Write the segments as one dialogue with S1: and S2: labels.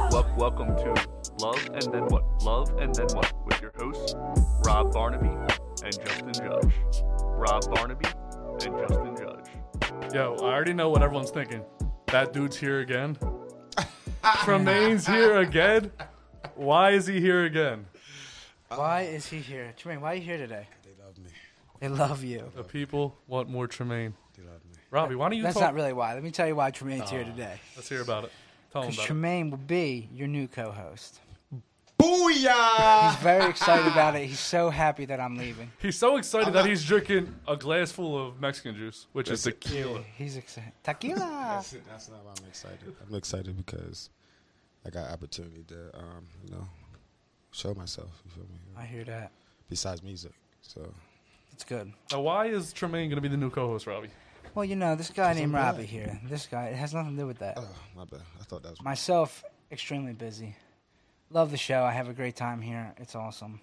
S1: Welcome to Love and Then What? Love and Then What? With your hosts, Rob Barnaby and Justin Judge. Rob Barnaby and Justin Judge.
S2: Yo, I already know what everyone's thinking. That dude's here again. Tremaine's here again. Why is he here again?
S3: Why is he here? Tremaine, why are you here today?
S4: They love me.
S3: They love you.
S2: The people want more Tremaine.
S4: They love me.
S2: Robbie, why don't you
S3: That's
S2: talk?
S3: not really why. Let me tell you why Tremaine's here today.
S2: Let's hear about it. Tell them
S3: Because
S2: about
S3: Tremaine will be your new co host. He's
S4: Booyah!
S3: very excited about it. He's so happy that I'm leaving.
S2: it. He's so excited that he's drinking a glass full of Mexican juice, which is tequila.
S3: He's excited. Tequila!
S4: That's, that's not why I'm excited. I'm excited because I got opportunity to, um, you know, show myself. You feel me?
S3: I hear that.
S4: Besides music, so
S3: It's good.
S2: Now, why is Tremaine going to be the new co-host, Robbie?
S3: Well, you know, this guy named
S4: I'm
S3: Robbie
S4: back.
S3: here. This guy, it has nothing to do with that.
S4: oh, my bad. I thought that was
S3: Myself, extremely busy. Love the show. I have a great time here. It's awesome.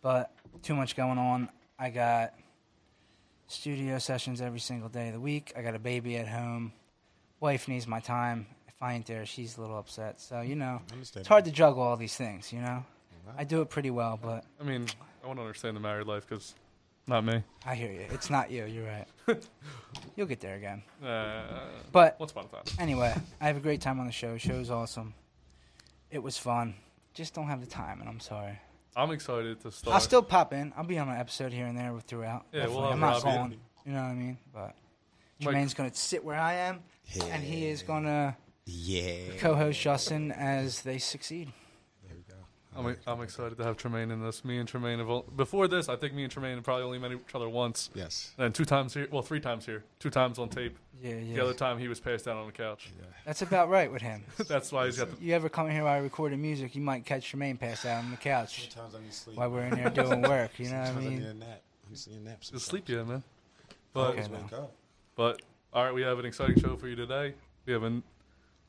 S3: But too much going on. I got studio sessions every single day of the week. I got a baby at home. Wife needs my time. If I ain't there, she's a little upset. So, you know,
S4: understand
S3: it's hard to juggle all these things, you know? I do it pretty well, but
S2: I mean, I want to understand the married life because not me.
S3: I hear you. It's not you. You're right. You'll get there again.
S2: Uh,
S3: But
S2: what's fun time?
S3: anyway, I have a great time on the show. Show's awesome. It was fun. Just don't have the time, and I'm sorry.
S2: I'm excited to start.
S3: I'll still pop in. I'll be on an episode here and there with- throughout.
S2: Yeah, we'll
S3: Definitely.
S2: have
S3: I'm not
S2: Robbie.
S3: gone. You know what I mean? But
S2: Mike-
S3: Jermaine's going to sit where I am, and he is going to
S4: Yeah.
S3: co-host Justin as they succeed.
S4: There we go.
S2: I'm, e, I'm excited to have Tremaine in this. Me and Tremaine have all, before this, I think me and Tremaine have probably only met each other once.
S4: Yes.
S2: And two times here, well, three times here, two times on tape.
S3: Yeah, yeah.
S2: The other time he was passed out on the couch.
S3: That's about right with him.
S2: That's why he's got the.
S3: You ever come in here while I recorded music, you might catch Jermaine pass out on the couch
S4: Sometimes I need sleep.
S3: while we're in there doing work. You know what I
S4: Sometimes I need a
S3: mean?
S4: nap. I'm seeing naps.
S2: Just sleep yet, man. But
S3: Okay.
S4: Sometimes I Wake up.
S2: but all right, we have an exciting show for you today. We have an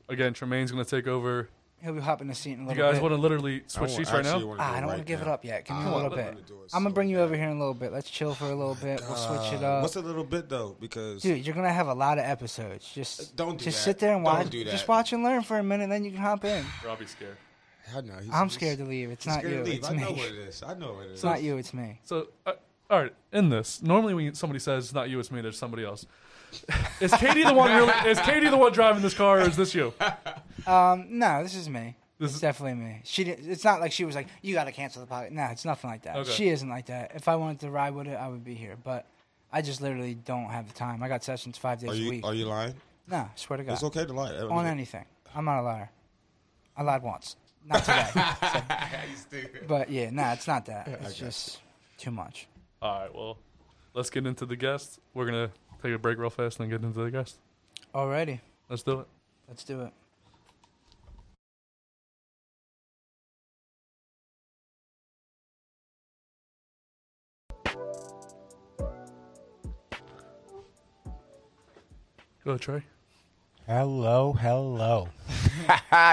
S2: again. Tremaine's going to take over.
S3: He'll be hopping in the seat in a
S2: You
S3: little
S2: guys
S3: bit.
S2: want to literally switch
S4: I
S2: seats right
S4: actually
S2: now? Ah,
S4: wanna do
S3: Ah, I don't want to
S4: right
S3: give it
S4: now.
S3: up yet. Give me
S4: I
S3: a little
S4: wanna
S3: bit.
S4: do it
S3: I'm
S4: so
S3: gonna bring you
S4: bad.
S3: over here in a little bit. Let's chill for a little bit. We'll switch it
S4: Uh,
S3: up.
S4: What's a little bit though? Because
S3: Dude, you're gonna have a lot of episodes. Just
S4: Uh, Don't do
S3: just
S4: that.
S3: sit there and
S4: Don't
S3: watch.
S4: do
S3: Just
S4: that.
S3: watch and learn for a minute, then you can hop in.
S2: Robbie's scared.
S4: I know, he's-
S3: I'm
S4: he's-
S3: scared to leave. It's
S4: he's
S3: not
S4: scared
S3: you.
S4: to leave.
S3: It's
S4: I know
S3: me.
S4: what it is. I know what it is.
S3: It's not you. It's me.
S2: So uh, all right, in this, normally when somebody says not you, it's me. There's somebody else. Is Katie the one? Really, is Katie the one driving this car, or is this you?
S3: Um, no, this is me.
S2: This
S3: it's
S2: is-
S3: definitely me. She. Did, it's not like she was like, you gotta cancel the podcast. No, it's nothing like that.
S2: Okay.
S3: She isn't like that. If I wanted to ride with it, I would be here. But I just literally don't have the time. I got sessions five days
S4: Are
S3: a
S4: you
S3: week.
S4: are you lying?
S3: no, swear to God.
S4: It's okay to lie.
S3: on anything. I'm not a liar. I lied once. Not today. but yeah, nah, it's not that. It's just too much.
S2: All right, well, let's get into the guests. We're gonna take a break real fast and then get into the guests.
S3: Alrighty,
S2: Let's do it.
S3: let's do it.
S2: Go ahead, Trey.
S5: Hello, hello.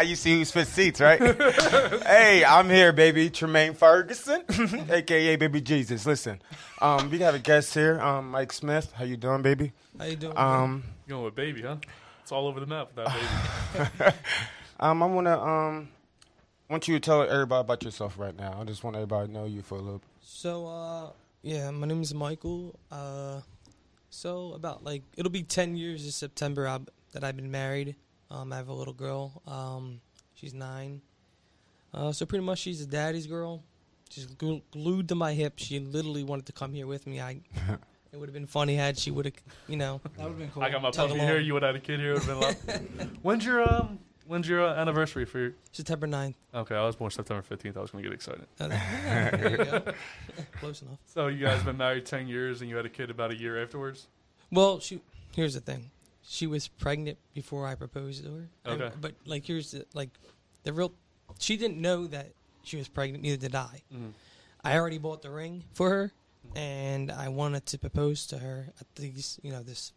S5: you see who spit seats, right? hey, I'm here, baby. Tremaine Ferguson, aka Baby Jesus. Listen, um, we got a guest here, um, Mike Smith. How you doing, baby?
S4: How you doing?
S5: Um,
S2: You going with baby, huh? It's all over the map with that baby.
S5: um, I wanna um, want you to tell everybody about yourself right now. I just want everybody to know you for a little.
S6: So, uh, yeah, my name is Michael. Uh, so about like it'll be ten years this September i that I've been married. Um, I have a little girl. Um, she's nine. Uh, so pretty much she's a daddy's girl. She's glu- glued to my hip. She literally wanted to come here with me. I. It would have been funny had she would have, you know.
S3: That would have been cool.
S2: I got my
S6: Tug
S2: puppy here.
S6: along.
S2: You would have had a kid here. It would have been love. when's your um? When's your uh, anniversary for your?
S6: September 9th.
S2: Okay, I was born September fifteenth. I was gonna get excited.
S6: Uh, there you go. Close enough.
S2: So you guys been married ten years and you had a kid about a year afterwards.
S6: Well, she here's the thing. She was pregnant before I proposed to her. I-
S2: Okay.
S6: but like here's the like the real she didn't know that she was pregnant, neither did I.
S2: Mm-hmm.
S6: I already bought the ring for her and I wanted to propose to her at these you know, this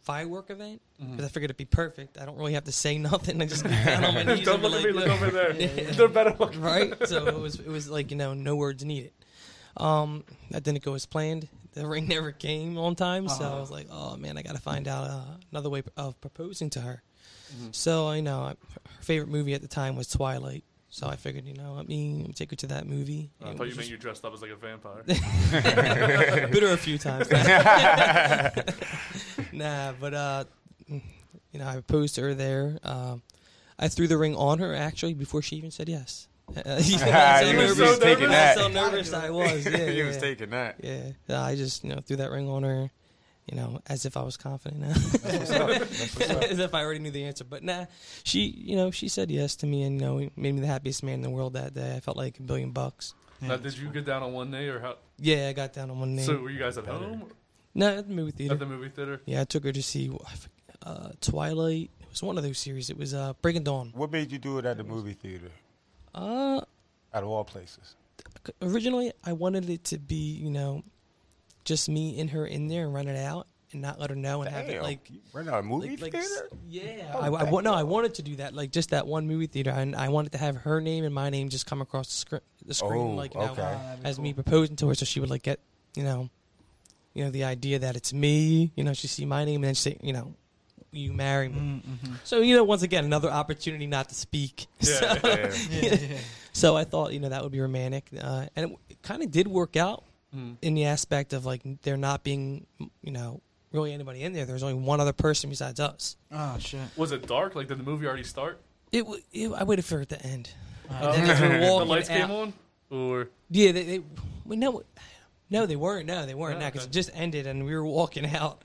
S6: firework event
S2: Mm-hmm.
S6: because I figured it'd be perfect. I don't really have to say nothing. I just get down on my knees
S2: Don't
S6: and be
S2: look at me.
S6: like,
S2: Look over there. They're better looking.
S6: right? So it was it was like you know no words needed. Um, that didn't go as planned. The ring never came on time, so
S2: Uh-huh.
S6: I was like, oh man, I got to find out uh, another
S5: Mm-hmm.
S6: way of proposing to her. So I know I, her favorite movie at the time was Twilight. So I figured, you know, let me take her to that movie.
S2: Oh, I
S6: It
S2: thought
S6: was
S2: you meant you
S6: just-
S2: dressed up as like a vampire.
S6: Bit her a few times. nah, but uh, you know, I proposed to her there. Um, I threw the ring on her actually before she even said yes. you
S5: Ah, You
S2: was so
S5: taking that.
S6: So nervous I was. Yeah,
S5: he was
S6: yeah.
S5: taking that.
S6: Yeah, Yeah, I just you know threw that ring on her, you know, as if I was confident, now. as if I already knew the answer. But nah, she you know she said yes to me, and you know it made me the happiest man in the world that day. I felt like a billion bucks.
S2: now, did you get down on one knee or how?
S6: Yeah, I got down on one knee.
S2: So were you guys at home
S6: no, at the movie
S2: at the
S6: theater.
S2: movie theater?
S6: Yeah, I took her to see uh, Twilight. It was one of those series. It was uh, Breaking Dawn.
S5: What made you do it at the movie theater?
S6: Uh,
S5: Out of all places.
S6: originally I wanted it to be you know just me and her in there and run it out and not let her know and have it like
S5: you rent out a movie
S6: like, like
S5: theater?
S6: s- yeah. I, I, wa-
S5: damn.
S6: no, I wanted to do that, like just that one movie theater, and I wanted to have her name and my name just come across the, scr- the screen,
S5: Oh,
S6: like you know,
S5: okay.
S3: Ah, that'd be
S6: as me
S3: cool.
S6: proposing to her, so she would like get, you know, you know the idea that it's me. You know, she see my name and then she say, you know, "Will you marry me.
S3: Mm, mhm.
S6: So you know, once again, another opportunity not to speak.
S2: Yeah,
S6: so,
S5: yeah.
S3: Yeah,
S6: so I thought you know that would be romantic, uh, and it, w- it kind of did work out
S2: Mm.
S6: in the aspect of like there not being, you know, really anybody in there. There was only one other person besides us.
S3: yeah. Oh shit.
S2: Was it dark? Like, did the movie already start?
S6: It, w- it I waited for it to end.
S3: Oh.
S6: Uh, And then as we're
S2: The
S6: walking
S2: lights
S6: out-
S2: came on, or
S6: Yeah, they, they well, no, no, they weren't. No, they weren't. No,
S2: No,
S6: because
S2: Oh, okay. Oh.
S6: it just ended, and we were walking out,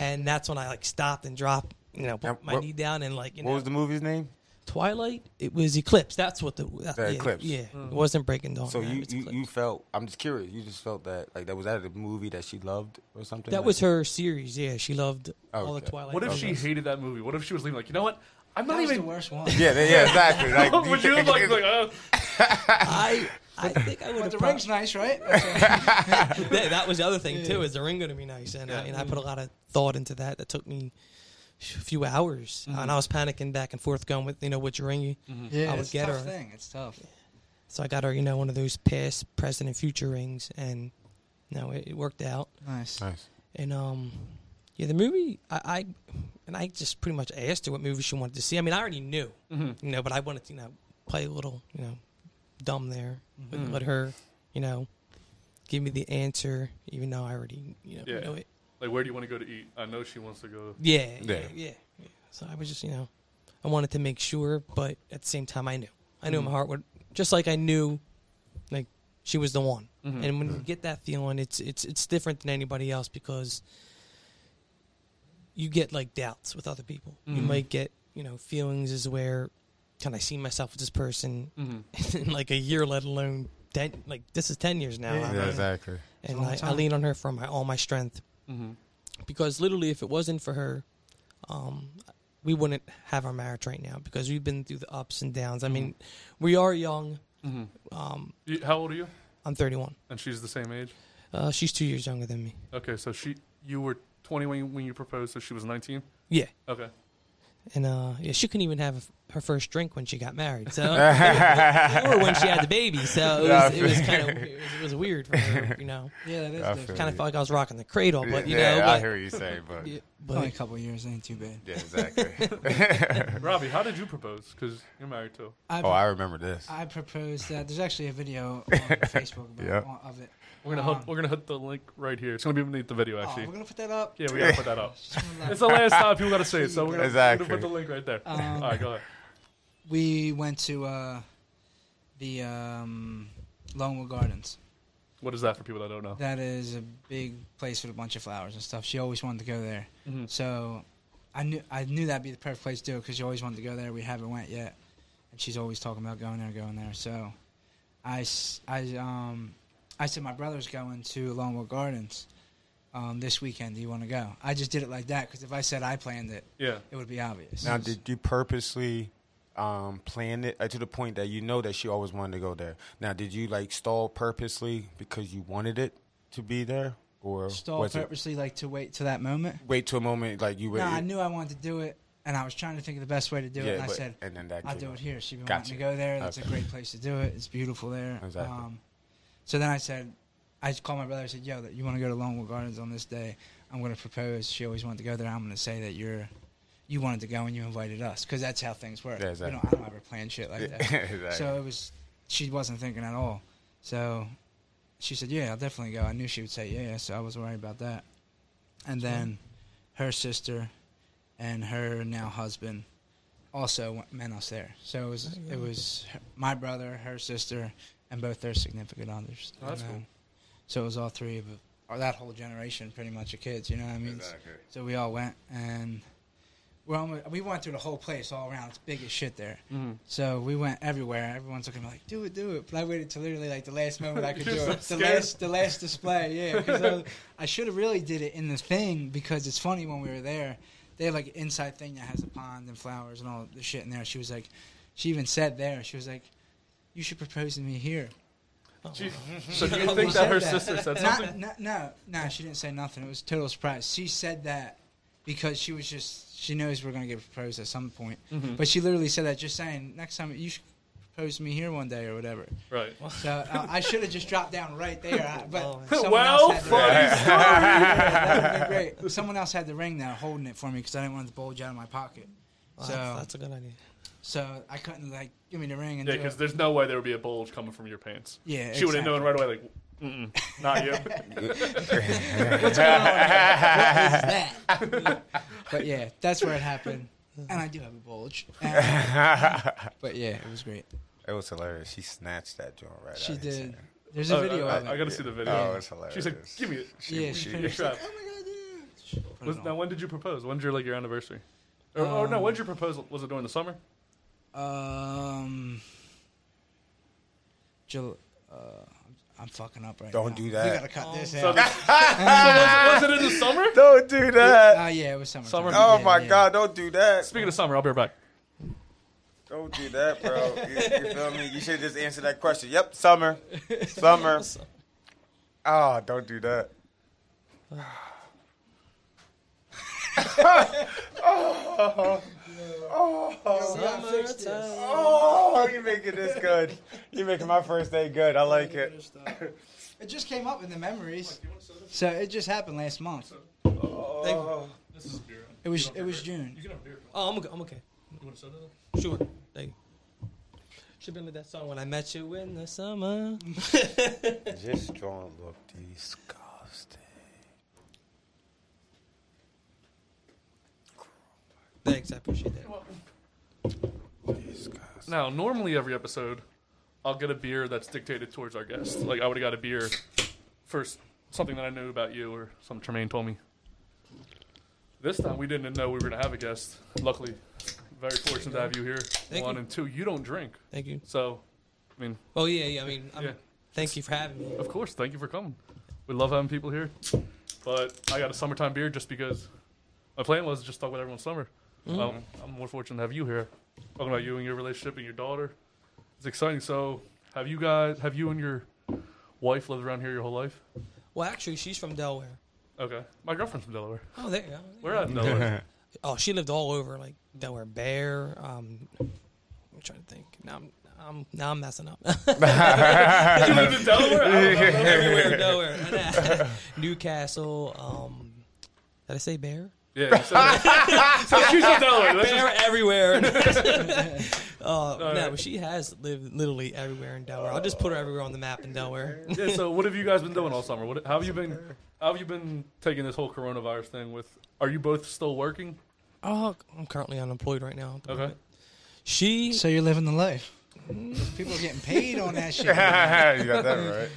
S6: and that's when I like stopped and dropped, you know, put
S5: And
S6: my
S5: what-
S6: knee down and like you
S5: What
S6: know,
S5: was the movie's name?
S6: Twilight. It was Eclipse. That's what the, that-
S5: The
S6: Uh, yeah,
S5: Eclipse.
S6: Yeah,
S3: Mm-hmm.
S2: Mm.
S6: it wasn't Breaking Dawn.
S5: So
S6: no,
S5: you,
S6: it's
S5: you,
S6: Eclipse.
S5: you felt I'm just curious. You just felt that like that was that a movie that she loved or something?
S6: that
S5: like
S6: was her series. Yeah, she loved all the
S5: Okay.
S6: Twilight.
S2: what if she
S6: movies.
S2: hated that movie? What if she was leaving? Like, you know what? I'm
S3: That
S2: not
S3: was the
S2: even.
S3: worst one.
S5: Yeah, they- yeah, exactly. Like, do
S2: Would you have
S5: think-
S2: like, like uh,
S6: I I think I would have
S3: But the ring's nice, right? Okay.
S6: yeah, that was the other thing too. Is the ring going to be nice? And, I, and I put a lot of thought into that. That took me a few hours, Uh, and I was panicking back and forth, going with you know which ring. You,
S3: Mm-hmm. yeah,
S6: Mm-hmm. I would
S3: it's
S6: get
S3: a tough
S6: her.
S3: thing. It's tough.
S6: So I got her, you know, one of those past, present, and future rings, and no, it, it worked out.
S3: Nice.
S5: Nice.
S6: And um, yeah, the movie I, I and I just pretty much asked her what movie she wanted to see. I mean, I already knew, you know, but I wanted to you know play a little you know dumb there, but let her you know give me the answer, even though I already you know,
S2: Yeah.
S6: know it.
S2: like, where do you want to go to eat? I know she wants to go.
S6: Yeah, yeah,
S5: Yeah.
S6: yeah, yeah. So I was just, you know, I wanted to make sure, but at the same time, I knew, I knew
S3: Mm-hmm.
S6: in my heart would, just like I knew, like she was the one.
S3: Mm-hmm.
S6: And when you get that feeling, it's it's it's different than anybody else because you get like doubts with other people.
S3: Mm-hmm.
S6: You might get, you know, feelings is where can I see myself with this person
S3: Mm-hmm.
S6: in like a year, let alone ten? Like this is ten years now.
S3: Yeah.
S6: I'm-
S5: Yeah, exactly.
S6: and
S3: long
S6: I, I
S3: time. Mm-hmm.
S6: lean on her for my all my strength because literally if it wasn't for her um, we wouldn't have our marriage right now because we've been through the ups and downs i
S5: Mm-hmm.
S6: mean we are young
S3: Um,
S2: You- How old are you?
S6: i'm 31
S2: And she's the same age.
S6: uh, she's two years younger than me
S2: Okay, so she, you were 20 when, when you proposed, so she was 19.
S6: yeah
S2: Okay.
S6: and uh, yeah, she couldn't even have her first drink when she got married so or when she had the baby so it was, it was kind of it was, it was weird for her you know
S3: Yeah, that is
S5: I
S3: different.
S5: feel
S6: kind of felt like i was rocking the cradle but you
S5: yeah,
S6: know
S5: I
S6: but-
S5: hear what you say, but
S6: yeah,
S5: yeah,
S3: Only a
S6: but
S3: couple years ain't too bad.
S5: exactly.
S2: Robbie, how did you propose? Because you're married too.
S3: I,
S5: oh, I remember this.
S3: I proposed that. There's actually a video on Facebook about,
S5: Yeah.
S3: on- of it.
S2: We're gonna hook, we're gonna hook the link right here. It's gonna be beneath the video
S3: Um, Oh,
S2: actually.
S3: we're gonna put that up.
S2: yeah, we gotta put that up.
S3: Just wanna let-
S2: It's the last time people gotta see it, so we're gonna, we're gonna
S5: Exactly.
S2: put the link right there.
S3: Um,
S2: All right, go ahead.
S3: we went to uh, the um, Longwood Gardens.
S2: What is that for people that don't know?
S3: That is a big place with a bunch of flowers and stuff. She always wanted to go there,
S2: Mhm.
S3: so I knew I knew that'd be the perfect place to do it because she always wanted to go there. We haven't went yet, and she's always talking about going there, going there. So I, s- I, um, I said my brother's going to Longwood Gardens um, this weekend. Do you want to go? I just did it like that because if I said I planned it,
S2: Yeah.
S3: it would be obvious.
S5: Now, did you purposely um, plan it uh, to the point that you know that she always wanted to go there? Now, did you like stall purposely because you wanted it to be there, or
S3: stall
S5: was it-
S3: purposely like to wait till that moment?
S5: wait to a moment like you were?
S3: No, I knew I wanted to do it, and I was trying to think of the best way to do
S5: Yeah,
S3: it. And I
S5: but-
S3: said,
S5: and then that
S3: I'll
S5: came
S3: do
S5: up.
S3: it here. She's been wanting to
S5: Gotcha.
S3: go there. That's
S5: Okay.
S3: a great place to do it. It's beautiful there.
S5: Exactly.
S3: Um, so then I said, I called my brother. I said, Yo, that you want to go to Longwood Gardens on this day? I'm going to propose. She always wanted to go there. I'm going to say that you're you wanted to go and you invited us because that's how things work.
S5: Yeah,
S3: We
S5: exactly.
S3: don't, I don't ever plan shit like that.
S5: Exactly.
S3: So it was, she wasn't thinking at all. So she said, "Yeah, I'll definitely go." I knew she would say yeah, so I was worried about that. And then her sister and her now husband also went- met us there. So it
S2: Oh,
S3: was it was her- my brother, her sister, and both their significant others.
S2: Oh, that's
S3: And,
S2: cool.
S3: um, So it was all three of or that whole generation, pretty much of kids. You know what I mean? So we all went and. We're almost, we went through the whole place all around. It's big as shit there.
S2: Mm-hmm.
S3: So we went everywhere. Everyone's looking like, do it, do it. But I waited till literally like the last moment I could do
S2: You're so
S3: it. The
S2: scared.
S3: last, the last display. Yeah, because I, I should have really did it in the thing because it's funny when we were there. They have like an inside thing that has a pond and flowers and all the shit in there. She was like, she even said there, she was like, you should propose to me here.
S2: Gee, Oh. so do
S3: She
S2: you think that
S3: said
S2: her sister said something?
S3: No, no, no, she didn't say nothing. It was a total surprise. She said that because she was just she knows we're gonna get proposed at some point.
S2: Mm-hmm.
S3: But she literally said that just saying next time you should propose to me here one day or whatever.
S2: Right.
S3: So uh, I should have just dropped down right there. I- But
S6: Oh, man.
S3: someone
S2: Well,
S3: else had the
S2: funny
S3: ring.
S2: story.
S3: Yeah, that would've been great. Someone else had the ring now, holding it for me because I didn't want it to bulge out of my pocket.
S6: Wow,
S3: so,
S6: that's, that's a good idea.
S3: so I couldn't like give me the ring and
S2: Yeah,
S3: do
S2: because
S3: it.
S2: there's no way there would be a bulge coming from your pants.
S3: Yeah,
S2: She would have
S3: exactly.
S2: known right away, like, Mm-mm, not you.
S3: that. but yeah, that's where it happened. And I do have a bulge. And- but yeah, it was great.
S5: It was hilarious. She snatched that joint right
S3: She
S5: out of his hand.
S3: did. There's a
S2: Oh,
S3: video
S2: I,
S3: of it.
S2: I gotta see the video.
S5: Oh, it's hilarious.
S2: She's like, "Give me it."
S3: yeah, she,
S5: she-
S3: finished
S2: Crap.
S3: it. Oh my god, yeah. Um, Put
S2: Was,
S3: it
S2: now,
S3: on.
S2: when did you propose? When's your like your anniversary? Or, or no, when's your proposal? Was it during the summer?
S3: Um, Jul- uh, I'm- I'm fucking up right
S5: Don't
S3: now.
S5: do that.
S3: We gotta cut this
S2: Oh. So,
S3: out.
S2: this- so was, was it in the summer?
S5: Don't do that.
S3: Uh, yeah, it was summer.
S2: Summer.
S5: Oh
S3: yeah,
S5: my
S3: yeah.
S5: God! Don't do that.
S2: Speaking of summer, I'll be right back.
S5: Don't do that, bro. You, you feel me? You should just answer that question. Yep, summer, summer. Oh, don't do that.
S6: Summertime.
S5: Oh, you're making this good. You're making my first day good. I like it.
S3: It just came up in the memories. So it just happened last month.
S5: Oh,
S2: This is beer.
S3: It was it was June.
S2: can have beer. You
S6: Oh, I'm okay. I'm okay.
S2: want a soda?
S6: Sure. Thank you. Should been with that song when I met you in the summer.
S5: this joint look disgusting.
S6: Thanks, I appreciate that.
S5: Disgusting.
S2: Now, normally every episode, I'll get a beer that's dictated towards our guest. Like I would have got a beer for s- something that I knew about you or something Tremaine told me. This time we didn't know we were gonna have a guest. Luckily, very fortunate to have you here.
S6: Thank
S2: One
S6: you.
S2: and two, you don't drink,
S6: Thank you.
S2: so I mean,
S6: Oh yeah, yeah. I mean, I'm,
S2: Yeah.
S6: thank you for having me.
S2: of course, thank you for coming. We love having people here, but I got a summertime beer just because my plan was to just talk about everyone's summer.
S6: Mm-hmm.
S2: Um, I'm more fortunate to have you here, talking about you and your relationship and your daughter. It's exciting. So, have you guys, have you and your wife lived around here your whole life?
S6: Well, actually, she's from Delaware.
S2: Okay, my girlfriend's from Delaware.
S6: Oh, there you go.
S2: We're out in Delaware.
S6: Oh, she lived all over, like Delaware Bear. Um, I'm trying to think. Now I'm, I'm now I'm messing up.
S2: you lived in Delaware. I don't know.
S6: Everywhere in Delaware, Newcastle. Um, did I say Bear?
S2: Yeah. you said that. So she's from Delaware. Let's just-
S6: Bear everywhere. uh, no,
S2: right.
S6: but she has lived literally everywhere in Delaware. I'll just put her everywhere on the map in Delaware.
S2: yeah, so what have you guys been doing all summer? What how have you been? How have you been taking this whole coronavirus thing with? Are you both still working?
S6: Oh, I'm currently unemployed right now.
S2: Okay.
S6: She
S3: So you're living the life. People are getting paid on that shit.
S5: you got that right.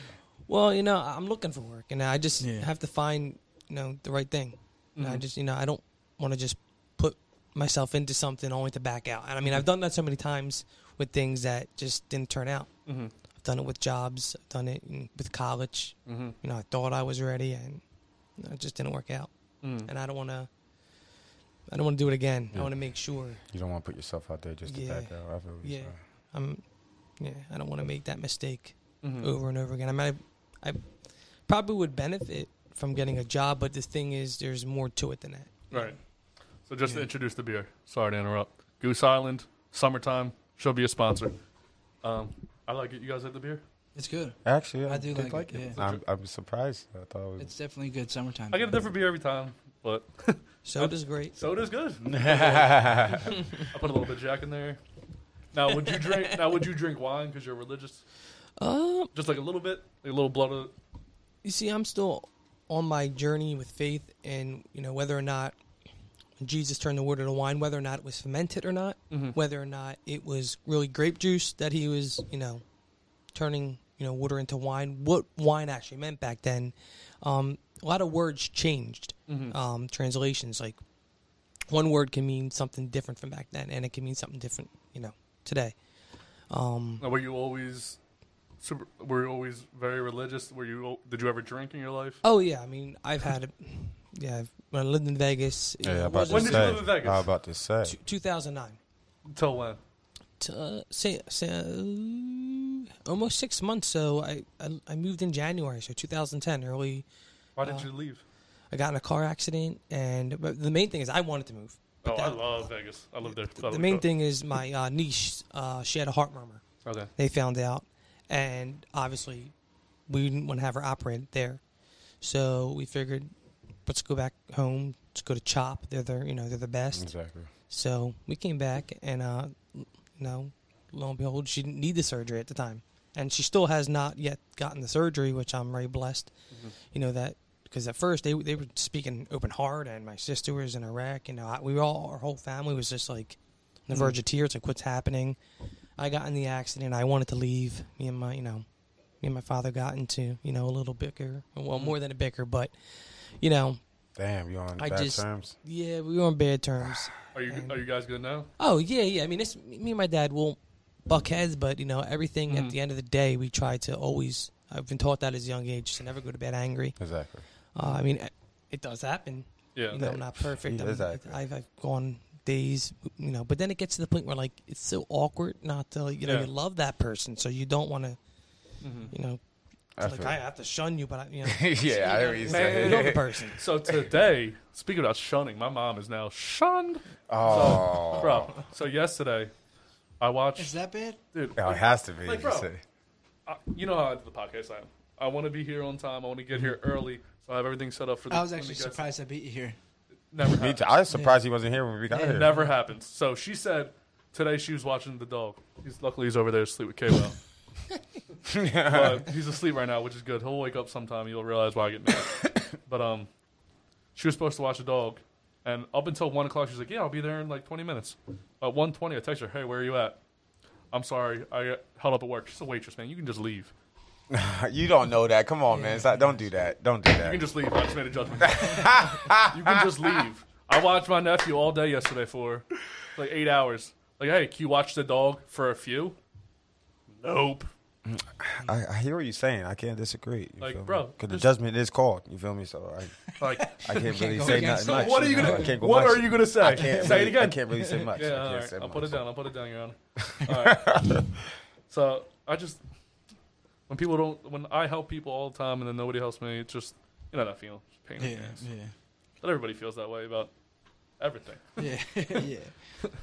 S6: Well, you know, I'm looking for work, and I just
S3: Yeah.
S6: have to find, you know, the right thing. And I just, you know, I don't want to just put myself into something only to back out. And I mean, I've done that so many times with things that just didn't turn out. Mm-hmm. I've done it with jobs. I've done it in- with college. Mm-hmm. You know, I thought I was ready, and you know, it just didn't work out. And I don't want to. I don't want to do it again. I want to make sure.
S5: You don't want to put yourself out there just to
S6: Yeah.
S5: back out. I feel you,
S6: Yeah,
S5: son.
S6: I'm. Yeah, I don't want to make that mistake over and over again. I mean, I, I probably would benefit from getting a job, but the thing is, there's more to it than that.
S2: Right. So just to introduce the beer. Sorry to interrupt. Goose Island, summertime. She'll be a sponsor. Um, I like it. You guys like the beer?
S3: It's good.
S5: Actually, I,
S3: I do like, it. Yeah.
S5: I'm, I'm surprised. I thought it was.
S3: It's definitely good summertime.
S2: I get a different beer every time. But
S6: Soda's great.
S2: soda's good. I put a little bit of Jack in there. Now, would you drink? Now, would you drink wine because you're religious?
S6: Uh,
S2: Just like a little bit, like a little blood of.
S6: you see, I'm still on my journey with faith, and you know whether or not Jesus turned the water to wine, whether or not it was fermented or not, whether or not it was really grape juice that he was, you know, turning you know water into wine. What wine actually meant back then? Um, a lot of words changed. Um, translations like one word can mean something different from back then, and it can mean something different, you know, today. Um,
S2: Now, were you always super? Were you always very religious? Were you? al- Did you ever drink in your life?
S6: Oh yeah, I mean I've had, yeah, I've, when I lived in Vegas, you know,
S5: Yeah,
S6: it
S5: about
S6: was
S5: to
S2: When did you
S5: say.
S2: live in Vegas?
S5: I was about to say.
S6: t- 2009.
S2: Until when?
S6: T- uh, say, say, uh, almost six months. So I, I I moved in January, so 2010, early. uh,
S2: Why did you leave?
S6: I got in a car accident, and but the main thing is I wanted to move.
S2: Oh,
S6: But
S2: I
S6: that-
S2: love Vegas. I live there. I
S6: the
S2: live
S6: main
S2: there.
S6: thing is my uh, niece. Uh, she had a heart murmur.
S2: Okay.
S6: They found out, and obviously, we didn't want to have her operated there. So we figured, let's go back home. Let's go to Chop. They're the you know they're the best.
S5: Exactly.
S6: So we came back, and uh, you know, lo and behold, she didn't need the surgery at the time, and she still has not yet gotten the surgery, which I'm very blessed. You know that because at first they they were speaking open heart, and my sister was in Iraq. You know, I, we were all our whole family was just like on the verge of tears, like what's happening. I got in the accident. I wanted to leave. Me and my you know, me and my father got into you know a little bicker. Well, more than a bicker, but you know,
S5: Damn, you on
S6: I
S5: bad
S6: just-
S5: terms?
S6: yeah, we were on bad terms.
S2: Are you? Are you guys good now?
S6: Oh yeah, yeah. I mean, it's me and my dad will buck heads, but you know, everything at the end of the day, we try to always. I've been taught that as a young age to never go to bed angry.
S5: Exactly.
S6: Uh, I mean, it- it does happen.
S2: Yeah.
S6: You know, I'm not perfect.
S5: Yeah,
S6: I'm,
S5: exactly.
S6: I've, I've gone days, you know, but then it gets to the point where like it's so awkward not to, like, you know,
S2: Yeah. Mm-hmm.
S6: you love that person, so you don't want to, you know,
S5: I
S6: like
S5: feel-
S6: I have to shun you, but I, you know,
S5: yeah, I hear what you
S6: you love the
S5: said.
S6: person.
S2: So today, speaking about shunning, my mom is now shunned,
S5: Oh,
S2: bro. So yesterday, I watched.
S3: Is that bad?
S2: dude,
S5: Yeah, Oh, it has to be.
S2: Like,
S5: you
S2: bro.
S5: say.
S2: I, you know how I do the podcast. I am. I want to be here on time. I want to get here early, so I have everything set up for. The,
S3: I was
S2: when
S3: actually
S2: the guys-
S3: surprised I beat you here.
S2: Never
S5: Me
S2: happens.
S5: too. I was surprised he wasn't here when we got here.
S2: Never happens. So she said today she was watching the dog. He's luckily he's over there asleep with Kwell. but he's asleep right now, which is good. He'll wake up sometime. You'll realize why I get mad. but um, she was supposed to watch the dog, and up until one o'clock, she's like, "Yeah, I'll be there in like twenty minutes." At one twenty, I text her, "Hey, where are you at?" I'm sorry, I got held up at work. She's a waitress, man. You can just leave.
S5: You don't know that. Come on, man. It's not, don't do that. Don't do that.
S2: You can just leave. I just made a judgment. you can just leave. I watched my nephew all day yesterday for like eight hours. Like, hey, can you watch the dog for a few? Nope.
S5: I, I hear what you're saying. I can't disagree. You
S2: Like,
S5: feel me?
S2: bro,
S5: 'Cause the
S2: there's-
S5: judgment is called. You feel me? So I,
S2: Like,
S5: I can't really
S3: go
S5: say
S3: against
S5: nothing
S3: it.
S5: much.
S2: what are you
S5: know?
S2: gonna?
S5: I can't go
S2: What
S5: much.
S2: are you gonna say?
S5: I can't
S2: say
S5: really,
S2: it again.
S5: I can't really say much.
S2: Yeah,
S5: I
S2: all
S5: can't
S2: right.
S5: say
S2: I'll
S5: much.
S2: put it down. I'll put it down, Your Honor. All right. so I just when people don't when I help people all the time and then nobody helps me, it's just you know that feeling, It's pain. in the ass.
S3: yeah,
S2: But everybody feels that way about everything.
S3: yeah, yeah.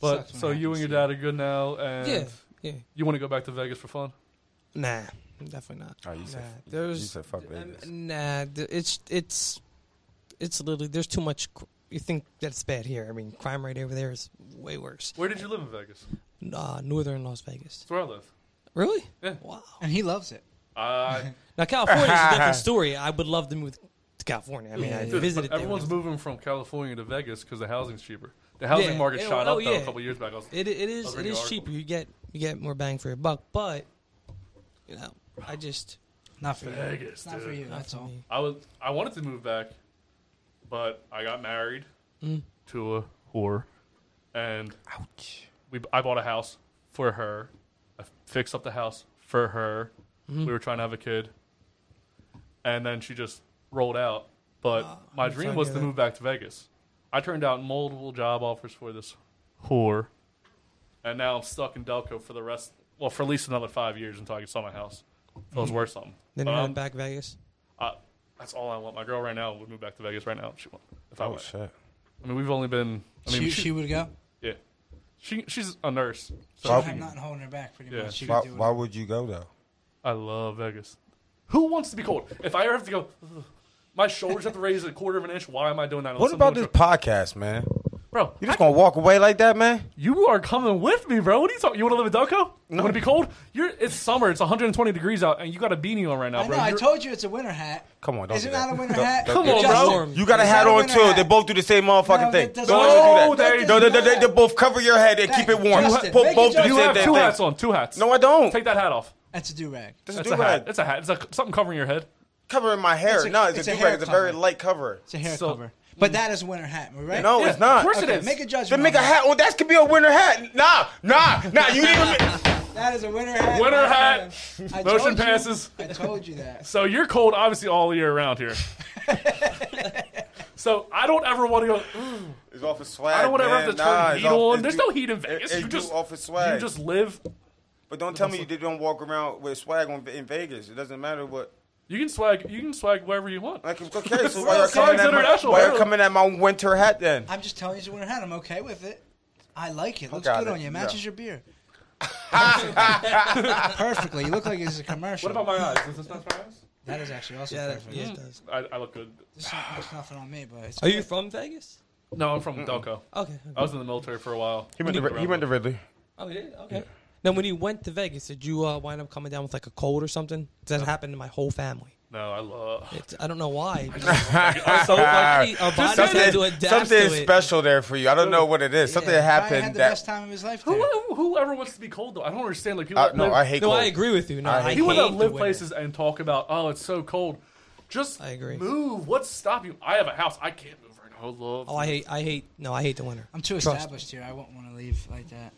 S2: But
S3: Sucks when
S2: so
S3: it
S2: you and
S3: happens,
S2: your dad are good now, and
S6: Yeah, yeah.
S2: you want to go back to Vegas for fun?
S6: Nah, definitely not.
S5: Oh, you said-
S6: nah,
S5: you-
S6: there's
S5: you said fuck
S6: um,
S5: Vegas.
S6: Nah, th- it's it's it's literally there's too much. cr- You think that's bad here? I mean, crime rate over there is way worse.
S2: Where did you live in Vegas?
S6: Uh, northern Las Vegas.
S2: That's where I live.
S6: Really?
S2: Yeah.
S6: Wow.
S3: And he loves it.
S2: I
S6: Now California's a different story. I would love to move to California. I mean, I
S2: Dude,
S6: visited.
S2: but everyone's
S6: there.
S2: moving from California to Vegas because the housing's cheaper. The housing
S6: Yeah.
S2: market
S6: Oh,
S2: shot
S6: oh,
S2: up though
S6: yeah.
S2: a couple years back. I was,
S6: It it is
S2: I'll
S6: it
S2: read the
S6: is
S2: article.
S6: cheaper. You get you get more bang for your buck, but you know, I just
S3: Not for you.
S2: Vegas,
S3: It's not for
S2: dude.
S3: you. That's all.
S2: I was I wanted to move back, but I got married
S6: Mm.
S2: to a whore, and
S5: Ouch.
S2: we I bought a house for her. I fixed up the house for her.
S6: Mm-hmm.
S2: We were trying to have a kid, and then she just rolled out. But
S6: Oh,
S2: my
S6: I'm
S2: dream
S6: sorry
S2: was
S6: to
S2: to
S6: hear
S2: move back to Vegas. I turned out multiple job offers for this whore, and now I'm stuck in Delco for the rest. Well, for at least another five years until I can sell my house. If
S5: Mm-hmm.
S2: it was worth something.
S6: then
S2: But
S6: you
S2: I'm-
S6: head back Vegas.
S2: I, that's all I want. My girl right now would move back to Vegas right now if she want. If I
S5: Oh
S2: would.
S5: shit.
S2: I mean, we've only been. I mean,
S3: she,
S2: she,
S3: she would go.
S2: yeah, she she's a nurse. So
S5: Why-
S3: I'm not holding her back. Pretty
S2: Yeah.
S3: much. She
S5: Why,
S3: would do
S5: why
S3: it.
S5: would you go though?
S2: I love Vegas. Who wants to be cold? If I ever have to go, "Ugh, My shoulders have to raise a quarter of an inch. Why am I doing that? on
S5: What
S2: some
S5: about
S2: little
S5: this podcast, man?
S2: truck? bro?
S5: You just gonna walk away like that, man?
S2: You are coming with me, bro. What are you talking? You want to live in Delco? You want to be cold? You're. It's summer. It's 120 degrees out, and you got a beanie on right now,
S3: I know.
S2: bro.
S3: I
S2: You're-
S3: told you it's a winter hat.
S5: Come on, don't
S3: Is
S5: do
S3: it
S5: that.
S3: not a winter
S5: Don't-
S3: hat?
S5: don't
S2: Come on,
S3: Justin,
S2: bro.
S5: You gotta
S3: It's
S5: hat
S3: not a
S5: on
S3: winter
S5: too.
S3: hat.
S5: They both do the same motherfucking
S3: No,
S5: thing.
S3: that doesn't-
S5: Don't ever do
S2: No,
S5: that.
S2: they-
S5: No, they, they,
S3: doesn't
S5: they both cover your head and keep it warm.
S3: Justin,
S5: Put
S3: make
S5: both do
S3: it
S5: the
S3: Justin.
S2: You
S5: same
S2: have
S5: damn
S2: two
S5: thing.
S2: hats on. Two hats.
S5: No, I don't.
S2: Take that hat off.
S3: That's a do rag.
S5: It's a
S2: It's a
S5: do-rag.
S2: hat. It's a hat. It's a, something covering your head.
S5: covering my hair.
S3: It's a-
S5: no, it's,
S3: it's
S5: a
S3: a
S5: do
S3: hair
S5: It's a very
S3: cover.
S5: light cover.
S3: It's a hair
S2: So-
S3: cover. But that is winter hat, right?
S5: No,
S2: Yeah,
S5: it's not.
S2: Of course
S3: Okay,
S2: it is.
S3: make a judgment.
S5: Then make a
S3: on that.
S5: hat. Oh, that could be a winter hat. Nah, nah, nah. You didn't even.
S3: That is a winter hat.
S2: Winter
S3: I
S2: hat.
S3: told you.
S2: Motion passes.
S3: I told you that.
S2: So you're cold, obviously, all year around here. so I don't ever want to go.
S5: It's off of swag.
S2: I don't want to
S5: man.
S2: ever have to turn
S5: Nah, it's
S2: heat
S5: off-
S2: on.
S5: it's
S2: There's
S5: do-
S2: no heat
S5: it-
S2: in Vegas.
S5: it's
S2: you
S5: do
S2: just
S5: off of swag.
S2: You just live.
S5: but don't tell me you don't walk around with swag on, in Vegas. It doesn't matter what.
S2: You can swag. You can swag wherever you want.
S5: Like okay, so
S2: Well,
S5: why you coming
S2: swag's
S5: at my,
S2: international,
S5: why you
S2: really.
S5: coming at my winter hat then? Oh,
S3: I'm just telling you it's a winter hat. I'm okay with it. I like it. Looks
S5: got it.
S3: good on you. It
S5: Yeah.
S3: matches your beard. Perfectly. You look like it's a commercial.
S2: What about my eyes? Is this not my eyes?
S3: that is actually also
S6: Yeah, that,
S3: perfect.
S6: yeah, it does.
S2: I, I look good.
S3: There's not- there's nothing on me, but it's
S6: Are you from Vegas?
S2: No, I'm from Delco.
S6: Okay.
S2: I was in the military for a while.
S5: He went, to, he went to Ridley.
S6: Oh, you did? Okay. Then when you went to Vegas, did you uh, wind up coming down with like a cold or something? 'Cause That happened to my whole family.
S2: No, I love.
S6: It's, I don't know why. I'm so lucky. Our bodies had to
S5: Something,
S6: adapt
S5: something
S6: to it.
S5: special there for you. I don't know what it is. Something
S6: Yeah.
S3: Brian had
S5: happened
S3: the
S5: that.
S3: best time of his life. There.
S2: Who, whoever wants to be cold though, I don't understand. Like people.
S5: I,
S2: that
S5: Uh, no,
S2: live-
S5: I hate.
S6: No, I
S5: cold.
S6: agree with you. No, I,
S5: hate
S6: hate
S2: people that
S6: the
S2: live
S6: winter.
S2: places and talk about, oh, it's so cold. Just
S6: I agree.
S2: move. What's stopping you? I have a house. I can't move right now. I love.
S6: Oh, I hate. I hate. No, I hate the winter.
S3: I'm too
S6: Trust me.
S3: established here. I wouldn't want to leave like that.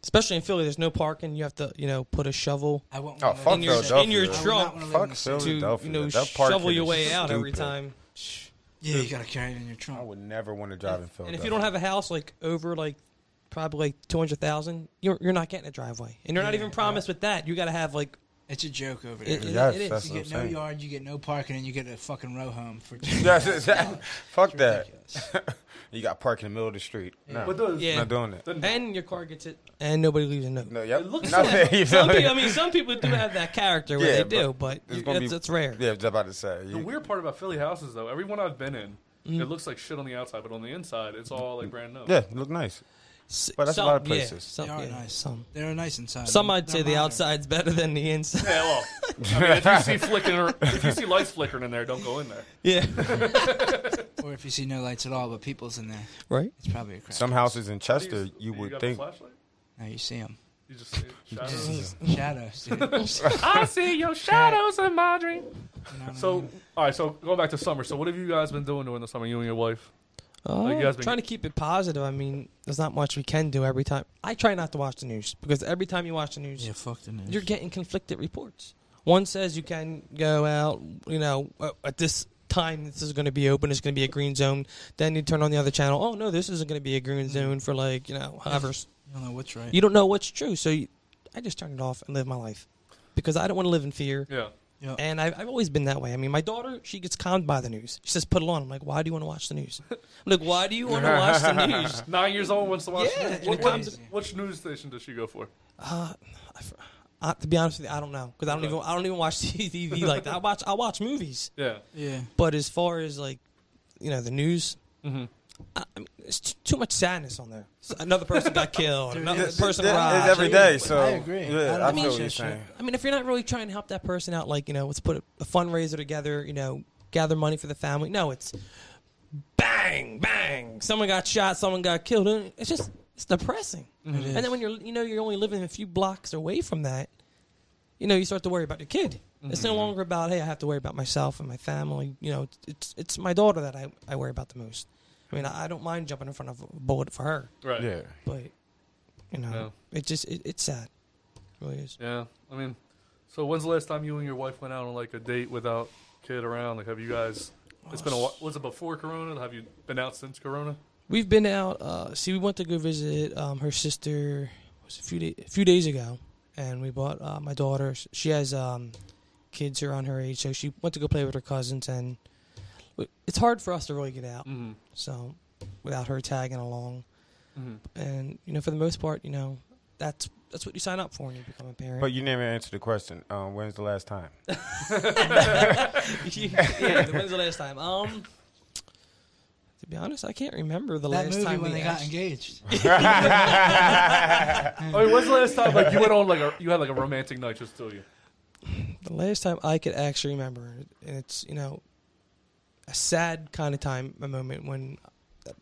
S6: Especially in Philly, there's no parking. You have to, you know, put a shovel
S3: I wouldn't.
S5: Oh,
S3: wanna
S5: fuck
S3: live
S6: in your
S5: Philadelphia.
S6: in your
S3: I would
S6: trunk
S3: not wanna live in
S5: Fuck
S3: the
S5: Philly.
S6: to,
S3: city.
S6: you
S5: Philadelphia.
S6: know,
S5: That parking
S6: shovel your
S5: is
S6: way out every
S5: stupid.
S6: time.
S3: Yeah, you gotta carry it in your
S5: I
S3: trunk.
S5: would never want to drive in Philadelphia.
S6: And if you don't have a house like over like probably like two hundred thousand, you're you're not getting a driveway, and you're not even promised with that. You got to have like
S3: It's a joke over there.
S6: it, it-
S5: Yes,
S6: it is.
S5: that's
S3: you
S5: what
S3: get
S5: I'm
S3: no
S5: saying.
S3: yard, you get no parking, and you get a fucking row home for.
S5: Yes, exactly. Fuck that.
S3: ridiculous.
S5: You got parked in the middle of the street. No,
S2: But those,
S6: Yeah.
S5: not doing it.
S2: the-
S6: and your car gets it, and nobody leaves a note.
S5: No, yep.
S2: It looks
S5: Not
S2: like-
S5: that, you
S6: Some
S5: know?
S6: people, I mean, some people do have that character where
S5: Yeah,
S6: they do, but
S5: it's
S6: you-
S5: gonna be-
S6: that's, that's rare.
S5: Yeah, I was about to say.
S2: The
S5: You,
S2: weird part about Philly houses, though, everyone I've been in,
S6: Mm.
S2: it looks like shit on the outside, but on the inside, it's all like brand new.
S5: yeah, you look nice.
S6: S-
S5: But that's a
S6: some,
S5: lot of
S6: yeah,
S5: places.
S6: some,
S3: They are
S6: yeah,
S3: nice.
S6: some.
S3: They're nice inside.
S6: Some
S3: They're-
S6: I'd say
S3: they're
S6: the
S3: modern.
S6: outside's better than the inside.
S2: Yeah, well, I mean, if you see flicking, or, if you see lights flickering in there, don't go in there.
S6: yeah,
S3: Or if you see no lights at all, but people's in there,
S6: right.
S3: it's probably a crowd.
S5: Some houses in
S2: Do
S5: Chester,
S2: do
S5: you would
S2: got
S5: think.
S2: the flashlight?
S3: Now you see them.
S2: You just see shadows.
S3: Shadows. Dude. You know what
S2: I see your shadows in my dream.
S3: I
S2: So,
S3: mean?
S2: all right. So, going back to summer. So, what have you guys been doing during the summer? You and your wife.
S6: Oh,
S2: Like, you guys been-
S6: trying to keep it positive. I mean, there's not much we can do every time. I try not to watch the news because every time you watch the news,
S3: yeah, fuck the news.
S6: you're getting conflicted reports. One says you can go out, you know, uh, at this time this is going to be open, it's going to be a green zone. Then you turn on the other channel, oh no, this isn't going to be a green zone for like, you know, however. s-
S3: Hmm. You don't know what's right.
S6: You don't know what's true, so you, I just turn it off and live my life because I don't want to live in fear.
S2: Yeah.
S3: Yeah.
S6: And I've, I've always been that way. I mean, my daughter, she gets calmed by the news. She says, "Put it on." I'm like, "Why do you want to watch the news?" I'm like, "Why do you want to watch the news?"
S2: Nine years old wants to watch.
S6: Yeah,
S2: news.
S6: and
S2: What,
S6: it
S2: what,
S6: comes-
S2: which news station does she go for?
S6: Uh, to be honest with you, I don't know because I don't even I don't even watch TV like that. I watch I watch movies,
S2: Yeah.
S3: Yeah.
S6: but as far as like you know the news, I, I mean, it's t- too much sadness on there. So another person got killed. another
S5: It's-
S6: person
S5: it's
S6: robbed.
S5: every day, so
S3: I agree. I
S5: Yeah,
S3: don't
S5: I,
S3: mean
S5: feel what you're
S3: shit.
S5: saying.
S6: I mean, if you're not really trying to help that person out, like you know, let's put a, a fundraiser together, you know, gather money for the family. No, it's bang, bang. Someone got shot. Someone got killed. And It's just it's depressing.
S3: is.
S6: and then when you're you know you're only living a few blocks away from that, you know, you start to worry about your kid. It's no longer about hey, I have to worry about myself and my family. You know, it's it's, it's my daughter that I, I worry about the most. I mean, I, I don't mind jumping in front of a bullet for her,
S2: Right.
S5: Yeah.
S6: but you know,
S2: No.
S6: it just it, it's sad. It really is.
S2: Yeah, I mean, so when's the last time you and your wife went out on like a date without kid around? Like, have you guys? It's been a while. Was it before Corona? Have you been out since Corona?
S6: We've been out. Uh, see, we went to go visit um, her sister. Was a few day, a few days ago, and we bought uh, my daughter. She has um, kids around her age, so she went to go play with her cousins. And w- it's hard for us to really get out,
S2: Mm-hmm.
S6: so without her tagging along.
S2: Mhm.
S6: And you know, for the most part, you know, that's that's what you sign up for when you become a parent.
S5: But you never answered the question. Um, when's the last time?
S6: yeah, when's the last time? Um, to be honest, I can't remember the
S3: that
S6: last
S3: movie
S6: time
S3: when
S6: we
S3: they got
S6: actually-
S3: engaged.
S2: I mean, when's the last time like you went on like a you had like a romantic night just to you?
S6: The last time I could actually remember, and it's you know, a sad kind of time, a moment when,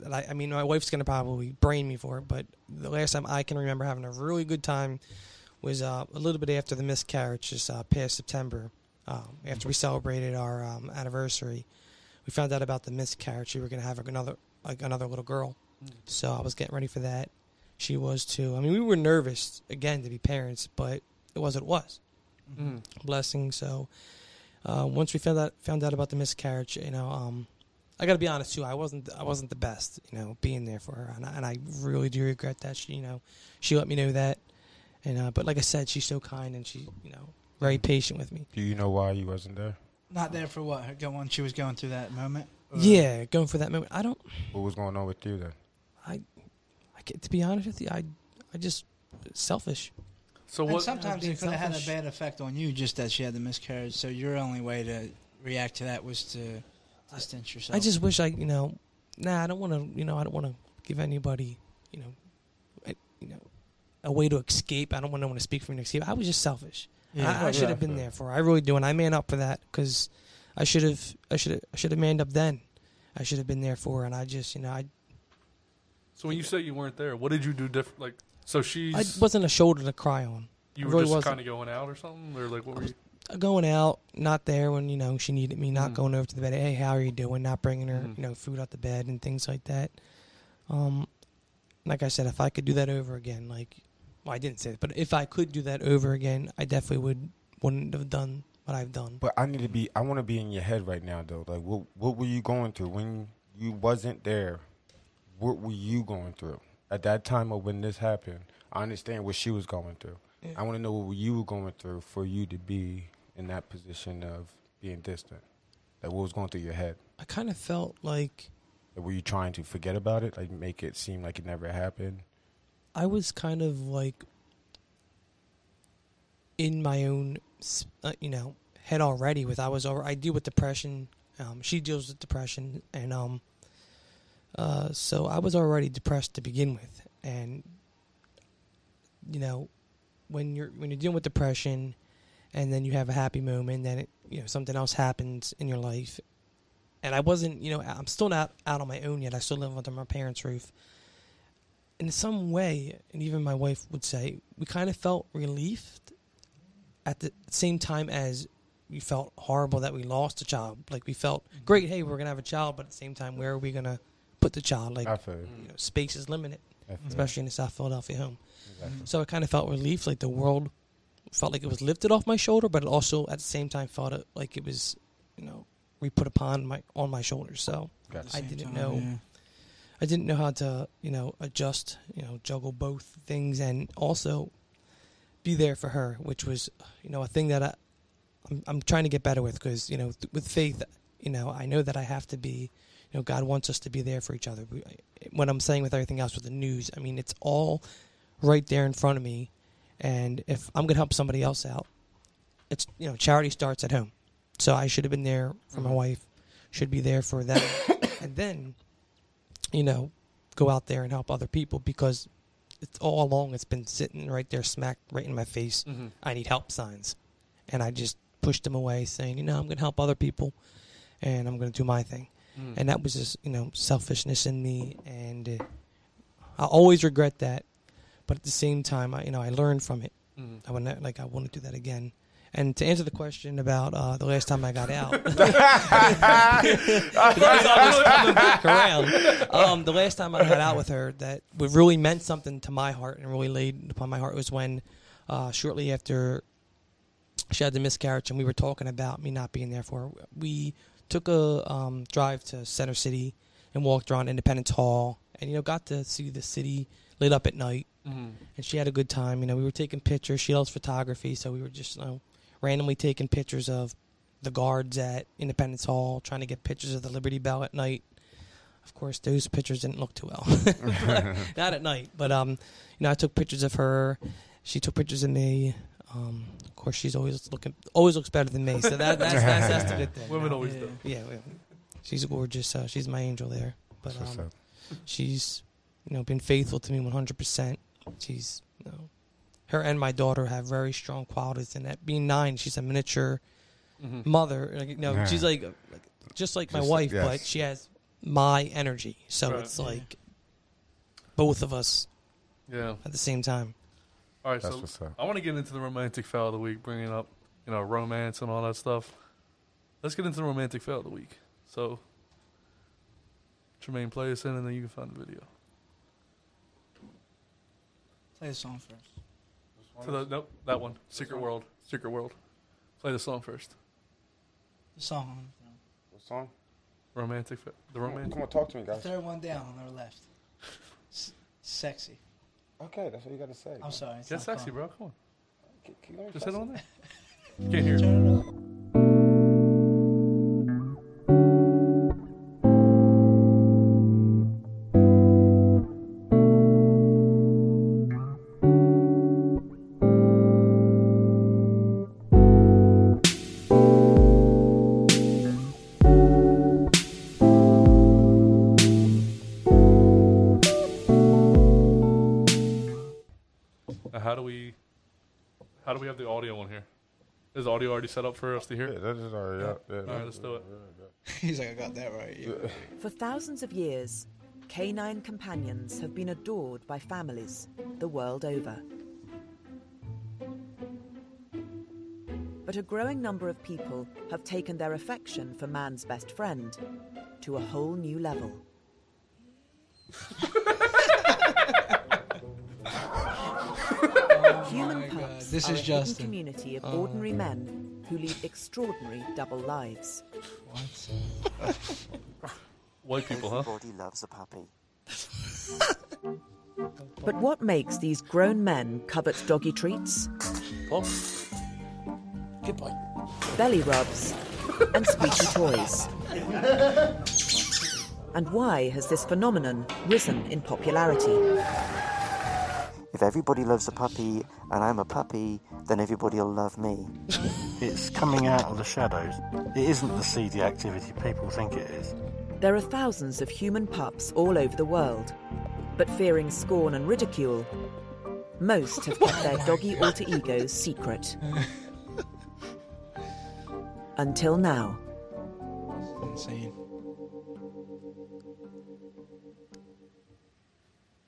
S6: that I, I mean, my wife's gonna probably brain me for it, but the last time I can remember having a really good time was uh, a little bit after the miscarriage, just uh, past September, um, after we celebrated our um, anniversary. We found out about the miscarriage. We were gonna have another like another little girl, so I was getting ready for that. She was too. I mean, we were nervous again to be parents, but it was what it was Mm-hmm. blessing. So uh, once we found out found out about the miscarriage, you know, um, I got to be honest too. I wasn't I wasn't the best, you know, being there for her, and I, and I really do regret that. She, you know, she let me know that, and uh, but like I said, she's so kind and she, you know, very patient with me.
S5: Do you know why you wasn't there?
S3: Not there for what? Her go when she was going through that moment.
S6: yeah, going for that moment. I don't.
S5: What was going on with you then?
S6: I, I get to be honest with you. I, I just selfish.
S2: So
S3: And
S2: what?
S3: sometimes
S6: being
S3: it could have had a
S6: selfish.
S3: bad effect on you just that she had the miscarriage. So your only way to react to that was to distance yourself.
S6: I just wish I, you know, nah, I don't want to, you know, I don't want to give anybody, you know, a, you know, a way to escape. I don't want anyone to speak for me to escape. I was just selfish.
S3: Yeah.
S6: I, I should have been there for. Her. I really do, and I man up for that because I should have, I should have, I should have manned up then. I should have been there for, her, and I just, you know, I,
S2: so when you say you weren't there, what did you do different? Like, so
S6: I
S2: she's
S6: wasn't a shoulder to cry on.
S2: you
S6: I
S2: were
S6: really
S2: just
S6: wasn't. Uh,
S2: kind of going out or something, or like what were you?
S6: Going out, not there when you know she needed me. Not
S2: Mm.
S6: going over to the bed. Hey, how are you doing? Not bringing her,
S2: Mm.
S6: you know, food out the bed and things like that. Um, like I said, if I could do that over again, like, well, I didn't say that, but if I could do that over again, I definitely would. Wouldn't have done what I've done.
S5: But I need to be. I want to be in your head right now, though. Like, what what were you going through when you wasn't there? What were you going through at that time of when this happened? I understand what she was going through. I want to know what you were going through for you to be in that position of being distant. Like, what was going through your head?
S6: I kind of felt like
S5: Like, were you trying to forget about it? Like, make it seem like it never happened?
S6: I was kind of like in my own, s- uh, you know, head already. With I was over. I deal with depression. Um, she deals with depression, and um, uh, so I was already depressed to begin with, and you know, when you're when you're dealing with depression, and then you have a happy moment, then it, you know something else happens in your life, and I wasn't, you know, I'm still not out on my own yet. I still live under my parents' roof, in some way, and even my wife would say, we kind of felt relieved at the same time as we felt horrible that we lost a child. Like we felt
S5: Mm-hmm.
S6: great, hey, we're gonna have a child, but at the same time, where are we gonna put the child? Like
S5: I feel. you.
S6: you know, space is limited,
S5: I feel you.
S6: especially in a South Philadelphia home.
S5: Exactly.
S6: So I kind of felt relief, like the world felt like it was lifted off my shoulder, but it also at the same time felt it, like it was, you know, re put upon my on my shoulders. So
S3: At the
S6: I
S3: same
S6: didn't
S3: time,
S6: know.
S3: yeah.
S6: I didn't know how to, you know, adjust, you know, juggle both things and also be there for her, which was, you know, a thing that I, I'm, I'm trying to get better with because, you know, th- with faith, you know, I know that I have to be, you know, God wants us to be there for each other. We, what I'm saying with everything else with the news, I mean, it's all right there in front of me. And if I'm going to help somebody else out, it's, you know, charity starts at home. So I should have been there for my wife, should be there for them. and then, you know, go out there and help other people because it's all along it's been sitting right there smack right in my face.
S2: Mhm.
S6: I need help signs. And I just pushed them away saying, you know, I'm going to help other people and I'm going to do my thing. And that was just, you know, selfishness in me and uh, I always regret that. But at the same time, I you know, I learned from it.
S2: Mhm.
S6: I wouldn't like I wouldn't do that again. And to answer the question about uh, the last time I got out, back around. Um, the last time I got out with her, that what really meant something to my heart and really laid upon my heart was when, uh, shortly after she had the miscarriage, and we were talking about me not being there for her. We took a um, drive to Center City and walked around Independence Hall, and you know got to see the city lit up at night. And she had a good time. You know, we were taking pictures. She loves photography, so we were just you know, randomly taking pictures of the guards at Independence Hall, trying to get pictures of the Liberty Bell at night. Of course, those pictures didn't look too well. Not at night, but um, you know, I took pictures of her. She took pictures of me. Um, of course, she's always looking, always looks better than me. So that, that's, that's that's the good thing.
S2: Women
S6: Yeah.
S2: always
S6: yeah.
S2: do.
S6: Yeah, yeah. she's gorgeous. Uh, she's my angel there. But
S7: That's what's
S6: um,
S7: up.
S6: she's you know been faithful to me 100. percent She's you know, her and my daughter have very strong qualities, and at being nine, she's a miniature
S2: Mhm.
S6: mother. Like, you know,
S7: Yeah.
S6: she's like, like just like my
S7: Just-
S6: wife,
S7: yes.
S6: but she has my energy. So
S2: Right.
S6: it's
S2: Yeah.
S6: like both of us
S2: Yeah.
S6: at the same time.
S2: All right.
S7: That's
S2: so
S7: what's up.
S2: I want to get into the romantic foul of the week, bringing up you know romance and all that stuff. Let's get into the romantic foul of the week. So, Tremaine, play us in, and then you can find the video.
S3: Play the song first.
S2: To the, nope, that one. Secret World. Secret World. Play the song first.
S3: The song.
S4: What song?
S2: Romantic. fa- The romantic.
S4: Come on, talk to me,
S3: The
S4: guys.
S3: third one down on our left. S- sexy.
S4: Okay, that's what you gotta say.
S3: I'm sorry. It's
S2: Get
S3: not
S2: sexy,
S3: fun.
S2: bro. Come on.
S4: Keep- keep going.
S2: Just hit on there. Can't hear. it.
S3: Turn it up.
S2: Now, Uh, how do we? How do we have the audio on here? Is the audio already set up for us to
S7: Yeah,
S2: hear?
S7: that is already up. Yeah,
S2: All right, let's do it.
S3: He's like, I got that right. Yeah.
S8: For thousands of years, canine companions have been adored by families the world over. But a growing number of people have taken their affection for man's best friend to a whole new level. Human
S3: Oh my God,
S8: pups
S3: this
S8: are
S3: is
S8: a hidden
S3: Justin. Oh.
S8: community of ordinary men who lead extraordinary double lives.
S2: White people, huh?
S9: Everybody loves a puppy.
S8: But what makes these grown men covet doggy treats? Belly rubs and squeaky toys. And why has this phenomenon risen in popularity?
S9: If everybody loves a puppy and I'm a puppy, then everybody will love me.
S10: It's coming out of the shadows. It isn't the seedy activity people think it is.
S8: There are thousands of human pups all over the world, but fearing scorn and ridicule, most have kept their doggy alter egos secret. Until now.
S3: Insane.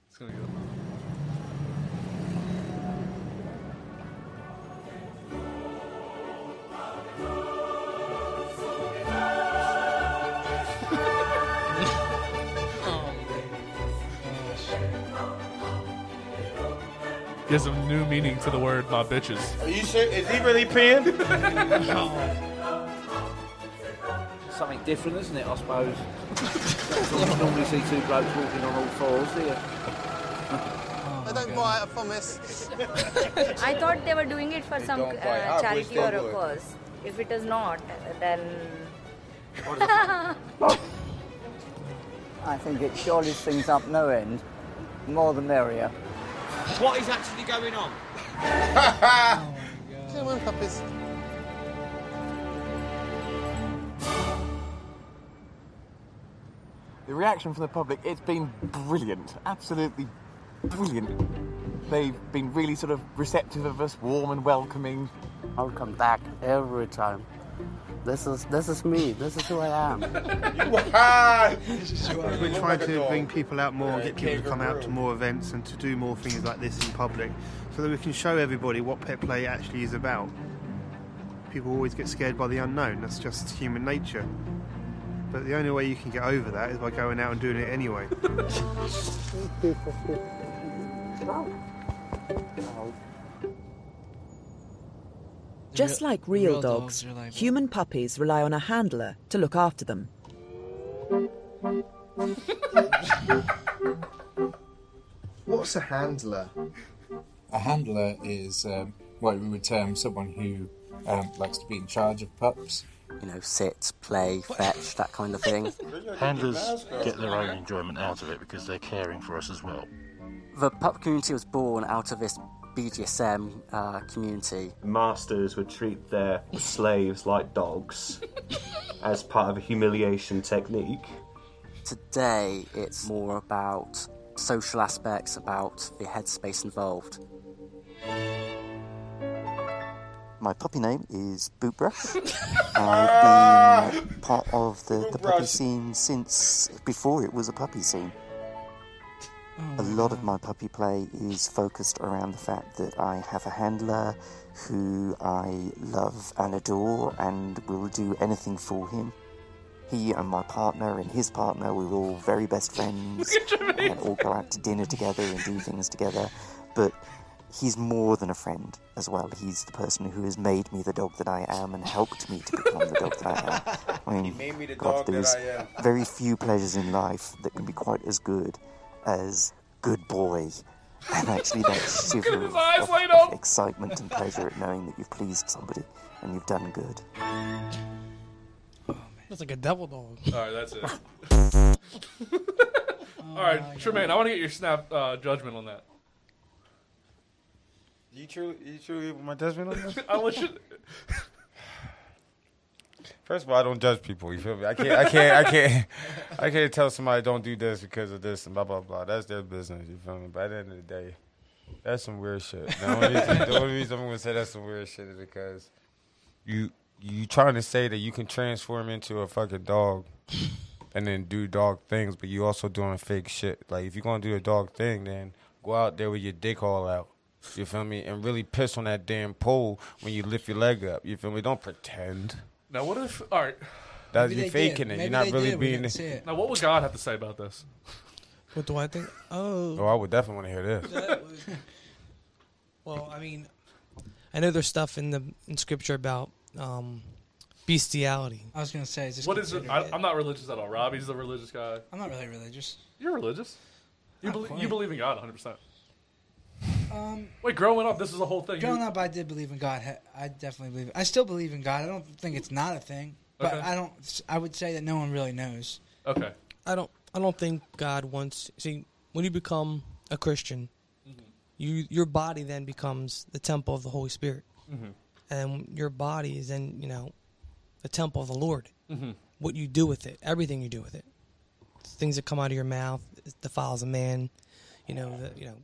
S2: It's gonna go.
S3: Oh,
S2: Gives a new meaning to the word "my bitches."
S4: Are you sure? Is he really peeing?
S11: something different, isn't it? I suppose. you don't normally see two blokes walking on all fours, do you?
S3: I don't buy it.
S12: I thought they were doing it for some
S4: don't buy- I
S12: uh,
S4: wish
S12: charity
S4: they
S12: or a
S4: would.
S12: cause. If it is not, then
S11: I think it surely sings up no end. More the merrier.
S6: What is actually going on?
S9: The reaction from the public, it's been brilliant. Absolutely brilliant. They've been really sort of receptive of us, warm and welcoming.
S11: I'll come back every time. This is this is me. This is who I am.
S4: We're trying to bring
S10: People out more,
S4: Yeah,
S10: get people to come out to
S4: kangaroo.
S10: more events and to do more things like this in public so that we can show everybody what pet play actually is about. People always get scared by the unknown, that's just human nature. But the only way you can get over that is by going out and doing it anyway.
S8: Just like real, dogs,
S3: are like-
S8: human puppies rely on a handler to look after them.
S10: What's a handler?
S11: A handler is um, what we would term someone who um, likes to be in charge of pups.
S9: You know, sit, play, fetch, that kind of thing.
S10: Handlers get their own enjoyment out of it because they're caring for us as well.
S9: the pup community was born out of this
S11: BDSM uh, community.
S13: Masters would treat their slaves like dogs as part of a humiliation technique.
S11: Today, it's more about social aspects, about the headspace involved.
S9: My puppy name is Bootbrush. I've been part of the, the puppy scene since before it was a puppy scene. A lot of my puppy play is focused around the fact that I have a handler who I love and adore and will do anything for him. He and my partner and his partner, we're all very best friends and all go out to dinner together and do things together. But he's more than a friend as well. He's the person who has made me the dog that I am and helped me to become the dog that I am. I mean,
S4: He made me the
S9: God,
S4: dog
S9: there
S4: that
S9: is
S4: I am.
S9: very few pleasures in life that can be quite as good as good boy. And actually, that shiver of,
S2: eyes
S9: of-
S2: light
S9: of excitement and pleasure at knowing that you've pleased somebody and you've done good.
S6: That's like a devil dog.
S2: All right, that's it. All right, Tremaine, I want to get your snap uh, judgment on that.
S4: You truly, you truly want my judgment on this?
S2: I want you.
S4: First of all, I don't judge people. You feel me? I can't, I can't, I can't, I can't tell somebody don't do this because of this and blah blah blah. That's their business. You feel me? But at the end of the day, that's some weird shit. The only reason, the only reason I'm gonna say that's some weird shit is because you you trying to say that you can transform into a fucking dog and then do dog things, but you also doing fake shit. Like if you're gonna do a dog thing, then go out there with your dick all out. You feel me? And really piss on that damn pole when you lift your leg up. You feel me? Don't pretend.
S2: Now, what if? All right.
S4: That Maybe you're they did. faking it. You're Maybe not they really did. We being- didn't see
S2: Now, what would God have to say about this?
S6: What do I think? Oh.
S4: Oh, I would definitely want to hear this.
S6: well, I mean, I know there's stuff in the in scripture about um, bestiality.
S3: I was gonna say, is this
S2: What is it?
S3: considered
S2: I, I'm not religious at all. Robbie's the religious guy.
S3: I'm not really religious.
S2: You're religious. You
S3: Not
S2: believe you
S3: quite.
S2: believe in God 100. percent
S3: Um,
S2: Wait, growing up, this is a whole thing.
S3: Growing
S2: You-
S3: up, I did believe in God. He- I definitely believe. I still believe in God. I don't think it's not a thing, but
S6: Okay.
S3: I don't. I would say that no one really knows.
S2: Okay.
S6: I don't. I don't think God wants. See, when you become a Christian, you your body then becomes the temple of the Holy Spirit,
S2: Mhm.
S6: and your body is then you know the temple of the Lord.
S2: Mhm.
S6: What you do with it, everything you do with it, things that come out of your mouth it defiles a man. You know, the, you know,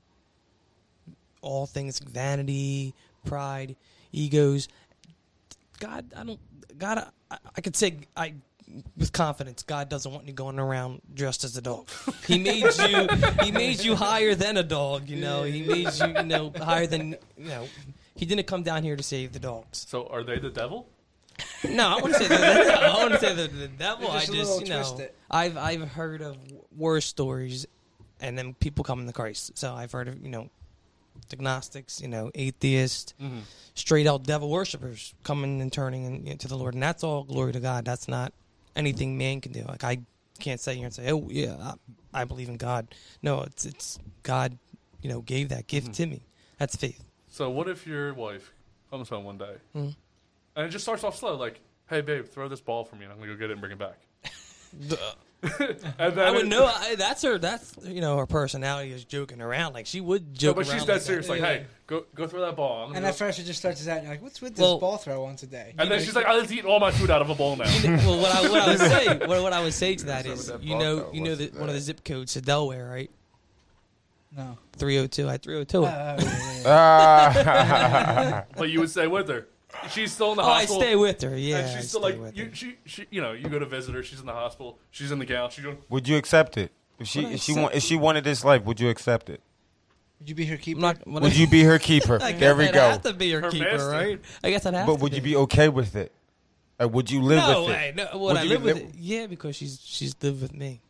S6: all things vanity, pride, egos. God, I don't. God, I, I could say I with confidence. God doesn't want you going around dressed as a dog. He made you. he made you higher than a dog. You know. He made you. You know, higher than. You know. He didn't come down here to save the dogs.
S2: So, are they the devil?
S6: No, I wouldn't say the. I wouldn't say the, the devil.
S2: You're just a
S6: I just
S2: little
S6: you know.
S2: twisted.
S6: I've I've heard of war stories, and then people coming to Christ. So I've heard of you know, agnostics, you know, atheists,
S2: Mhm.
S6: straight out devil worshippers coming and turning and, you know, to the Lord, and that's all glory to God. That's not anything man can do. Like I can't sit here and say, oh yeah, I, I believe in God. No, it's it's God, you know, gave that gift
S2: Mm-hmm.
S6: to me. That's faith.
S2: So, what if your wife comes home one day
S6: Mhm.
S2: and it just starts off slow, like, "Hey, babe, throw this ball for me, and I'm gonna go get it and bring it back." And then
S6: I would
S2: it-
S6: know. I, that's her. That's you know her personality is joking around. Like she would
S2: No,
S6: joke.
S2: but she's
S6: around
S2: that
S6: like
S2: serious. Like,
S6: Yeah.
S2: hey, go go throw that ball. I'm gonna
S3: And
S2: go-
S3: at first, it just starts us out. And you're like, "What's with this
S6: Well-
S3: ball throw once a day?"
S2: And then she's like, "I was eating all my food out of a bowl now."
S6: well, what I, what I would say, what, what I would say to that is,
S2: that
S6: you know, you know that one of the zip codes to Delaware, right?
S3: No.
S6: Three hundred two. I three hundred two.
S3: Oh, yeah, yeah,
S2: Uh, yeah. But you would stay with her. She's still in the
S6: Oh, I
S2: hospital.
S6: stay with her, yeah,
S2: and
S6: I
S2: she's still
S6: stay
S2: like you. She, she, you know, you go to visit her. She's in the hospital. She's in the gown. She's going.
S4: Would you accept it? If she
S2: Would I
S4: if she
S2: accept
S4: want if she wanted this life, would you accept it?
S3: Would you be her keeper?
S4: Would you be her keeper?
S6: I guess
S4: there we
S6: I'd
S4: go.
S6: have to be her Her keeper, master. right? I guess I'd have
S4: But
S6: to
S4: would
S6: be.
S4: you be okay with it? Like, would you live
S6: no
S4: with
S6: way.
S4: it?
S6: No, would,
S4: Would
S6: I
S4: you
S6: live with it? Yeah, because she's she's lived with me.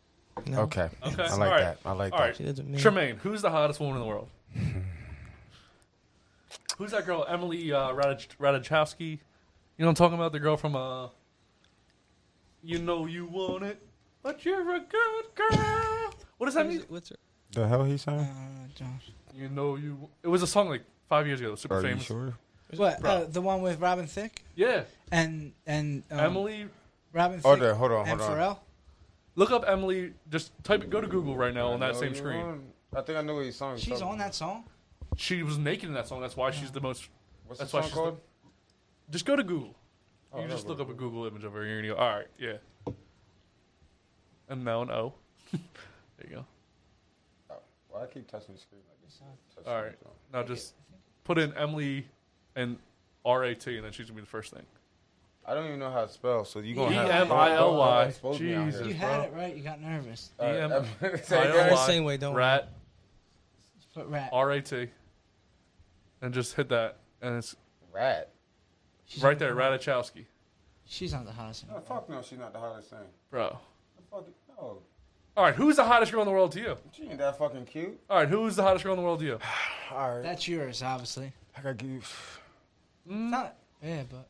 S6: you know?
S4: Okay.
S2: Okay,
S4: I like
S2: all right.
S4: that. I like
S2: all
S4: that.
S2: right.
S6: She doesn't mean-
S2: Tremaine, who's the hottest woman in the world? who's that girl? Emily uh, Radich- Radichowski. You know what I'm talking about? The girl from uh, you know you want it, but you're a good girl. What does that mean?
S6: What's her?
S4: The hell he saying?
S2: Uh, You know you. It was a song like five years ago. Super
S4: Are you
S2: famous.
S4: sure?
S3: What? Uh, the one with Robin Thicke?
S2: Yeah.
S3: And and um,
S2: Emily-
S3: Robin.
S4: Hold
S3: Thicke
S4: on, Oh, hold on,
S3: and
S4: hold on.
S3: Pharrell.
S2: Look up Emily. Just type it. Go to Google right now on that same screen.
S4: I think I know what your song
S3: She's on that song.
S2: She was naked in that song. That's why she's the most.
S5: What's
S2: that's
S5: the
S2: why
S5: song
S2: she's the-
S5: called?
S2: just go to Google.
S5: Oh,
S2: you
S5: no,
S2: just look up a Google image of her, and you're gonna go, all right, yeah. And now an O. there you go.
S4: Why I keep touching the screen like this?
S2: All right. Now just put in Emily and R A T, and then she's gonna be the first thing.
S4: I don't even know how to spell, so you gonna
S2: E
S4: have
S2: M I L Y.
S4: Expose me out here.
S2: Jesus,
S3: You
S2: bro.
S3: had it right. You got nervous.
S4: All right,
S2: DM.
S4: Emily-
S2: ILY,
S6: Same way, don't worry.
S2: rat
S3: Put rat.
S2: R A T, and just hit that, and it's
S4: rat
S2: right there, Ratachowski,
S3: She's not the hottest.
S4: No, fuck no, she's not the hottest thing.
S2: bro.
S4: Fuck it, no.
S2: All right, who's the hottest girl in the world to you?
S4: She ain't that fucking cute.
S2: All right, who's the hottest girl in the world to you?
S4: All right.
S3: That's yours, obviously.
S4: I gotta give you.
S2: Hmm?
S3: Not. Yeah, but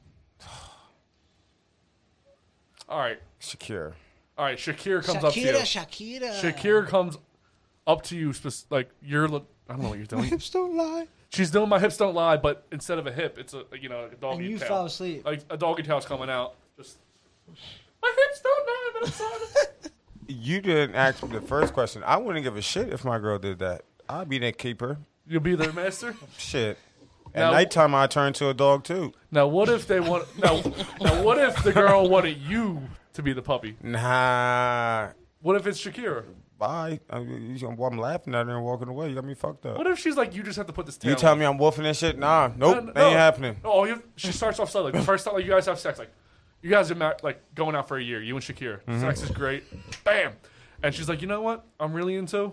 S2: All right,
S4: Shakira.
S2: All right, Shakira comes up to you.
S3: Shakira, Shakira.
S2: Shakira comes up to you, spec- like you're. Lo- I don't know what you're doing.
S3: hips don't lie.
S2: She's doing my hips don't lie, but instead of a hip, it's a you know like a doggy
S3: And you
S2: tail.
S3: fell asleep.
S2: Like a doggy tail's coming out. Just
S7: My hips don't lie, but I'm sorry.
S4: You didn't ask me the first question. I wouldn't give a shit if my girl did that. I'd be their keeper.
S2: you'll be their master.
S4: Shit. At
S2: Now-
S4: nighttime, I turn to a dog too.
S2: Now what if they want? Now, now what if the girl wanted you to be the puppy?
S4: Nah.
S2: What if it's Shakira?
S4: Bye. I mean, you- I'm laughing at her and walking away. You got me fucked up.
S2: What if she's like you just have to put this? Tail
S4: You tell me I'm wolfing and shit? Nah. Nope.
S2: No,
S4: that
S2: Uh, no.
S4: ain't happening.
S2: No, all you she starts off subtly. Like, the first time, like you guys have sex, like you guys are mar- like going out for a year. You and Shakira,
S4: Mhm.
S2: sex is great. Bam, and she's like, you know what? I'm really into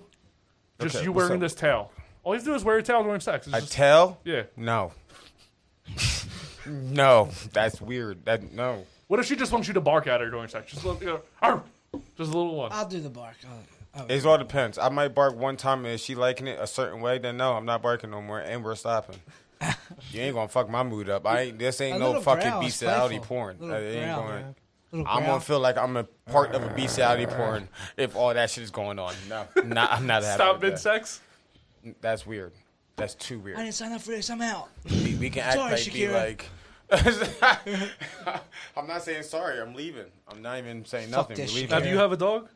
S2: just
S4: Okay,
S2: you
S4: what's
S2: wearing
S4: up?
S2: this towel. All you have to do is wear a towel during sex. It's
S4: A
S2: just-
S4: tail?
S2: Yeah.
S4: No. no. That's weird. That no.
S2: What if she just wants you to bark at her during sex? Just a little, you know, "Arr!" just a little one.
S3: I'll do the bark. I'll,
S4: It all depends. I might bark one time, and if she liking it a certain way, then no, I'm not barking no more, and we're stopping. you ain't gonna fuck my mood up. I ain't. This ain't
S3: A
S4: no
S3: little
S4: fucking
S3: growl is
S4: bestiality
S3: playful.
S4: porn.
S3: Little
S4: It ain't
S3: growl,
S4: going.
S3: man. Little
S4: I'm
S3: growl.
S4: gonna feel like I'm a part of a bestiality porn if all that shit is going on. No, not, I'm not happy.
S2: Stop
S4: with that.
S2: mid-sex?
S4: That's weird. That's too weird.
S3: I didn't sign up for this. I'm out.
S4: We, we can act
S3: Sorry,
S4: like
S3: Shakira.
S4: be like. I'm not saying sorry. I'm leaving. I'm not even saying
S2: Fuck
S4: nothing.
S2: this
S4: We're leaving.
S2: Have you have a dog?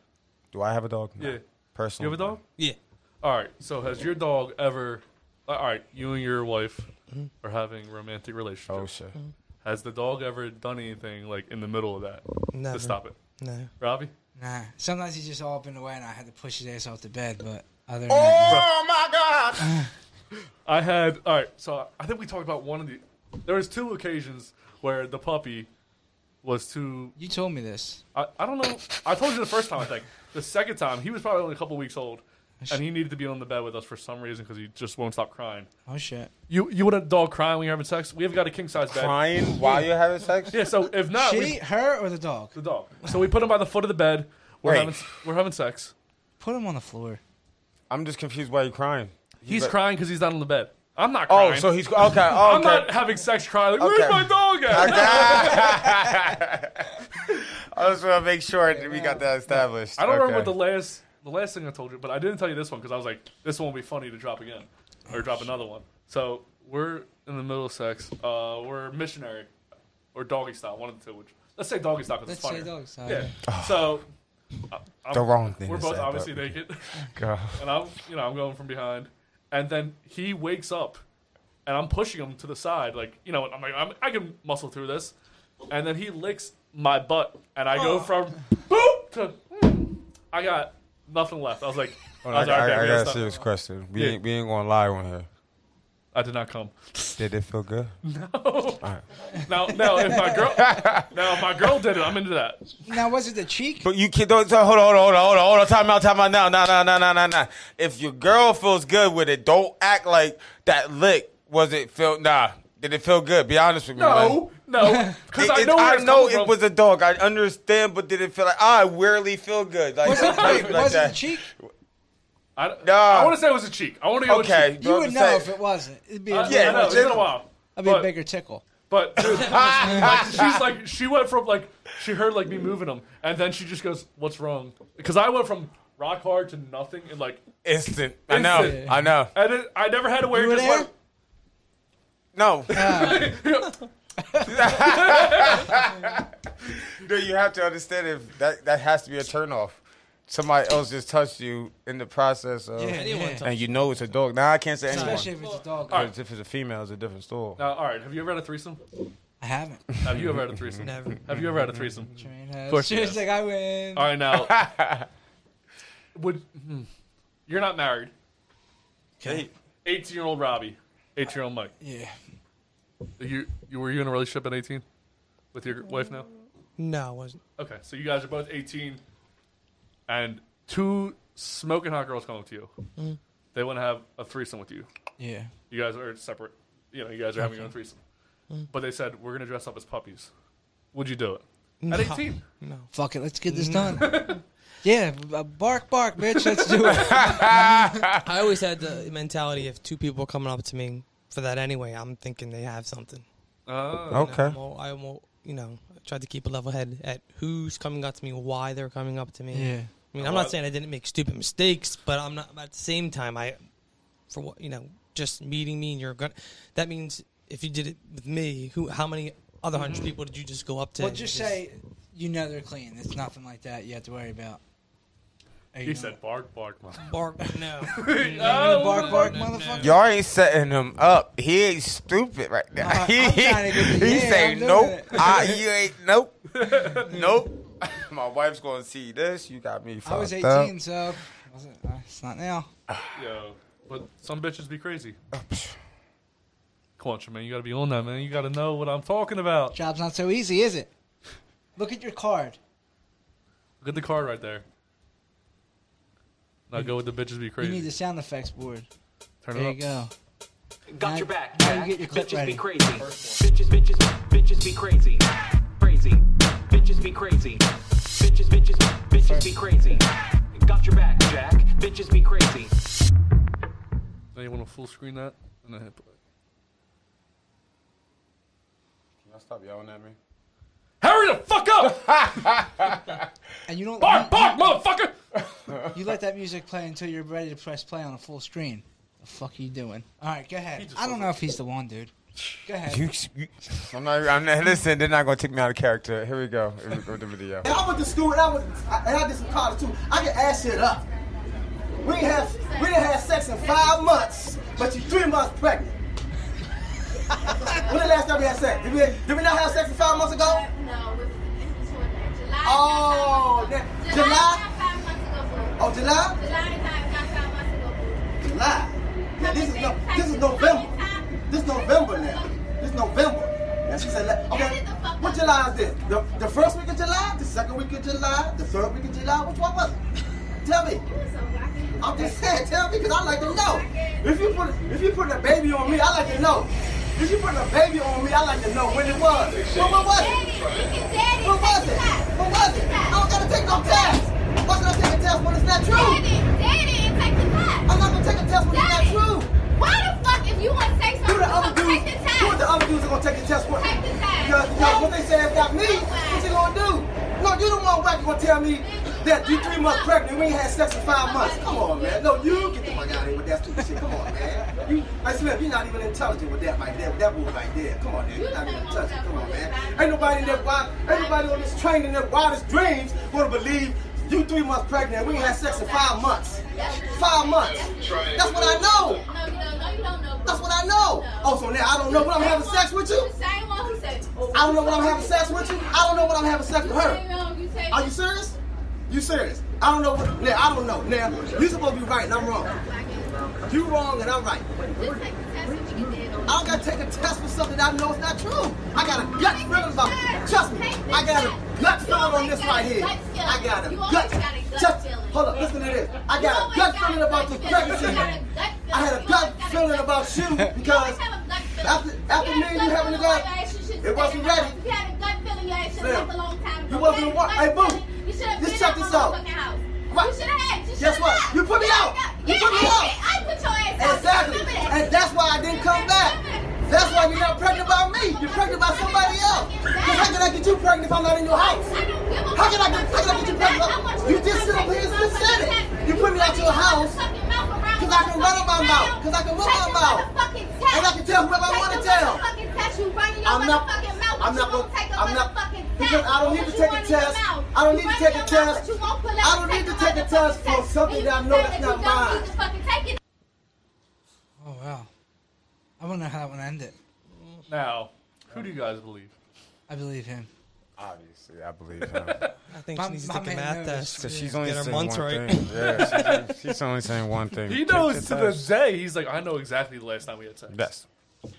S4: Do I have a dog? No.
S2: Yeah.
S4: Personally,
S2: You have a dog?
S6: Yeah.
S2: All right. So has your dog ever? All right. You and your wife
S4: Mm-hmm.
S2: are having romantic relationship. Oh
S4: shit.
S2: Has the dog ever done anything like in the middle of that
S6: Never.
S2: to stop it?
S6: No.
S2: Robbie.
S3: Nah. Sometimes he's just all up in the way, and I had to push his ass off the bed. But other than
S4: that, Oh my God!
S2: I had all right. So I think we talked about one of the. There was two occasions where the puppy was too.
S3: You told me this.
S2: I, I don't know. I told you the first time. I think the second time he was probably only a couple weeks old,
S3: Oh,
S2: and he needed to be on the bed with us for some reason because he just won't stop crying.
S3: Oh shit.
S2: You you want a dog crying when you're having sex? We have got a king size bed.
S4: Crying while you're having sex?
S2: Yeah. So if not,
S3: she,
S2: we,
S3: her, or the dog?
S2: The dog. so we put him by the foot of the bed. We're
S4: Wait.
S2: having we're having sex.
S3: Put him on the floor.
S4: I'm just confused why you're crying.
S2: He's
S4: But-
S2: crying because he's not on the bed. I'm not
S4: Oh,
S2: crying.
S4: so he's- okay, okay.
S2: I'm not having sex crying. Like,
S4: Okay.
S2: Where's my dog
S4: Ah.
S2: at?
S4: I just want to make sure that we got that established.
S2: I don't
S4: Okay.
S2: remember the last the last thing I told you, but I didn't tell you this one because I was like, this one will be funny to drop again or drop another one. So we're in the middle of sex. Uh, we're missionary or doggy style, one of the two. Which let's say doggy style because it's
S3: Let's
S2: funny.
S3: say doggy style,
S2: Yeah.
S4: yeah.
S2: So I- I'm-
S4: Oh. The wrong thing
S2: We're
S4: to
S2: both
S4: say,
S2: obviously
S4: but-
S2: naked,
S4: God.
S2: and I'm you know I'm going from behind, and then he wakes up, and I'm pushing him to the side like you know I'm like I'm, I can muscle through this, and then he licks my butt, and I
S3: Oh.
S2: go from boop to mm, I got nothing left. I was like,
S4: Hold
S2: I,
S4: on,
S2: was
S4: Oh, I,
S2: like,
S4: I-
S2: okay,
S4: I
S2: we gotta
S4: got a
S2: stop.
S4: serious question. We,
S2: Yeah.
S4: ain't, we ain't gonna lie on here.
S2: I did not come.
S4: Did it feel good?
S2: No.
S4: All right.
S2: Now, now if my girl, now if my girl did it, I'm into that.
S3: Now was it the cheek?
S4: But you can't. Don't, hold on, hold on, hold on, hold on, hold on. Time out, time out. Now, now, now, now, now, now, now. If your girl feels good with it, don't act like that lick was it feel. Nah, did it feel good? Be honest with me.
S2: No, no,
S4: It-
S2: 'cause I
S4: it-
S2: know where it's
S4: know
S2: coming
S4: it
S2: from.
S4: was a dog. I understand, but did it feel like I rarely feel good? Like, like, like that.
S3: cheek?
S2: I, I want to say it was a cheek. I want to go. with
S4: Okay,
S2: cheek.
S4: You would know
S3: if it wasn't. It'd be a
S2: Uh,
S3: little
S2: yeah, I know, it's been a
S3: tickle.
S2: while.
S3: That'd be
S2: But-
S3: a bigger tickle.
S2: But dude, like, she's like, she went from like, she heard like me moving him, and then she just goes, "What's wrong?" Because I went from rock hard to nothing in like
S4: Instant. I know.
S2: Instant.
S4: I know.
S2: And it, I never had to wear
S4: You were
S2: just
S4: there?
S2: like.
S4: No. No, you have to understand if that that has to be a turnoff. somebody else just touched you in the process of,
S2: Yeah, anyone touched
S4: and you know it's a dog. Now I can't say anyone.
S2: Especially if it's a dog.
S4: Because If it's a female, it's a different story.
S2: Now, all right. Have you ever had a threesome?
S3: I haven't.
S2: Have you ever had a threesome?
S3: Never.
S2: Have you ever had a threesome?
S3: has.
S2: Of course,
S3: She
S2: you
S3: was
S2: have.
S3: like, "I win."
S2: All right, now, would hmm. you're not married?
S3: Okay.
S2: Eighteen-year-old Robbie, eighteen-year-old Mike.
S3: Yeah.
S2: You, you were you in a relationship at eighteen with your wife now?
S6: No, I wasn't.
S2: Okay, so you guys are both 18, and two smoking hot girls come up to you.
S6: Mhm.
S2: They want to have a threesome with you.
S3: Mm-hmm. Yeah.
S2: You guys are separate. You know, you guys are having your own
S6: Okay.
S2: threesome.
S3: Mm-hmm.
S6: Mhm.
S2: But they said, we're going to dress up as puppies. Would you do it?
S3: No.
S2: At Mm. 18?
S6: No.
S3: Fuck it. Let's get this
S6: No.
S3: done. yeah. b- uh, Bark, bark, bitch. Let's do it.
S6: I always had the mentality if two people are coming up to me for that anyway, I'm thinking they have something.
S2: Oh.
S6: You know, I'm all- I won't, you know, I tried to keep a level head at who's coming up to me, why they're coming up to me.
S3: Yeah.
S6: I mean, I'm not saying I didn't make stupid mistakes, but I'm not. At the same time, I, for what you know, just meeting me and you're gonna. That means if you did it with me, who? How many other 100 people did you just go up to?
S3: Well,
S6: and
S3: just
S6: just-
S3: say you know they're clean. It's nothing like that you have to worry about. Hey,
S2: He
S3: you know
S2: said, bark, Oh, bark, mom.
S6: Bark, no.
S3: gonna bark, bark, motherfucker?
S4: Y'all ain't setting him up. He ain't stupid right now.
S3: Uh, I'm
S4: he
S3: trying to get the-
S4: he
S3: yeah,
S4: say
S3: I'm doing
S4: nope.
S3: it."
S4: I, you ain't nope. nope. My wife's gonna see this. You got me. Fucked
S3: I was 18,
S4: up.
S3: so wasn't, uh, it's not now.
S2: Yo, but some bitches be crazy. Come on, man. You got to be on that, man. You got to know what I'm talking about.
S3: Job's not so easy, is it? Look at your card.
S2: Look at the card right there. Now go with the bitches be
S3: You
S2: crazy.
S3: need the sound effects board.
S2: Turn it
S3: there
S2: up.
S3: you go.
S14: Got
S3: Now-
S14: your back.
S3: now you
S14: Jack.
S3: get your clip
S14: bitches
S3: ready.
S14: be crazy. Bitches, bitches, bitches be crazy. Crazy. Bitches be crazy. Bitches, bitches, bitches be crazy. Got your back, Jack. Bitches be crazy.
S2: Now you want to full screen that? And then hit play.
S4: Can I stop yelling at me?
S2: Hurry the fuck up!
S3: And you don't
S2: bark,
S3: you-
S2: bark, motherfucker!
S3: You let that music play until you're ready to press play on a full screen. The fuck are you doing? All right, go ahead. I don't know if he's the one, dude. Go ahead.
S4: You, you, I'm not. I'm not. Listen, they're not gonna take me out of character. Here we go. Here we go with the video.
S11: And I went to school and I was and I did some college too. I can ass shit up. We didn't have we didn't have sex in five months, but you three months pregnant. when the last time we had sex? Did we, did we not have sex five months ago?
S15: No,
S11: Oh, then- July. Oh, July. July. Now this is no, this is November. This November now. This November. Now she said, let- okay, what July is this? The, the first week of July, the second week of July, the third week of July. Which one was it? Tell me. I'm just saying, tell me, because I like to know. If you put if you put a baby on me, I like to know. If you put a baby on me, I like to know when it was. What, what was it? What was it? What was it? I don't gotta take no test. Why should I take a test when it's not true? Daddy, daddy, take the test. I'm not gonna take a test when it's not true. Why the fuck if you want to take something, the other dudes, take the test? Do what the other dudes are gonna take the test for. Take the test. Because, because what they say about me, what you gonna do? No, you the one whack gonna tell me that you three months pregnant, we ain't had sex in five months. Come on, man. No, you get the fuck out of here with that stupid shit. Come on, man. You, I swear, you're not even intelligent with that right there, with that bull right there. Come on, man. You're not even intelligent. Come on, man. Ain't nobody in their wild, everybody on this train in their wildest dreams gonna believe you three months pregnant and we ain't had sex in five months. Five months. That's what I know.
S15: No, you don't know. You don't know.
S11: That's what I know. Oh, so now I don't know what I'm having sex with you?
S15: Same one who said. oh,
S11: I don't know what I'm having sex with you. I don't know what I'm having sex with her. Are you serious? You serious? I don't know. What, now I don't know. Now you supposed to be right and I'm wrong. You wrong and I'm right. I don't gotta take a test for something that I know is not true. I got a gut feeling about it. Trust me, I got a gut feeling on this right here. I got a gut. Just hold up, listen to this. I got a gut feeling about the pregnancy. I had a gut feeling about you because after after me and you having a gut, it wasn't ready.
S15: You had a gut feeling your ass should have
S11: Slim,
S15: left a long time ago.
S11: You wasn't
S15: had a
S11: a wa-
S15: gut
S11: Hey, boo.
S15: feeling. You should have
S11: Just
S15: been
S11: check
S15: out
S11: this
S15: my
S11: out.
S15: motherfucking house.
S11: Right.
S15: You should have. You
S11: Guess
S15: should've
S11: what?
S15: left.
S11: You put me
S15: Yeah,
S11: out.
S15: yeah,
S11: You put me
S15: I
S11: out.
S15: did. I put your ass out.
S11: Exactly.
S15: Remember that.
S11: And that's why I didn't come back. That's why you're not pregnant by me. You're pregnant by somebody else. 'Cause how can I get you pregnant if I'm not in your house? How can I get, how can I get you pregnant? You just sit up here and just said it. You put me out your house because I can run in my mouth. Because I can run my mouth. And I can tell whoever I want to tell.
S15: Fucking test you running your
S11: I'm not-
S15: motherfucking mouth. out, but
S11: I'm
S15: you
S11: not
S15: won't
S11: gonna-
S15: take a
S11: I'm not-
S15: motherfucking
S11: because
S15: test.
S11: I don't need
S15: But
S11: to
S15: you
S11: take a
S15: run in your
S11: test.
S15: mouth.
S11: I
S15: You
S11: don't need to
S15: run in
S11: take
S15: your
S11: a
S15: mouth,
S11: test.
S15: but you won't pull out
S11: I don't
S15: and
S11: need
S15: take
S11: to take a test for something that I know that's
S15: You
S11: not
S15: don't need
S11: mine.
S15: to fucking take it.
S3: Oh wow. I wonder how that one ended.
S2: Now, who do you guys believe?
S3: I believe him.
S4: Obviously, I believe him.
S6: I think she needs to take a math test.
S4: So she's only
S6: get her
S4: saying
S6: months
S4: one
S6: right.
S4: thing. Yeah, she's, she's only saying one thing.
S2: He
S4: Take
S2: knows
S4: the
S2: to the
S4: test.
S2: day. He's like, I know exactly the last time we had sex.
S4: Yes,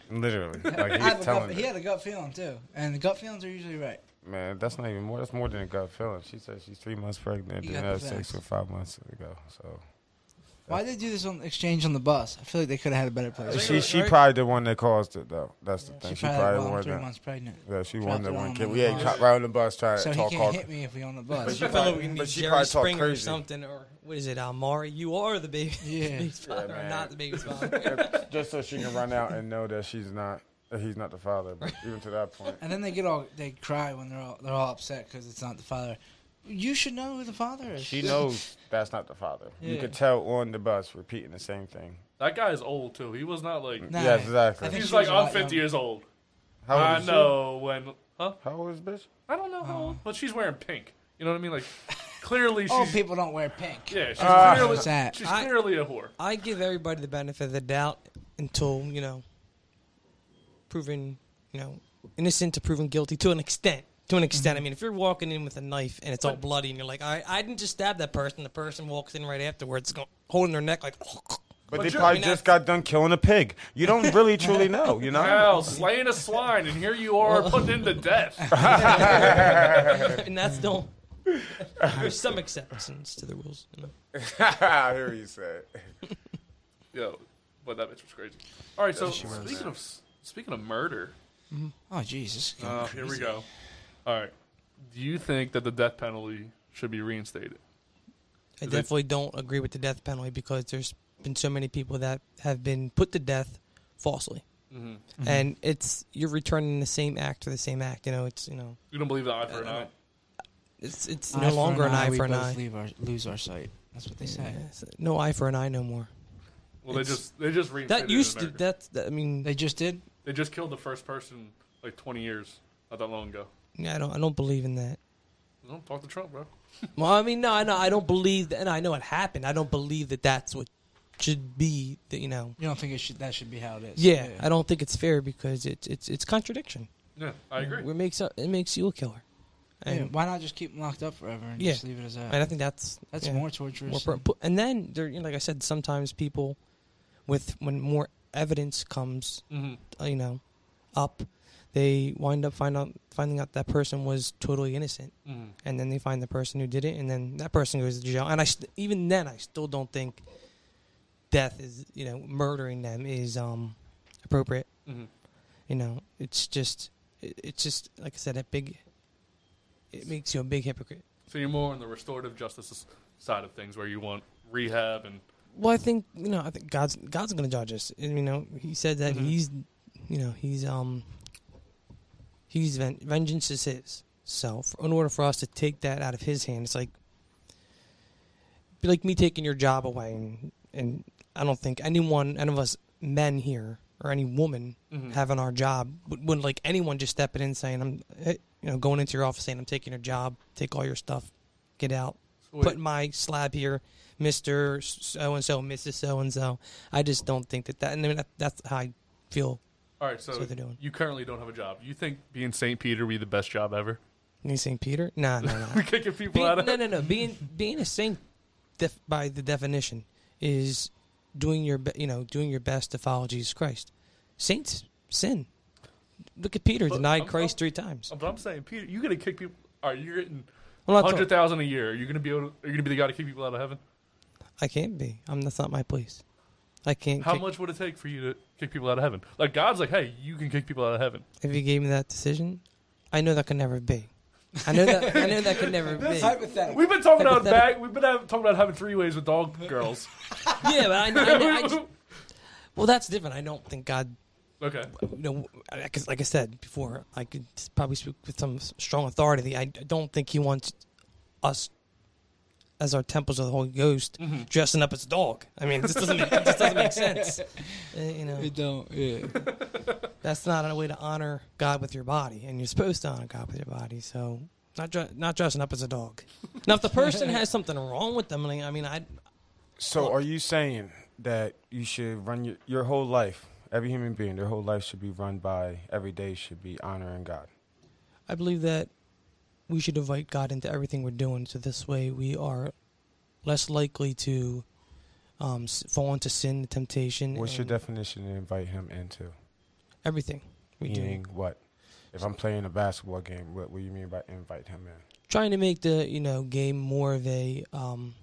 S4: literally.
S3: I have
S4: Like he's
S3: a gut,
S4: telling
S3: he
S4: me,
S3: had a gut feeling too, and the gut feelings are usually right.
S4: man, that's not even more. That's more than a gut feeling. She said she's three months pregnant
S3: You
S4: and
S3: got
S4: had
S3: the
S4: sex
S3: facts.
S4: with five months ago. So
S3: Why did they do this on exchange on the bus? I feel like they could have had a better place.
S4: she she probably the one that caused it though. That's the thing.
S3: She
S4: She
S3: probably well,
S4: probably
S3: I'm
S4: the one
S3: three
S4: that-
S3: months pregnant.
S4: Yeah, she
S3: Dropped
S4: won that
S3: it
S4: one
S3: on
S4: kid.
S3: him
S4: We
S3: on
S4: ain't
S3: the
S4: caught
S3: bus.
S4: right on the bus trying
S3: So
S4: to
S3: he
S4: talk.
S3: can't
S4: all-
S3: hit me if we on the bus.
S4: But she
S6: I feel
S4: probably-
S6: like we can
S4: but
S6: need
S4: she
S6: Jerry
S4: probably talk
S6: Springer or
S4: crazy.
S6: something, or what is it, uh, Mari? You are the baby,
S3: yeah.
S6: baby's father, or
S4: man.
S6: not the baby's father.
S4: Just so she can run out and know that she's not, that he's not the father. But even to that point,
S3: And then they get all they cry when they're all they're all upset because it's not the father. You should know who the father is.
S4: she knows that's not the father. You
S3: Yeah.
S4: could tell on the bus repeating the same thing.
S2: That guy is old too. He was not like.
S4: Nah. Yeah, exactly. I think
S2: He's
S4: she
S2: like,
S4: was a
S2: I'm
S4: lot
S2: 50 years old.
S4: How old
S2: I
S4: is she?
S2: know when. Huh?
S4: How old is bitch?
S2: I don't know
S6: Oh.
S2: how old, but she's wearing pink. You know what I mean? Like, clearly
S3: Old
S2: she's.
S3: people don't wear pink.
S2: Yeah, she's
S3: Ah.
S2: clearly.
S3: What's that?
S2: She's
S6: I-
S2: clearly a whore.
S6: I give everybody the benefit of the doubt until you know proven, you know, innocent to proven guilty to an extent. To an extent, I
S3: Mm-hmm.
S6: mean, if you're walking in with a knife and it's all bloody, and you're like, "I, I didn't just stab that person," the person walks in right afterwards, go, holding their neck like.
S4: But they probably just got done killing a pig. You don't really truly know, you know?
S2: Wow, slaying a swine, and here you are putting him to death.
S6: and that's don't. There's some exceptions to the rules. You know?
S4: I hear you say.
S2: Yo, but that bitch was crazy. All right, so
S3: Yes, she was.
S2: speaking of speaking of murder,
S3: Oh Jesus!
S2: uh, here we go. All right, do you think that the death penalty should be reinstated?
S6: I definitely don't agree with the death penalty because there's been so many people that have been put to death falsely,
S2: Mhm.
S3: Mm-hmm.
S6: and it's you're returning the same act for the same act. You know, it's you know,
S2: You don't believe the eye for an eye?
S6: It's it's
S3: Eye
S6: no
S3: for
S6: longer
S3: an
S6: an
S3: eye,
S6: eye
S3: we
S6: for an
S3: both
S6: eye.
S3: leave our- lose our sight. That's what they say.
S6: Yes. uh, No eye for an eye, no more.
S2: Well, they
S6: It's-
S2: just they just reinstated
S6: that
S2: it in
S6: used to
S2: America.
S6: that, that I mean
S3: they just did.
S2: They just killed the first person like 20 years not that long ago.
S6: Yeah, I don't I don't believe in that.
S2: Well, talk to Trump, bro.
S6: Well, I mean, no, I know I don't believe that, and I know it happened. I don't believe that that's what should be. The, you know,
S3: You don't think it should? That should be how it is.
S6: yeah, I don't think it's fair because it's it's it's contradiction.
S2: Yeah, I agree.
S6: It makes it makes you a killer.
S3: Yeah,
S6: And-
S3: why not just keep them locked up forever and
S6: yeah.
S3: just leave it as that?
S6: And I think that's
S3: that's
S6: yeah,
S3: more torturous.
S6: more pro- pu- and then there, you know, like I said, sometimes people with when more evidence comes,
S3: Mm-hmm.
S2: Mhm.
S6: uh, you know, up, they wind up find out finding out that person was totally innocent,
S3: Mm-hmm.
S2: Mhm.
S6: and then they find the person who did it, and then that person goes to jail. And I st- even then, I still don't think death is you know murdering them is um appropriate.
S3: Mm-hmm.
S2: Mhm.
S6: You know, it's just it, it's just like I said, a big. It makes you a big hypocrite.
S2: So you're more on the restorative justice s- side of things, where you want rehab and
S6: Well, I think you know. I think God's God's going to judge us. And, you know, He said that He's, you know, He's um, He's ven- vengeance is His. So, for, in order for us to take that out of His hand, it's like, be like me taking your job away, and and I don't think anyone, any of us men here or any woman
S2: Mhm.
S6: having our job would, wouldn't like anyone just stepping in saying I'm, eh, you know, going into your office saying I'm taking your job, take all your stuff, get out,
S2: Sweet.
S6: put my slab here, Mister So and So, Mrs. So and So. I just don't think that that, and I mean, that, that's how I feel.
S2: All right, so
S6: what they're doing.
S2: you currently don't have a job. You think being St. Peter would be the best job ever?
S6: You St. Peter? Nah, nah, nah.
S2: We kicking people
S6: Being-
S2: out of-
S6: No, no, no. Being being a saint, def, by the definition, is doing your be, you know doing your best to follow Jesus Christ. Saints sin. Look at Peter
S2: But
S6: denied
S2: I'm-
S6: Christ
S2: I'm-
S6: three times.
S2: But I'm saying, Peter, you're gonna kick people. All right, you're getting
S6: I'm not
S2: hundred thousand a year. Are you gonna be able? To, are you gonna be the guy to kick people out of heaven?
S6: I can't be. I'm. That's not my place. I can't.
S2: How
S6: kick-
S2: much would it take for you to kick people out of heaven? Like God's like, hey, you can kick people out of heaven.
S6: if you gave me that decision, I know that could never be. I know that. I know that could never be.
S2: We've been talking
S6: Hypothetical.
S2: about back. We've been have, talking about having three ways with dog girls.
S6: Yeah, but I, I, I, I just- well, that's different. I don't think God.
S2: Okay.
S6: You know, I- 'cause like I said before, I could probably speak with some strong authority. I don't think He wants us as our temples of the Holy Ghost,
S16: Mhm.
S6: dressing up as a dog. I mean, this doesn't make, this doesn't make sense. Uh, you know,
S16: It don't, yeah.
S6: That's not a way to honor God with your body, and you're supposed to honor God with your body. So, not dre- not dressing up as a dog. Now, if the person has something wrong with them, like, I mean, I
S4: So are you saying that you should run your, your whole life, every human being, their whole life should be run by, every day should be honoring God?
S6: I believe that we should invite God into everything we're doing, so this way we are less likely to um, s- fall into sin, temptation.
S4: What's your
S6: and
S4: definition to invite him into?
S6: Mm. everything we do?
S4: Meaning what? If I'm playing a basketball game, what, what do you mean by invite him in?
S6: trying to make the you know game more of a um,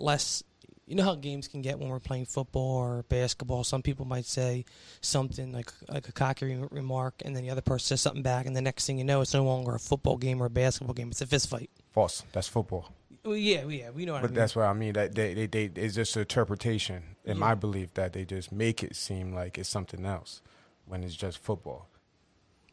S6: less. You know how games can get when we're playing football or basketball. Some people might say something like like a cocky re- remark, and then the other person says something back, and the next thing you know, it's no longer a football game or a basketball game. It's a fist fight.
S4: False. That's football.
S6: Well, yeah, yeah, we know what I
S4: But
S6: mean.
S4: that's what I mean. That they, they, they it's just interpretation in
S6: Yeah.
S4: my belief that they just make it seem like it's something else when it's just football.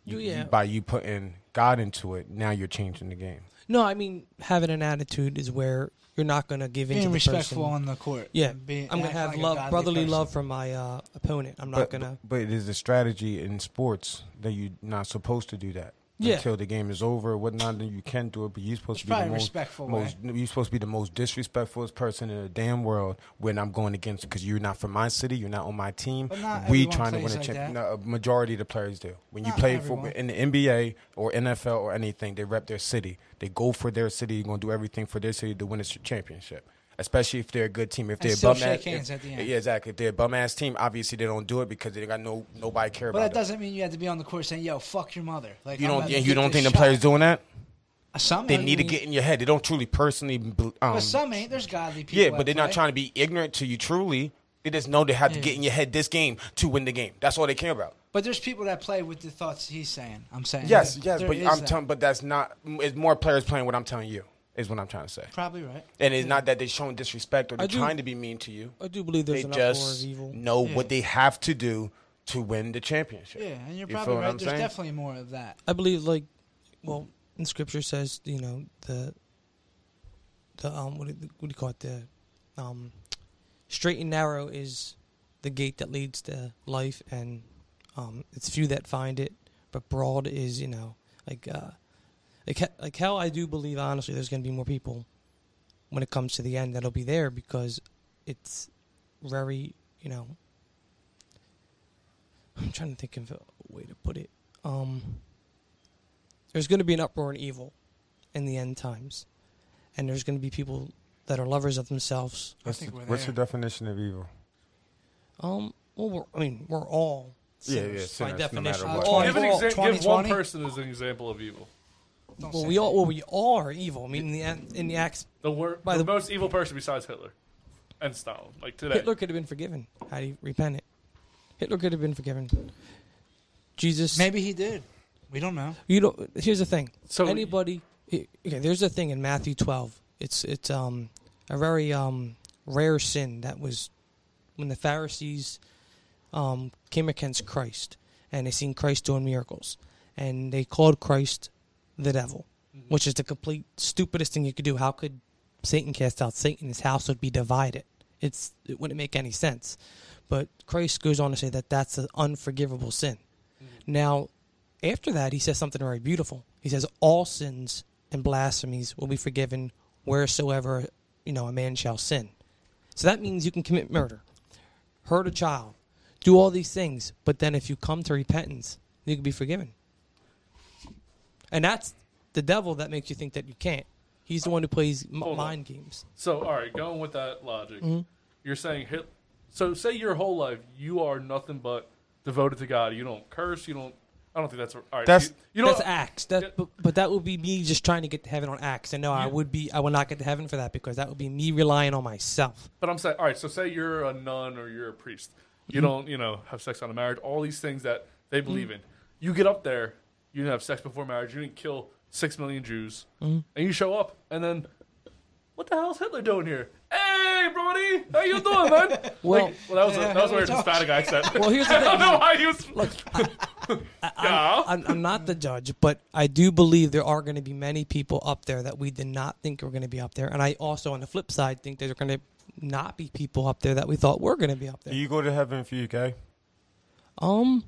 S4: You- you-
S6: Yeah.
S4: by you putting God into it, now you're changing the game.
S6: No, I mean having an attitude is where you're not going to give in
S3: Being
S6: to the
S3: respectful
S6: person.
S3: on the court.
S6: Yeah,
S3: Being-
S6: I'm going
S3: act
S6: to have
S3: like a
S6: love,
S3: godly
S6: brotherly
S3: person.
S6: love from my uh, opponent. I'm not
S4: but,
S6: going to.
S4: But it is a strategy in sports that you're not supposed to do that.
S6: Yeah.
S4: Until the game is over, or whatnot, then you can do it. But you're supposed to be the
S3: probably
S4: most,
S3: respectful,
S4: most you're supposed to be the most disrespectful person in the damn world when I'm going against because you're not from my city, you're not on my team.
S3: But not
S4: we
S3: everyone
S4: trying to
S3: plays
S4: win a
S3: like
S4: championship.
S3: that.
S4: No, a majority of the players do. When you
S3: Not
S4: play for
S3: everyone.
S4: in the NBA or NFL or anything, they rep their city. They go for their city. They're gonna do everything for their city to win a championship. Especially if they're a good team. If
S3: And
S4: they're
S3: still
S4: bum
S3: shake
S4: ass,
S3: hands at the end.
S4: Yeah, exactly. If they're a bum ass team, obviously they don't do it because they got no nobody care
S3: But
S4: about
S3: that
S4: it.
S3: doesn't mean you have to be on the court saying, "Yo, fuck your mother." Like
S4: You
S3: I'm
S4: don't.
S3: about
S4: Yeah,
S3: to
S4: you
S3: get
S4: don't
S3: this
S4: think the
S3: shot.
S4: players doing that?
S3: Some
S4: they
S3: might
S4: need to
S3: be.
S4: get in your head. They don't truly personally. bel- Um,
S3: But some ain't. There's godly people.
S4: yeah, but they're not trying to be ignorant to you. Truly, they just know they have to
S3: Yeah.
S4: get in your head this game to win the game. That's all they care about.
S3: But there's people that play with the thoughts he's saying. I'm saying.
S4: Yes,
S3: There-
S4: yes,
S3: there
S4: but
S3: is
S4: I'm
S3: that.
S4: telling. But that's not. It's more players playing what I'm telling you. Is what I'm trying to say.
S3: Probably right.
S4: And it's not that they're showing disrespect or
S6: I
S4: they're
S6: do-
S4: trying to be mean to you.
S6: I do believe there's
S4: they
S6: an uproar
S4: just
S6: of evil.
S4: know what
S6: Yeah.
S4: they have to do to win the championship.
S3: Yeah, and you're
S4: You
S3: probably
S4: feel what
S3: right.
S4: I'm
S3: There's
S4: saying?
S3: definitely more of that.
S6: I believe, like, well, in scripture says, you know, the, the, um, what do, you- what do you call it? The, um, straight and narrow is the gate that leads to life, and, um, it's few that find it, but broad is, you know, like, uh, like, he- like hell, I do believe, honestly, there's going to be more people when it comes to the end that'll be there because it's very, you know, I'm trying to think of a way to put it. Um, there's going to be an uproar in evil in the end times, and there's going to be people that are lovers of themselves.
S4: What's, the, what's the definition of evil?
S6: Um, well, we're, I mean, we're all
S4: Yeah, yeah,
S6: sinners by
S4: sinners, no matter
S6: definition. We're
S4: what.
S6: all
S2: give, an
S6: evil.
S2: exa- give one
S6: 2020?
S2: person as an example of evil.
S6: Well, we all well, we all are evil. I mean, in the end- in the acts,
S2: The, wor-
S6: By
S2: the,
S6: the-
S2: most evil person besides Hitler and Stalin, like today.
S6: Hitler could have been forgiven had he repented. Hitler could have been forgiven. Jesus,
S3: maybe he did. We don't know.
S6: You know, here's the thing.
S3: So-
S6: anybody, he- okay, there's a thing in Matthew 12. It's it's um a very um rare sin that was when the Pharisees um came against Christ and they seen Christ doing miracles and they called Christ the devil, which is the complete stupidest thing you could do. How could Satan cast out Satan? His house would be divided. It's it wouldn't make any sense. But Christ goes on to say that that's an unforgivable sin. Now, after that, he says something very beautiful. He says, "All sins and blasphemies will be forgiven wheresoever you know a man shall sin." So that means you can commit murder, hurt a child, do all these things, but then if you come to repentance, you can be forgiven. And that's the devil that makes you think that you can't. He's the one who plays m-
S2: Hold on.
S6: mind games.
S2: So, all right, going with that logic,
S6: Mhm.
S2: you're saying Hitler. So, say your whole life you are nothing but devoted to God. You don't curse. You don't. I don't think that's all right.
S6: That's
S2: you, you don't,
S6: that's acts. That, but, but that would be me just trying to get to heaven on acts. And no, I
S2: You-
S6: would be. I would not get to heaven for that because that would be me relying on myself.
S2: But I'm saying, all right. So, say you're a nun or you're a priest. You
S6: Mhm.
S2: don't, you know, have sex on a marriage. All these things that they
S6: Mm-hmm.
S2: believe in. You get up there. You didn't have sex before marriage. You didn't kill six million Jews,
S6: Mhm.
S2: and you show up, and then what the hell's Hitler doing here? Hey, Brody, how you doing, man?
S6: Well-
S2: Like, well that was a, that was a weird Hispanic accent.
S6: Well, here's the
S2: I
S6: thing.
S2: don't know why he was.
S6: Look, I, I'm, I'm, I'm not the judge, but I do believe there are going to be many people up there that we did not think were going to be up there. And I also, on the flip side, think there's going to not be people up there that we thought were going to be up there.
S4: Do you go to heaven if you gay?
S6: Um,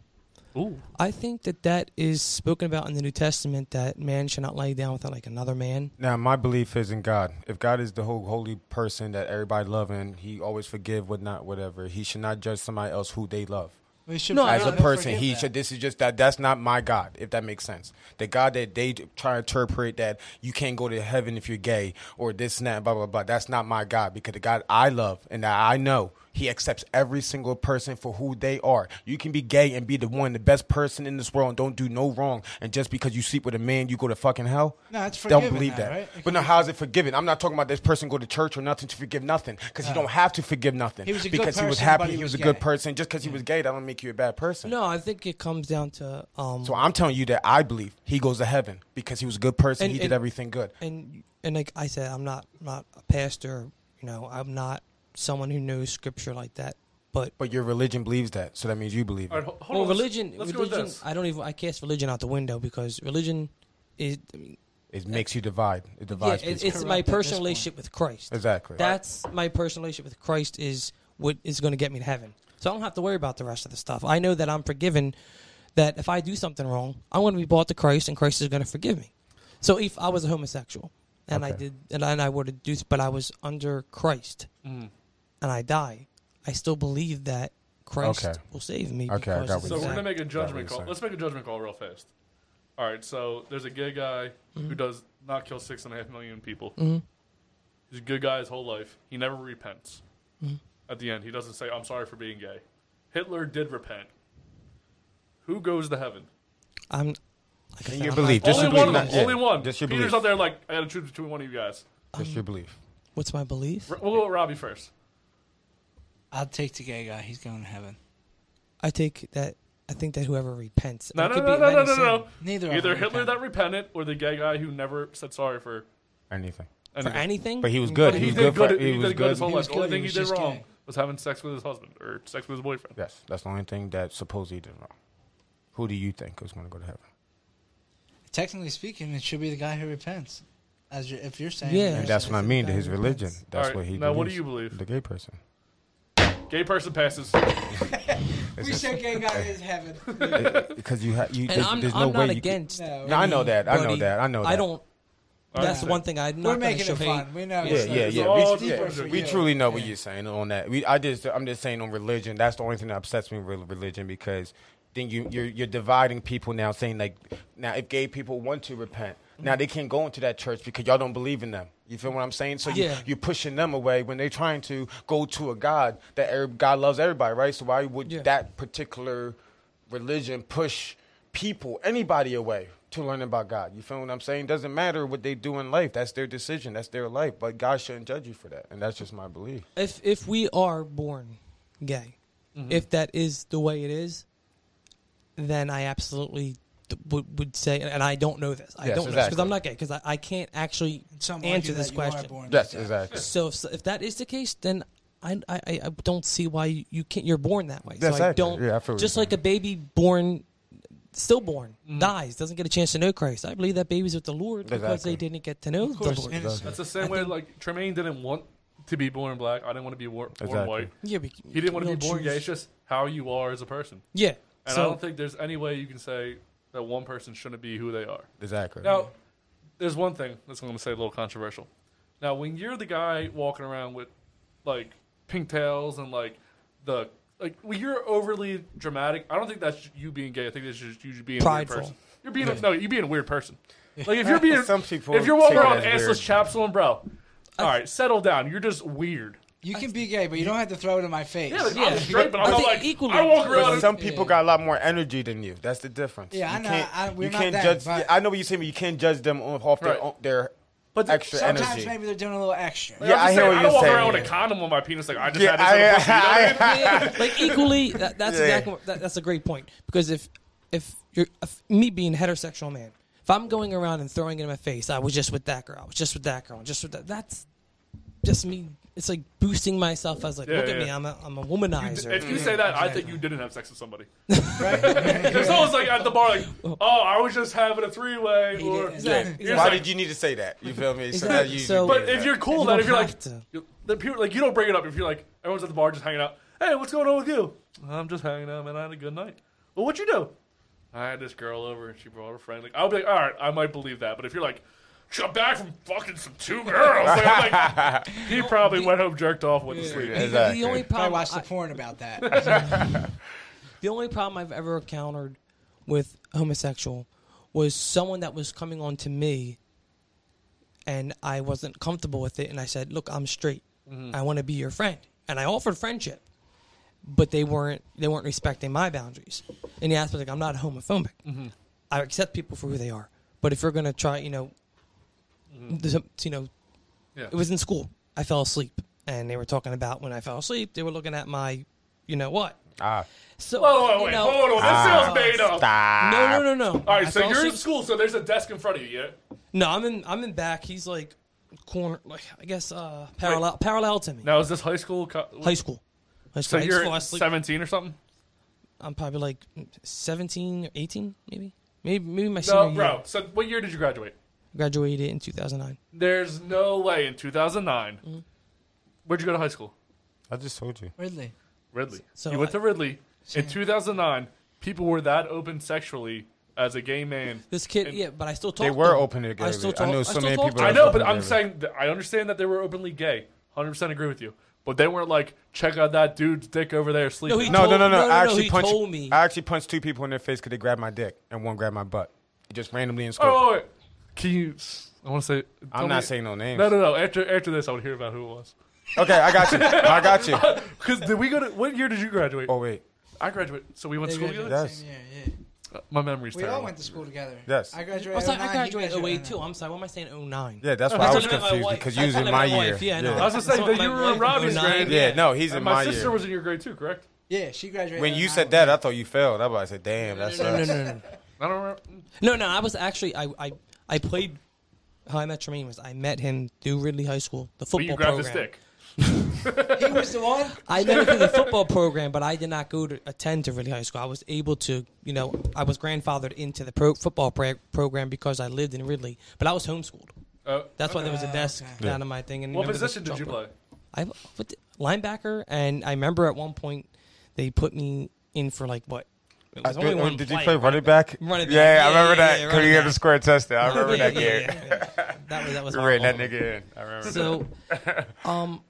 S6: I think that that is spoken about in the New Testament that man should not lie down without like another man.
S4: Now, my belief is in God. If God is the whole holy person that everybody love and He always forgive what not whatever, He should not judge somebody else who they love.
S5: They should
S4: as a
S5: forgive.
S4: person,
S5: forgive
S4: He
S5: that.
S4: should. This is just that. That's not my God. If that makes sense, the God that they try to interpret that you can't go to heaven if you're gay or this and that, blah blah blah. That's not my God because the God I love and that I know. He accepts every single person for who they are. You can be gay and be the one, the best person in this world, and don't do no wrong. And just because you sleep with a man, you go to fucking hell.
S5: No, it's
S4: Don't
S5: forgiven
S4: believe
S5: now,
S4: that.
S5: right? It
S4: But now, how is it forgiven? I'm not talking about this person go to church or nothing to forgive nothing because he
S5: No.
S4: don't have to forgive nothing
S5: He was a good
S4: because he was
S5: person, but
S4: happy.
S5: he
S4: He was,
S5: was
S4: a good
S5: gay.
S4: person. Just because he was gay, that don't make you a bad person.
S6: No, I think it comes down to um.
S4: So I'm telling you that I believe he goes to heaven because he was a good person. he did everything good.
S6: And and like I said, I'm not not a pastor. You know, I'm not someone who knows scripture like that. But
S4: but your religion believes that, so that means you believe it.
S2: All right, ho- hold
S6: well,
S2: on, let's-
S6: religion.
S2: let's go with
S6: religion.
S2: this.
S6: I don't even. I cast religion out the window because religion is. I mean,
S4: It makes you divide. It
S6: yeah,
S4: divides.
S6: it,
S4: people.
S6: it's my personal relationship with Christ.
S4: Exactly.
S6: That's my personal relationship with Christ is what is going to get me to heaven. So I don't have to worry about the rest of the stuff. I know that I'm forgiven. That if I do something wrong, I'm going to be brought to Christ, and Christ is going to forgive me. So if I was a homosexual and I
S17: Okay.
S6: did and I, and I were to do, but I was under Christ
S2: Mm.
S6: and I die, I still believe that Christ
S4: Okay.
S6: will save me.
S4: Okay, I
S6: because
S4: got
S6: of the
S4: what you're
S2: So we're
S6: fact-
S2: gonna make a
S4: Got what
S2: judgment
S4: you're
S2: call.
S4: saying.
S2: Let's make a judgment call real fast. All right, so there's a gay guy
S4: Mm-hmm.
S2: who does not kill six and a half million people.
S6: Mhm.
S2: He's a good guy his whole life. He never repents.
S4: Mm-hmm.
S6: Mhm.
S2: At the end, he doesn't say, "I'm sorry for being gay." Hitler did repent. Who goes to heaven?
S6: I'm. Like I said,
S4: In your
S6: I'm
S4: belief,
S6: not-
S4: just your
S2: only one.
S4: belief. That's it.
S2: Only one.
S4: Just your
S2: Peter's
S4: belief.
S2: up there like, "I got to choose between one of you guys."
S6: um,
S4: That's your belief.
S6: What's my belief?
S2: R- We'll go with Robbie first.
S3: I'll take the gay guy. He's going to heaven.
S6: I take that. I think that whoever repents.
S2: No,
S6: it
S2: no,
S6: could
S2: no,
S6: be
S2: no, no, no,
S6: 97.
S2: no.
S3: Neither of
S2: Either
S3: them
S2: Hitler that repented or the gay guy who never said sorry for
S4: Anything.
S2: anything.
S6: anything?
S4: But he was good.
S2: But
S4: He was
S2: did
S4: good for-
S2: He,
S4: he was
S2: did
S4: good.
S2: good his whole
S4: He
S2: life.
S4: was
S2: The only
S4: good.
S2: thing
S4: He
S2: he
S4: was
S2: did
S4: just
S2: wrong
S4: gay.
S2: was having sex with his husband or sex with his boyfriend.
S4: Yes, that's the only thing that supposedly did wrong. Who do you think is going to go to heaven?
S3: Technically speaking, it should be the guy who repents. As you're, if you're saying,
S4: Yeah. And that's what I mean to his religion.
S2: All
S4: That's
S2: right,
S4: what he.
S2: now what do
S4: believes.
S2: you believe?
S4: The gay person.
S2: Gay person passes.
S3: We said gay guy is heaven.
S4: Because you, ha- you
S6: And
S4: there's,
S6: I'm-
S4: there's no
S6: I'm
S4: way
S6: not
S4: you
S6: against
S4: Can,
S6: No.
S4: no, I know that. I know
S6: anybody-
S4: that. I know. That.
S6: I don't- I that's understand. one thing I'm not We're gonna making show it hate. fun. We know
S4: Yeah,
S6: it's
S4: yeah,
S6: like-
S4: yeah.
S6: It's all
S4: We,
S6: deeper
S4: yeah.
S6: for
S4: we
S6: you.
S4: truly know what you're saying on that. We, I just, I'm just saying on religion. That's the only thing that upsets me with religion because then you, you're, you're dividing people now, saying like, now if gay people want to repent, now they can't go into that church because y'all don't believe in them. You feel what I'm saying? So you,
S5: Yeah.
S4: you're pushing them away when they're trying to go to a God that every, God loves everybody, right? So why would that particular religion push people, anybody away to learn about God? You feel what I'm saying? Doesn't matter what they do in life. That's their decision. That's their life. But God shouldn't judge you for that. And that's just my belief.
S6: If if we are born gay,
S2: Mm-hmm.
S4: Mhm.
S6: if that is the way it is, then I absolutely th- would would say, and I don't know this. I
S4: Yes,
S6: don't know because
S4: exactly.
S6: I'm not gay because I, I can't actually
S3: some
S6: answer
S3: argue
S6: this
S3: that you are
S6: question.
S3: born
S4: Yes, gay. exactly.
S6: So if, if that is the case, then. I, I, I I don't see why you you can't. You're born that way.
S4: Yes,
S6: so I
S4: exactly.
S6: don't.
S4: Yeah, I feel what
S6: just
S4: you're
S6: like a baby born, stillborn,
S2: Mm-hmm.
S6: dies, doesn't get a chance to know Christ. I believe that babies with the Lord because they didn't get to know the Lord.
S2: That's the same way like Tremaine didn't want to be born black. I didn't want to be war- born
S4: Exactly.
S2: white.
S6: Yeah, but
S2: he didn't want to
S6: you
S2: be
S6: don't
S2: born gay.
S6: choose-
S2: It's just how you are as a person.
S6: Yeah,
S2: And I
S6: so-
S2: don't think there's any way you can say that one person shouldn't be who they are.
S4: Exactly.
S2: Now, there's one thing that's going to say a little controversial. Now, when you're the guy walking around with like pigtails and like the like, when you're overly dramatic, I don't think that's you being gay. I think that's just you being
S6: Prideful.
S2: a weird person. You're being
S6: Yeah.
S2: a, no, you're being a weird person. Like if you're being
S4: Some people
S2: if you're walking
S4: take it
S2: around
S4: as
S2: assless
S4: weird.
S2: chaps on, bro. All right, settle down. You're just weird.
S3: You can be gay, but you don't have to throw it in my face.
S2: Yeah, like, I'm straight, but I'm not like I walk around.
S4: But some people got a lot more energy than you. That's the difference.
S3: Yeah, I
S4: you
S3: know. I- we're
S4: you
S3: not
S4: can't
S3: that,
S4: judge.
S3: but-
S4: I know what you're saying, but you can't judge them off off their
S2: Right.
S4: own, their
S3: But
S4: extra
S3: sometimes
S4: energy.
S3: maybe they're doing a little extra.
S2: Like, I'm just saying, I don't walk around with a condom on my penis. Like I just
S4: Yeah,
S2: had this. in a pussy, you know what I mean?
S6: Yeah, like equally, that, that's
S2: Yeah.
S6: exactly what- that, that's a great point because if if you're if me being a heterosexual man, if I'm going around and throwing it in my face, I was just with that girl, I was just with that girl, and just with that. That's just me it's like boosting myself as like,
S2: Yeah,
S6: look at
S2: yeah.
S6: me, I'm a, I'm a
S2: You
S6: womanizer.
S2: d- if you say that, I think you didn't have sex with somebody. Right? Because I was like at the bar, like, oh, I was just having a three way. Or
S4: Yeah.
S2: You're
S4: Why
S2: like-
S4: did you need to say that? You feel me? So
S2: Exactly.
S4: that you, you
S2: but
S4: did
S2: if
S4: that.
S2: you're cool, then if you're like, you- the people, like you don't bring it up. If you're like, everyone's at the bar just hanging out. Hey, what's going on with you? I'm just hanging out, man. I had a good night. Well, what'd you do? I had this girl over, and she brought her friend. Like, I'll be like, all right, I might believe that. But if you're like, she got back from fucking some two girls, like, I'm like, he probably went home, jerked off, went to sleep.
S6: The- The only problem
S3: I watched
S6: I-
S3: a porn about that.
S6: the only problem I've ever encountered with homosexual was someone that was coming on to me and I wasn't comfortable with it and I said, "Look, I'm straight.
S2: Mm-hmm.
S14: Mhm.
S6: I want to be your friend." And I offered friendship, but they weren't they weren't respecting my boundaries. And the aspect like I'm not homophobic.
S2: Mm-hmm.
S14: Mhm.
S6: I accept people for who they are. But if you're going to try, you know,
S2: Mm-hmm.
S6: the- you know,
S14: Yeah.
S6: it was in school. I fell asleep and they were talking about when I fell asleep, they were looking at my, you know what?
S4: Ah.
S6: So
S2: Whoa, wait,
S6: you
S2: wait,
S6: know-
S2: hold on. This
S6: Uh,
S2: sounds made up.
S6: No, no, no, no.
S2: All right,
S6: I
S2: so
S6: fell
S2: you're in
S6: asleep-
S2: school, so there's a desk in front of you, yeah?
S6: No, I'm in. I'm in back. He's like corner. Like I guess uh, parallel parallel to me.
S2: Now, is this high school? Co-
S6: High school. High
S2: So
S6: school. I just
S2: you're
S6: fall asleep.
S2: 17 or something?
S6: I'm probably like 17 or 18, maybe. Maybe maybe my senior
S2: No, bro.
S6: year.
S2: So what year did you graduate?
S6: Graduated in 2009.
S2: There's no way in 2009.
S6: Mm-hmm.
S2: Where'd you go to high school?
S4: I just told you.
S3: Ridley.
S2: Ridley.
S6: So
S2: you went
S6: I-
S2: to Ridley. In 2009, people were that open sexually as a gay man.
S6: This kid, yeah, but I still talk.
S4: They
S6: to
S4: were
S6: him.
S4: open to
S6: I
S4: gay
S6: still
S4: people. I
S6: talk.
S4: know so
S6: still
S4: many
S6: talk
S4: people
S6: to
S2: I
S6: him.
S2: know, but I'm
S4: Ridley.
S2: saying that I understand that they were openly gay. 100% agree with you. But they weren't like, check out that dude's dick over there sleeping.
S4: no, no, no, no, I actually
S6: he
S4: punched.
S6: told me.
S4: I actually punched two people in their face because they grabbed my dick and one grabbed my butt. Just randomly in school.
S2: Oh, wait, wait. Can you? I want to say.
S4: I'm
S2: tell
S4: not
S2: me-
S4: saying no names.
S2: No, no, no. After after this, I would hear about who it was.
S4: Okay, I got you. I got you.
S2: Because did we go to? What year did you graduate?
S4: Oh wait,
S2: I graduated. So we went to
S3: They
S2: school together.
S3: graduated the same year, yeah.
S2: Uh, my memory's
S3: We
S2: terrible.
S3: all went to school together.
S4: Yes.
S3: I graduated.
S6: Oh, I, was like,
S3: 09,
S6: I
S3: he
S6: graduated 08
S3: graduated
S6: too. I'm sorry. What am I saying? oh, 09.
S4: Yeah, that's why I was confused, because you was in my year.
S6: Yeah, no.
S4: Yeah.
S2: I was gonna say
S6: talking
S2: that
S6: about
S2: you were
S6: my
S2: in
S6: wife,
S2: Robbie's
S6: 09.
S2: grade.
S4: Yeah, no, he's
S2: And
S4: in
S2: my
S4: my
S2: sister
S4: year.
S2: was in your grade too, correct?
S3: Yeah, she graduated.
S4: When you said that, I thought you failed. I was about to say, damn, that's
S6: no, no, no, no.
S2: I don't remember.
S6: No, no, I was actually I I, I played how I met Tremaine was I met him through Ridley High School, the
S2: But
S6: football
S2: you grabbed his
S6: program.
S2: dick.
S3: he was the one.
S6: I met him through the football program, but I did not go to attend to Ridley High School. I was able to, you know, I was grandfathered into the pro- football pra- program because I lived in Ridley, but I was homeschooled.
S2: Oh,
S6: That's why there was a
S2: okay.
S6: desk
S2: Okay.
S6: down in my thing. And
S2: What
S6: remember the
S2: position did you
S6: jumper?
S2: play?
S6: I what, linebacker, and I remember at one point they put me in for like what. It
S4: I
S6: was
S4: Uh, did- um,
S6: only one
S4: did you
S6: play,
S4: play
S6: right?
S4: running back?
S6: Running back.
S4: Yeah, I remember that.
S6: yeah,
S4: Could
S6: running
S4: you get
S6: back.
S4: a square test there? I remember
S6: Yeah,
S4: that
S6: yeah,
S4: game.
S6: yeah, yeah. That was that was
S4: You
S6: my
S4: ran that
S6: moment.
S4: nigga in. I remember
S6: So,
S4: that.
S6: um,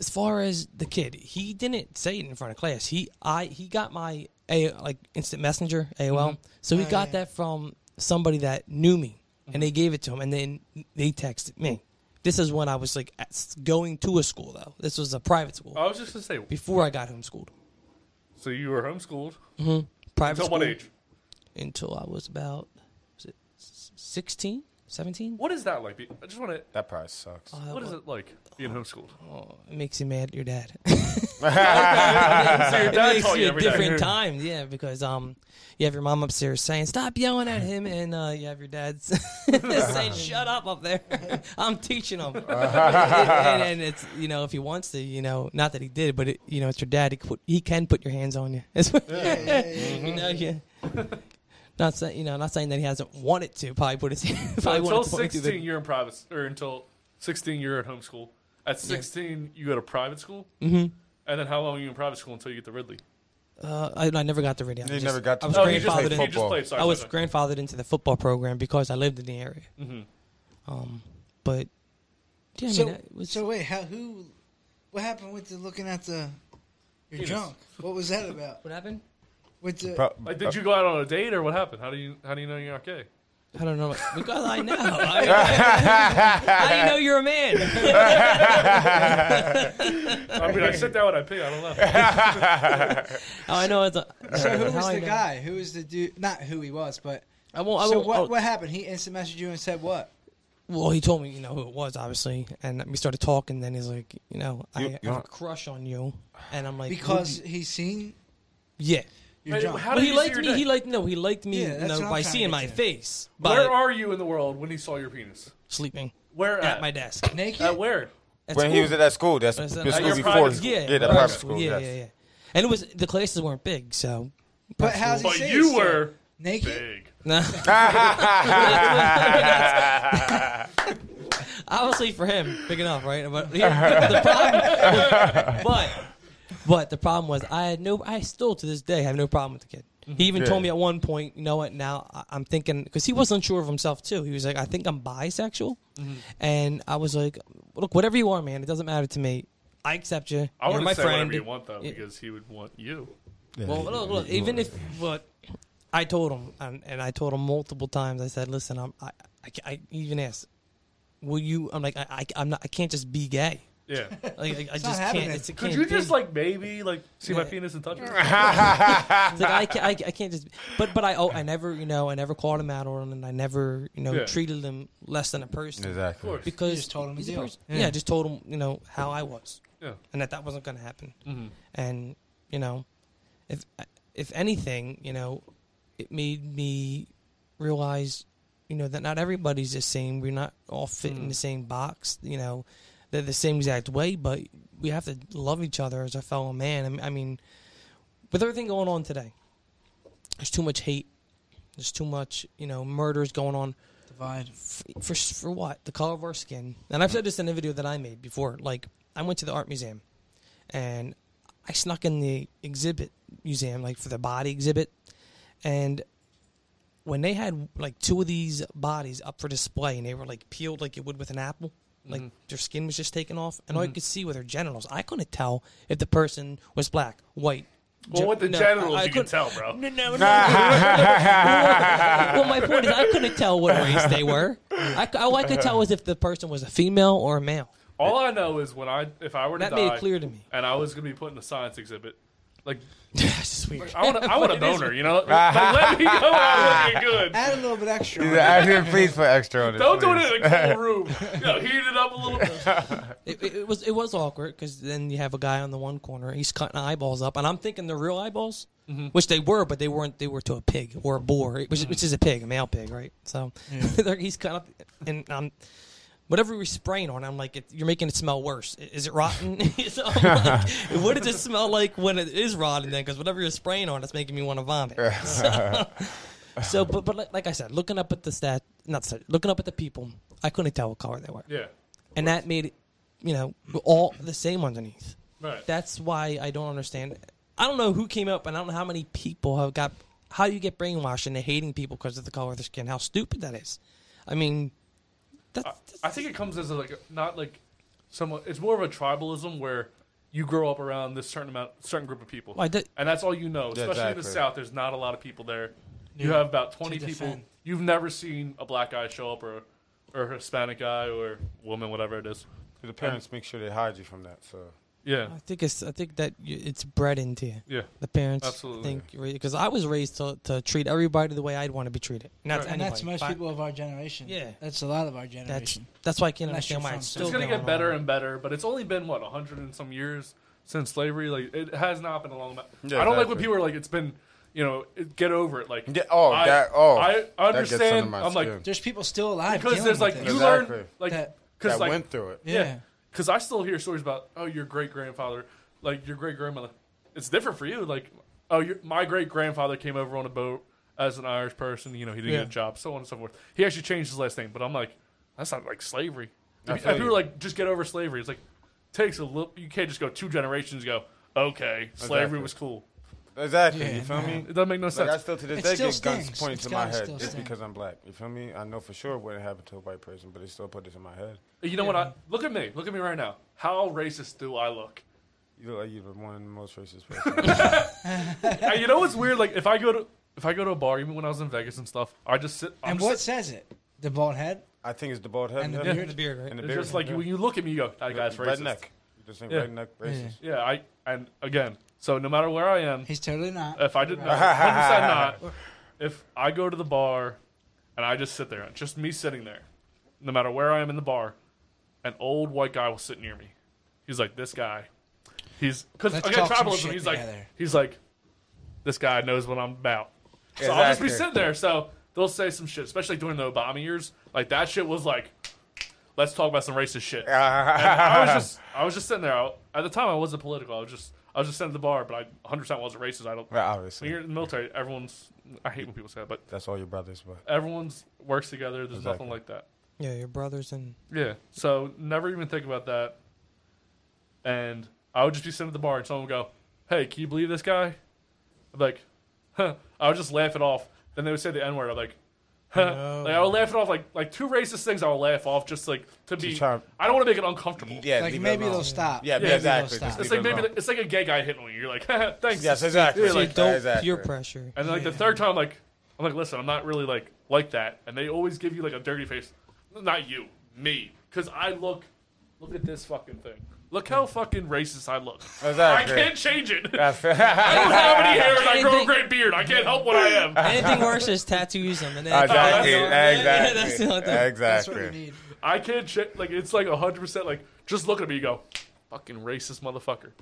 S6: as far as the kid, he didn't say it in front of class. He I he got my a like instant messenger AOL.
S2: Mm-hmm.
S14: Mhm.
S6: So he
S14: Oh,
S6: got
S14: yeah.
S6: that from somebody that knew me,
S2: Mm-hmm.
S6: and they gave it to him, and then they texted me. This is when I was like at, going to a school though. This was a private school
S2: I was just gonna say.
S6: before I got homeschooled.
S2: So you were homeschooled.
S6: Mm-hmm. Private
S2: Until what
S6: school
S2: age?
S6: Until I was about was it 16, 17?
S2: What is that like? Be- I just want to.
S4: That probably sucks.
S2: what is it like being homeschooled?
S3: Oh.
S6: It makes you mad at your dad.
S2: So your
S6: It
S2: dad
S6: makes
S2: taught you
S6: you a
S2: every day.
S6: different time, yeah, because um, you have your mom upstairs saying stop yelling at him, and uh, you have your dad saying shut up up there. I'm teaching him, and, and it's you know if he wants to, you know, not that he did, but it, you know it's your dad. He, put, he can put your hands on you. That's what- you know, yeah. Not saying you know, not saying that he hasn't wanted to. Probably put his hand.
S2: So
S6: probably wanted
S2: until
S6: to put me through the-
S2: 16, you're in private, s- or until 16, you're at homeschool. At 16, you go to private school.
S6: Mhm.
S2: And then how long are you in private school until you get to Ridley?
S6: Uh, I, I never got to radio. I
S4: You
S6: was
S4: never got to
S6: I was
S4: Oh, you just
S6: grandfathered
S4: played
S6: in-
S4: football. You just played, sorry,
S6: I was
S4: sorry,
S6: grandfathered into the football program because I lived in the area.
S4: Mm-hmm.
S2: Mhm.
S6: Um, but yeah, I
S3: so,
S6: mean, that was-
S3: so wait, how, who? What happened with the looking at the your
S2: Penis.
S3: junk? What was that about?
S6: What happened?
S3: With
S6: Uh,
S3: the
S4: Pro- uh,
S2: Like, did you go out on a date, or what happened? How do you how do you know you're not gay?
S6: I don't know because I know. I, how do you know you're a man?
S2: I mean, I sit down and I pee. I don't know.
S6: Oh, I know. It's a,
S3: So who
S6: how
S3: was
S6: I
S3: the
S6: know.
S3: guy? Who was the dude? Not who he was, but
S6: I won't- I
S3: so
S6: won't- oh.
S3: what,
S6: I'll-
S3: what happened? He instant messaged you and said what?
S6: Well, he told me you know who it was, obviously, and we started talking. Then he's like, you know, I
S3: You-
S6: have
S3: you
S6: a
S4: Uh,
S3: don't-
S6: crush on you, and I'm like
S3: because
S6: "Would you-"
S3: he's seen.
S6: yeah.
S3: Your Wait, junk. how
S6: Well,
S3: did
S6: he
S3: you see
S6: liked
S3: your
S6: me.
S3: dick?
S6: He liked no. He liked me
S3: Yeah,
S6: you
S3: that's
S6: know,
S3: what I'm
S6: by
S3: trying
S6: seeing
S3: to
S6: my
S3: get to.
S6: face. By
S2: Where are you in the world when he saw your penis?
S6: sleeping
S2: Where
S6: at
S2: at?
S6: my desk,
S3: naked.
S2: At where?
S6: At
S4: When he was at that school, that's
S6: When I was
S4: the
S6: at
S4: school
S6: my
S4: before-
S6: private-
S4: yeah, the private school,
S6: Yeah,
S4: yes.
S6: yeah, yeah. And it was the classes weren't big, so.
S3: But how's he
S2: But
S3: say
S2: you
S3: it's still-
S2: were
S3: naked.
S6: No. Obviously for him, big enough, right? But here- the problem, but but the problem was I had no. I still to this day have no problem with the kid.
S2: Mm-hmm.
S6: He even
S14: Yeah.
S6: told me at one point, you know what? Now I- I'm thinking because he wasn't sure of himself too. He was like, I think I'm bisexual,
S2: Mm-hmm.
S14: Mhm.
S6: and I was like, look, whatever you are, man, it doesn't matter to me. I accept you.
S2: I
S6: You're
S2: wouldn't
S6: my
S2: say
S6: friend.
S2: whatever you want though, because he would want you.
S6: Well, look, look, even if what I told him, and, and I told him multiple times, I said, "Listen, I'm, I, I, ca- I even asked, will you? I'm like, I, I, I'm not, I can't just be gay.
S2: Yeah,
S6: like I, I just can't. It's, it
S2: Could
S6: can't
S2: you
S6: be.
S2: just like maybe like see my
S6: Yeah.
S2: penis and touch it?
S6: It's like, I, can't, I, I can't just. But but I oh, I never you know I never called him out on it. and I never you know
S4: Yeah.
S6: treated him less than a person.
S4: Exactly. Of course.
S6: Because
S4: You just told him
S6: he's
S4: the
S6: a
S4: deal.
S6: person.
S4: Yeah.
S6: Yeah. I just told him you know how I was.
S2: Yeah.
S6: And that that wasn't going to happen.
S2: Mhm.
S6: And you know, if if anything, you know, it made me realize you know that not everybody's the same. We're not all fit in
S14: Mhm.
S6: the same box. You know, they're the same exact way, but we have to love each other as a fellow man. I mean- I mean, with everything going on today, there's too much hate. There's too much, you know, murders going on.
S3: Divide
S6: for for what? The color of our skin. And I've said this in a video that I made before. Like I went to the art museum, and I snuck in the exhibit museum, like for the body exhibit, and when they had like two of these bodies up for display, and they were like peeled like you would with an apple. Like
S14: Mhm.
S6: their skin was just taken off, and all you
S14: Mhm.
S6: could see were their genitals. I couldn't tell if the person was black, white.
S2: Well,
S6: gen-
S2: with the
S6: no,
S2: genitals,
S6: I- I
S2: you can
S6: couldn't-
S2: tell, bro.
S6: No, no, no. well, my point is, I couldn't tell what race they were. I, c- all I could tell was if the person was a female or a male.
S2: All I know is when I, if I were to
S6: That
S2: die,
S6: made it clear to me.
S2: and I was gonna be put in the science exhibit, like,
S6: Like,
S2: I want, a- I want a
S6: But it is-
S2: boner, you know. Like, let me go out looking good.
S3: Add a little bit extra.
S4: Yeah, add your- please put extra on it.
S2: Don't do it
S4: please.
S2: in a cool room. Yo, heat it up a little. bit.
S6: It, it, it was it was awkward because then you have a guy on the one corner, he's cutting eyeballs up, and I'm thinking they're real eyeballs,
S14: Mhm.
S6: which they were, but they weren't. They were to a pig or a boar, which, which is a pig, a male pig, right? So they're he's cutting up, and um, whatever we spraying on, I'm like, it, you're making it smell worse. I- Is it rotten? so I'm like, what does it smell like when it is rotten? Then because whatever you're spraying on, it's making me want to vomit. So- so, but but like, like I said, looking up at the stat, not stat, looking up at the people, I couldn't tell what color they were.
S2: Yeah, of
S6: and that made it, you know, all the same underneath.
S2: Right.
S6: That's why I don't understand. I don't know who came up, and I don't know how many people have got how you get brainwashed into hating people because of the color of their skin. How stupid that is. I mean,
S2: I think it comes as a, like not like someone. It's more of a tribalism where you grow up around this certain amount, certain group of people,
S6: Why did-
S2: and that's all you know.
S6: Yeah,
S2: Especially in the
S6: exactly.
S2: South, there's not a lot of people there. You
S6: Yeah.
S2: have about twenty
S6: To
S2: people.
S6: defend.
S2: You've never seen a black guy show up or or a Hispanic guy or woman, whatever it is.
S4: The parents make sure they hide you from that. So
S2: Yeah.
S6: I think it's I think that y- it's bred into you.
S2: Yeah.
S6: the parents
S2: Absolutely.
S6: think because I was raised to, to treat everybody the way I'd want to be treated. And that's
S3: and that's
S6: anybody.
S3: most
S6: But
S3: people of our generation. Yeah, that's a lot of our generation.
S6: that's why I can't
S3: Unless
S6: understand
S3: you're
S6: why
S3: from
S6: it's
S3: some-
S6: still
S2: it's gonna
S6: going
S2: get better and better, but it's only been what a hundred and some years since slavery. Like it has not been a long. time.
S4: Yeah,
S2: I don't like
S4: exactly.
S2: when people are like, "It's been, you know, it, get over it." Like,
S4: oh,
S2: I,
S4: that- oh,
S2: I
S4: that gets under
S2: understand.
S4: my
S2: I'm
S4: skin.
S2: like,
S3: There's people still alive
S2: because
S3: dealing
S2: there's like
S3: with
S2: you
S3: this.
S2: learn
S3: Exactly.
S2: like
S3: That-
S2: because
S4: that
S2: like,
S4: went through it.
S3: Yeah.
S2: because I still hear stories about oh your great grandfather, like your great grandmother. It's different for you. Like oh your, my great grandfather came over on a boat as an Irish person. You know he didn't
S4: Yeah.
S2: get a job, so on and so forth. He actually changed his last name, but I'm like that's not like slavery.
S4: I
S2: And
S4: feel
S2: people are
S4: you.
S2: like just get over slavery. It's like takes a little. You can't just go two generations and go okay slavery
S4: Exactly.
S2: was cool.
S4: Exactly. you feel me?
S2: It doesn't make no
S4: Like,
S2: sense.
S4: I still to this day get guns pointed to my head just because I'm black. You feel me? I know for sure it wouldn't happen to a white person, but they still put this in my head.
S2: You know what? I look at me. Look at me right now. How racist do I look?
S4: You look like you're one of the most racist
S2: And you know what's weird? Like if I go to if I go to a bar, even when I was in Vegas and stuff, I just sit. I'm
S3: And
S2: just
S3: what says it? The bald head.
S4: I think it's the bald head.
S3: And the
S4: yeah.
S3: beard. The beard, right?
S4: And the
S2: It's
S4: beard.
S2: just like when you look at me, you go, that guy's racist.
S4: Redneck. You just think
S2: yeah.
S4: redneck racist.
S2: Yeah, I and again, so no matter where I am,
S3: he's totally not.
S2: If I didn't, hundred percent not. If I go to the bar and I just sit there, just me sitting there, no matter where I am in the bar, an old white guy will sit near me. He's like, this guy, he's because
S3: Let's
S2: again
S3: talk some
S2: tribalism.
S3: shit
S2: He's like,
S3: together.
S2: he's like, this guy knows what I'm about. So I'll just be
S4: Exactly.
S2: sitting there. So they'll say some shit, especially during the Obama years. Like that shit was like, let's talk about some racist shit. And I was just, I was just sitting there. I, at the time, I wasn't political. I was just, I was just sitting at the bar, but I 100 percent wasn't racist. I don't.
S4: Right, obviously.
S2: When you're in the military, everyone's. I hate when people say that, but
S4: That's all your brothers, but
S2: everyone's works together. There's nothing like that.
S6: Yeah, your brothers and
S2: Yeah. So never even think about that. And I would just be sitting at the bar and someone would go, Hey, can you believe this guy? I'd be like, huh. I would just laugh it off. Then they would say the N word. I'm like, huh.
S4: No.
S2: like, I would laugh it off like like two racist things I would laugh off just like to be
S4: try-
S2: I don't want to make it uncomfortable.
S4: Yeah, Like, leave it maybe alone. they'll stop. Yeah, Maybe exactly. they'll Just stop.
S2: It's
S4: leave
S2: like
S4: it
S2: maybe
S4: alone.
S2: like- it's like a gay guy hitting on you. You're like, thanks.
S4: Yes, exactly.
S2: Yeah,
S4: So
S2: like-
S4: don't Exactly. peer
S6: pressure.
S2: And then like the third time, I'm like I'm like, listen, I'm not really like like that. And they always give you like a dirty face. Not you, me, because I look. Look at this fucking thing. Look how fucking racist I look.
S7: Exactly.
S2: I can't change it.
S4: That's-
S2: I don't have any hair and I grow a
S6: Anything-
S2: great beard. I can't help what I am.
S6: Anything worse is tattoos them. And then
S4: Ah, Exactly,
S6: Yeah, yeah, that's
S4: exactly,
S6: the only thing.
S4: exactly.
S2: I can't change. Like it's like hundred percent. Like just look at me. You go, fucking racist motherfucker.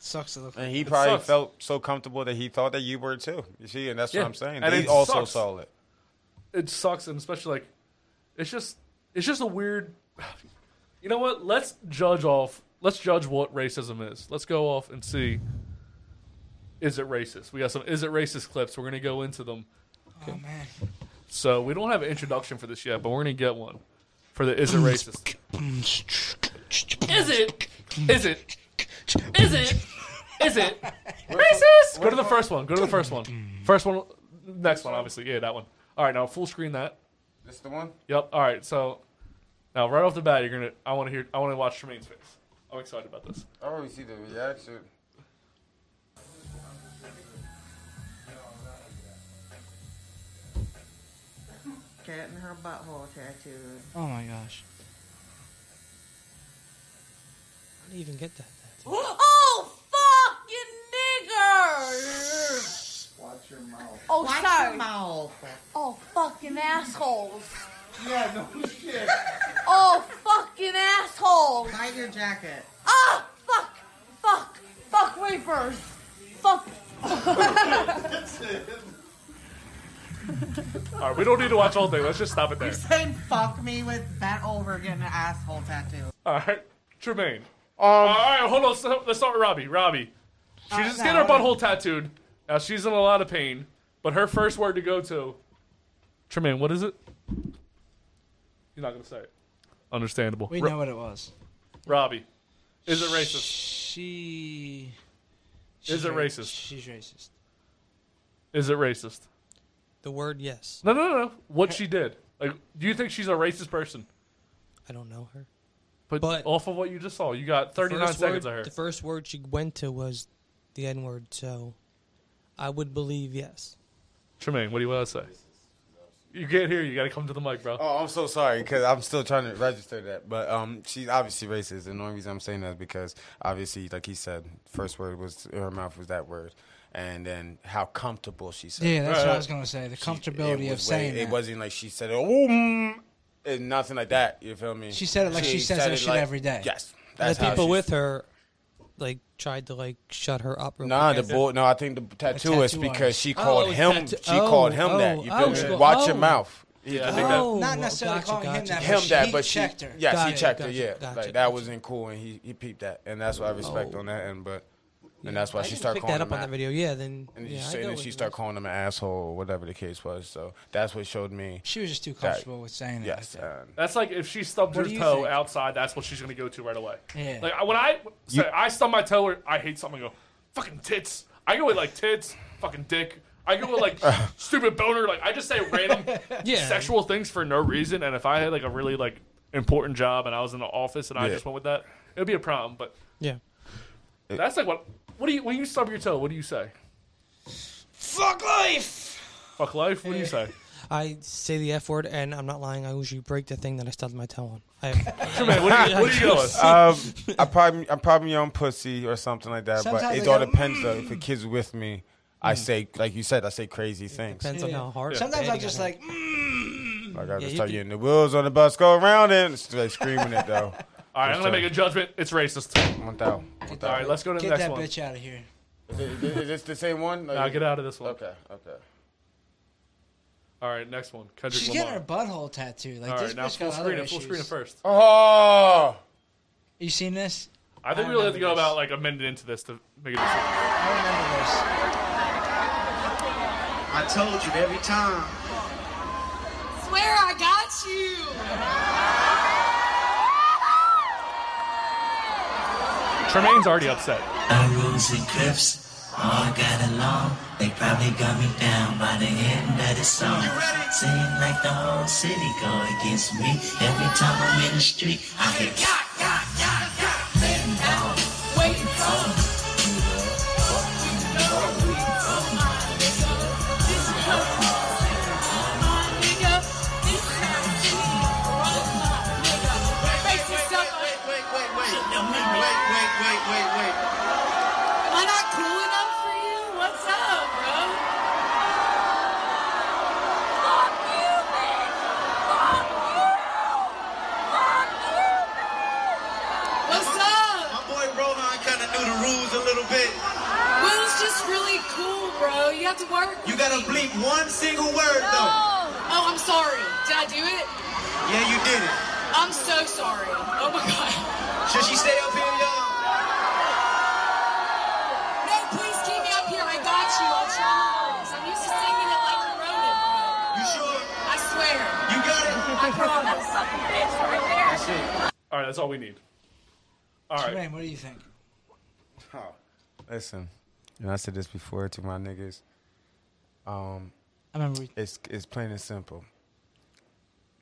S3: Sucks to look.
S4: And he
S2: It
S4: probably
S2: sucks.
S4: felt so comfortable that he thought that you were too. You see, and that's
S2: Yeah,
S4: what I'm saying.
S2: and
S4: he
S2: it
S4: also
S2: sucks.
S4: saw it.
S2: it sucks and especially like it's just it's just a weird you know what let's judge off let's judge what racism is let's go off and see is it racist we got some is it racist clips we're gonna go into them
S3: Oh man.
S2: so we don't have an introduction for this yet but we're gonna get one for the is it Hmm, racist
S7: Is it?
S2: is it
S7: Is it? Is it?
S2: racist go to the first one go to the first one first one next one obviously yeah that one all right now full screen that
S4: This the one?
S2: Yep. All right. So now, right off the bat, you're gonna. I want to hear. I want to watch Tremaine's face. I'm excited about this.
S4: I already see the reaction.
S17: Cat and her butthole tattooed.
S3: Oh my gosh.
S6: How do you even get that?
S7: Oh, fuck, you nigger!
S17: Watch your mouth.
S7: Oh,
S15: Watch
S7: sorry.
S15: your mouth. Oh, fucking assholes.
S17: Yeah, no shit.
S15: Oh, fucking assholes.
S17: Hide your jacket.
S15: Ah, fuck, fuck, fuck rapers. Fuck.
S2: All right. We don't need to watch all day. Let's just stop it there.
S17: Saying fuck me with bent over getting an asshole tattoo.
S2: All right. Tremaine. all right. Hold on. So, let's start with Robbie. Robbie. She
S17: Uh,
S2: just
S17: no,
S2: getting her
S17: hold
S2: butthole tattooed. Now she's in a lot of pain, but her first word to go to. Tremaine, what is it? You're not gonna say it. Understandable.
S3: We
S2: Ro-
S3: know what it was.
S2: Robbie, is it racist?
S3: She.
S2: Is it
S3: ra-
S2: racist?
S3: She's racist.
S2: Is it racist?
S6: The word yes.
S2: No, no, no, no. What she did. Like, do you think she's a racist person?
S6: I don't know her.
S2: But, off of what you just saw, you got 39
S6: First
S2: seconds
S6: word-
S2: of her.
S6: The first word she went to was the N word, so I would believe yes.
S2: Tremaine, what do you want to say? You can't hear. You got to come to the mic, bro.
S4: Oh, I'm so sorry because I'm still trying to register that. But um, she's obviously racist, and the only reason I'm saying that is because obviously, like he said, first word was in her mouth was that word, and then how comfortable she said.
S3: Yeah,
S4: it.
S3: that's what I was gonna say. The
S4: She-
S3: comfortability
S4: it
S3: of
S4: was
S3: saying
S4: way- it
S3: that.
S4: wasn't like she said, "Oh, mm," and nothing like that." You feel me?
S3: She said it like she says
S4: said
S3: that
S4: it
S3: shit every day.
S4: Yes,
S6: And
S4: that's
S6: the
S4: how
S6: people
S4: she-
S6: with her, like, tried to like shut her up. Real
S4: Nah, the
S6: quick.
S4: boy. No, I think the tattoo, is
S6: tattoo
S4: because
S6: artist.
S4: she
S6: Oh,
S4: called
S6: it was
S4: him.
S6: tattoo-
S4: she
S6: oh,
S4: called him
S6: oh,
S4: that. You feel
S6: oh,
S4: me?
S6: oh.
S4: Watch your mouth.
S2: Yeah,
S4: You
S2: I
S4: feel
S2: think
S4: me?
S2: that- Oh,
S3: Not necessarily
S6: gotcha,
S3: calling him
S6: gotcha.
S3: that,
S4: him
S3: but
S4: that,
S3: he
S4: but she
S3: checked her.
S4: Yes, he
S6: Gotcha,
S4: checked her.
S6: gotcha,
S4: Yeah,
S6: gotcha, Oh.
S4: like that wasn't cool, and he, he peeped that, and that's what I respect on that end. But and that's why
S6: I
S4: she
S6: didn't
S4: started
S6: pick
S4: calling
S6: that up
S4: him
S6: on
S4: out.
S6: the video. Yeah, then-
S4: and
S6: yeah, I
S4: she,
S6: go
S4: and then
S6: with
S4: she
S6: it.
S4: started calling him an asshole or whatever the case was. So that's what showed me.
S3: She was just too
S4: that-
S3: comfortable with saying it like
S4: Yes,
S3: that.
S4: and-
S2: That's like if she stubbed
S3: What
S2: her
S3: do you
S2: toe
S3: think?
S2: outside, that's what she's going to go to right away.
S3: Yeah.
S2: Like, I- when I say
S4: You-
S2: I stub my toe or I hate something, I go, fucking tits. I go with, like, tits, fucking dick. I go with, like, stupid boner. Like, I just say random sexual things for no reason. And if I had, like, a really, like, important job and I was in the office and I
S4: Yeah.
S2: just went with that, it would be a problem. But
S6: Yeah.
S2: that's like what, what do you, when you stub your toe, what do you say?
S3: Fuck life.
S2: Fuck life? What do you say?
S6: I say the F word, and I'm not lying. I usually break the thing that I stubbed my toe on. I have,
S2: Come on, what are you- what are you going?
S4: um, I probably I'm probably on pussy or something like that. but
S6: Sometimes
S4: it
S6: I
S4: all
S6: go,
S4: depends though. If the kids with me, I
S6: Mm.
S4: say like you said, I say crazy things.
S6: depends on how hard.
S3: Sometimes I
S6: Depending
S3: just
S6: on
S3: like. Mm.
S4: Like I
S3: Yeah,
S4: just
S3: you
S4: start
S3: can-
S4: getting the wheels on the bus go around it. and Start screaming it though.
S2: All right, I'm going to make a judgment. It's racist.
S4: One thou.
S2: All right, let's go to the
S3: Get
S2: next
S3: that
S2: one.
S3: bitch out of here.
S4: Is this the same one?
S2: Nah, get out of this one.
S4: Okay, okay.
S2: All right, next one. Kendrick
S3: She's
S2: Lamar.
S3: getting her butthole tattooed. Like
S2: All
S3: this
S2: right, now
S3: bitch got
S2: full
S3: other
S2: screen it.
S3: issues.
S2: Full screen it first.
S3: Oh. You seen this?
S2: I think
S3: I
S2: we only have
S3: remember
S2: to go
S3: this.
S2: about like a minute into this to make it. I
S3: remember this.
S11: I told you every time.
S7: Swear I got you.
S2: Tremaine's already upset.
S11: My rules and cliffs all got along. They probably got me down by the end of the song. Seem like the whole city go against me. Every time I'm in the street, I hear yacht, yacht, yacht, yacht. Letting down, waiting for me.
S7: Am I not cool enough for you? What's up, bro? Fuck you, bitch! Fuck you! Fuck you! What's up?
S11: My boy Roland kind of knew the rules a little bit.
S7: Will's just really cool, bro. You have to work.
S11: You gotta bleep one single word
S7: no.
S11: though.
S7: Oh, I'm sorry. Did I do it?
S11: Yeah, you did it.
S7: I'm so sorry. Oh my god.
S11: Should she stay up here, y'all?
S7: No, please keep me up here. I got you. I'll try. I'm used to singing it like Ronan.
S11: You sure?
S7: I swear.
S11: You got it.
S7: I promise. That's such a bitch right there.
S2: That's it. All right, that's all we need. All right.
S3: Tremaine, what do you think?
S11: Oh,
S4: Listen, and I said this before to my niggas. Um,
S3: I remember we-
S4: it's it's plain and simple.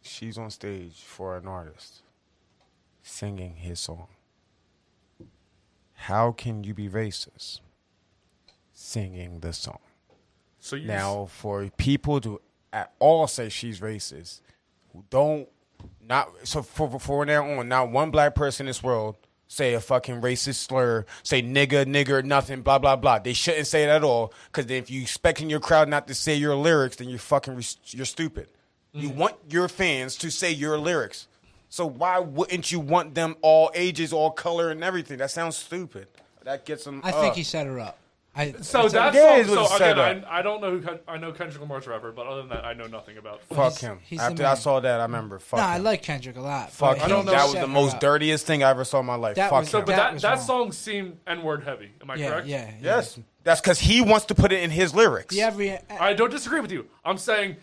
S4: She's on stage for an artist, singing his song. How can you be racist? Singing the song.
S2: So you
S4: now, for people to at all say she's racist, who don't not so for for- for now on, not one black person in this world say a fucking racist slur, say nigga, nigger, nothing, blah blah blah. They shouldn't say it at all, because if you expecting your crowd not to say your lyrics, then you're fucking res- you're stupid. You want your fans to say your lyrics, so why wouldn't you want them all ages, all color, and everything? That sounds stupid. That gets them.
S3: I
S11: uh.
S3: think he set her up. I,
S2: So that's
S4: Yeah, it
S2: so,
S4: was
S2: so
S4: a
S2: again,
S4: setup.
S2: I, I don't know who Ken- I know Kendrick Lamar's rapper, but other than that, I know nothing about.
S4: Fuck him. After I saw that, I remember. Fuck
S3: nah, I
S4: him.
S3: like Kendrick a lot.
S4: Fuck
S3: but
S4: him.
S3: he
S4: That
S3: set
S4: was
S3: her
S4: the most
S3: up.
S4: dirtiest thing I ever saw in my life.
S3: That
S4: Fuck
S3: was-
S4: him.
S2: So, but that,
S3: was
S2: that
S3: wrong.
S2: song seemed N-word heavy. Am I
S3: Yeah,
S2: correct?
S3: yeah, yeah.
S4: Yes. That's because he wants to put it in his lyrics.
S3: every.
S2: I don't disagree with you. I'm saying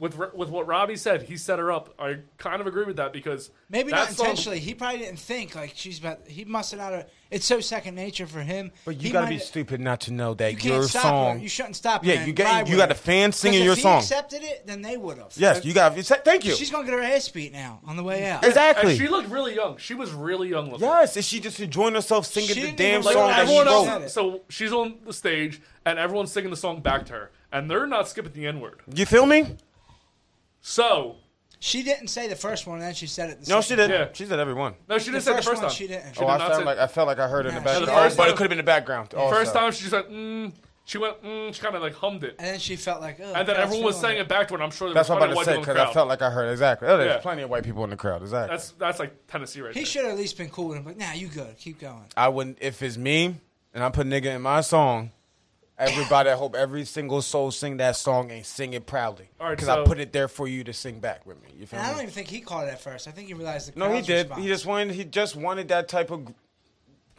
S2: with Ro- with what Robbie said, he set her up. I kind of agree with that because
S3: Maybe
S2: that
S3: not
S2: song-
S3: intentionally. He probably didn't think like she's about. He must have not. Have, it's so second nature for him.
S4: But you
S3: He
S4: gotta
S3: might-
S4: be stupid not to know that
S3: You can't
S4: your
S3: stop
S4: song.
S3: Her. You shouldn't stop.
S4: Yeah,
S3: her
S4: you
S3: and
S4: got-
S3: ride
S4: you
S3: with
S4: got
S3: her.
S4: a fan singing
S3: 'Cause
S4: your
S3: if he
S4: song.
S3: accepted it, then they would have.
S4: Yes, you got. Thank you.
S3: She's gonna get her ass beat now on the way out.
S4: Exactly.
S2: And she looked really young. She was really young looking.
S4: yes, and she just enjoying herself singing the damn
S2: Like,
S4: song that she
S2: everyone else-
S4: wrote.
S2: So she's on the stage, and everyone's singing the song back to her, and they're not skipping the N-word.
S4: You feel me?
S2: So
S3: She didn't say the first one, and then she said it. The
S4: No, she
S3: second
S4: didn't.
S3: time.
S4: She said every one.
S2: no, she didn't
S3: The
S2: say the
S3: first
S2: first
S3: one,
S2: time.
S3: she didn't.
S2: She
S4: oh,
S2: did
S4: I,
S2: not
S4: sound
S2: say-
S4: like, I felt like I heard it in
S2: Yeah,
S4: the
S2: the
S4: background. Oh,
S2: first
S4: but
S2: time-
S4: it could have been the background. Also.
S2: First time she said, mm, she went, mm, she kind of like hummed it.
S3: And then she felt like, oh,
S2: and then everyone was saying it back to her. And I'm sure there
S4: That's
S2: was
S4: what I'm
S2: plenty of
S4: about to say
S2: white people
S4: because
S2: in the
S4: I
S2: crowd.
S4: felt like I heard exactly. Oh, there's
S2: Yeah.
S4: plenty of white people in the crowd. Exactly.
S2: That's that's like Tennessee right
S3: He
S2: there.
S3: should have at least been cool with him, but nah, you good. Keep going.
S4: I wouldn't if it's me and I put nigga in my song. Everybody, I hope every single soul sing that song and sing it proudly
S3: All right,
S4: because
S3: so-
S4: I put it there for you to sing back with me. You feel
S3: And I
S4: me?
S3: don't even think he called it at first. I think he realized the.
S4: No, he
S3: crowd's
S4: did.
S3: response.
S4: He just wanted. He just wanted that type of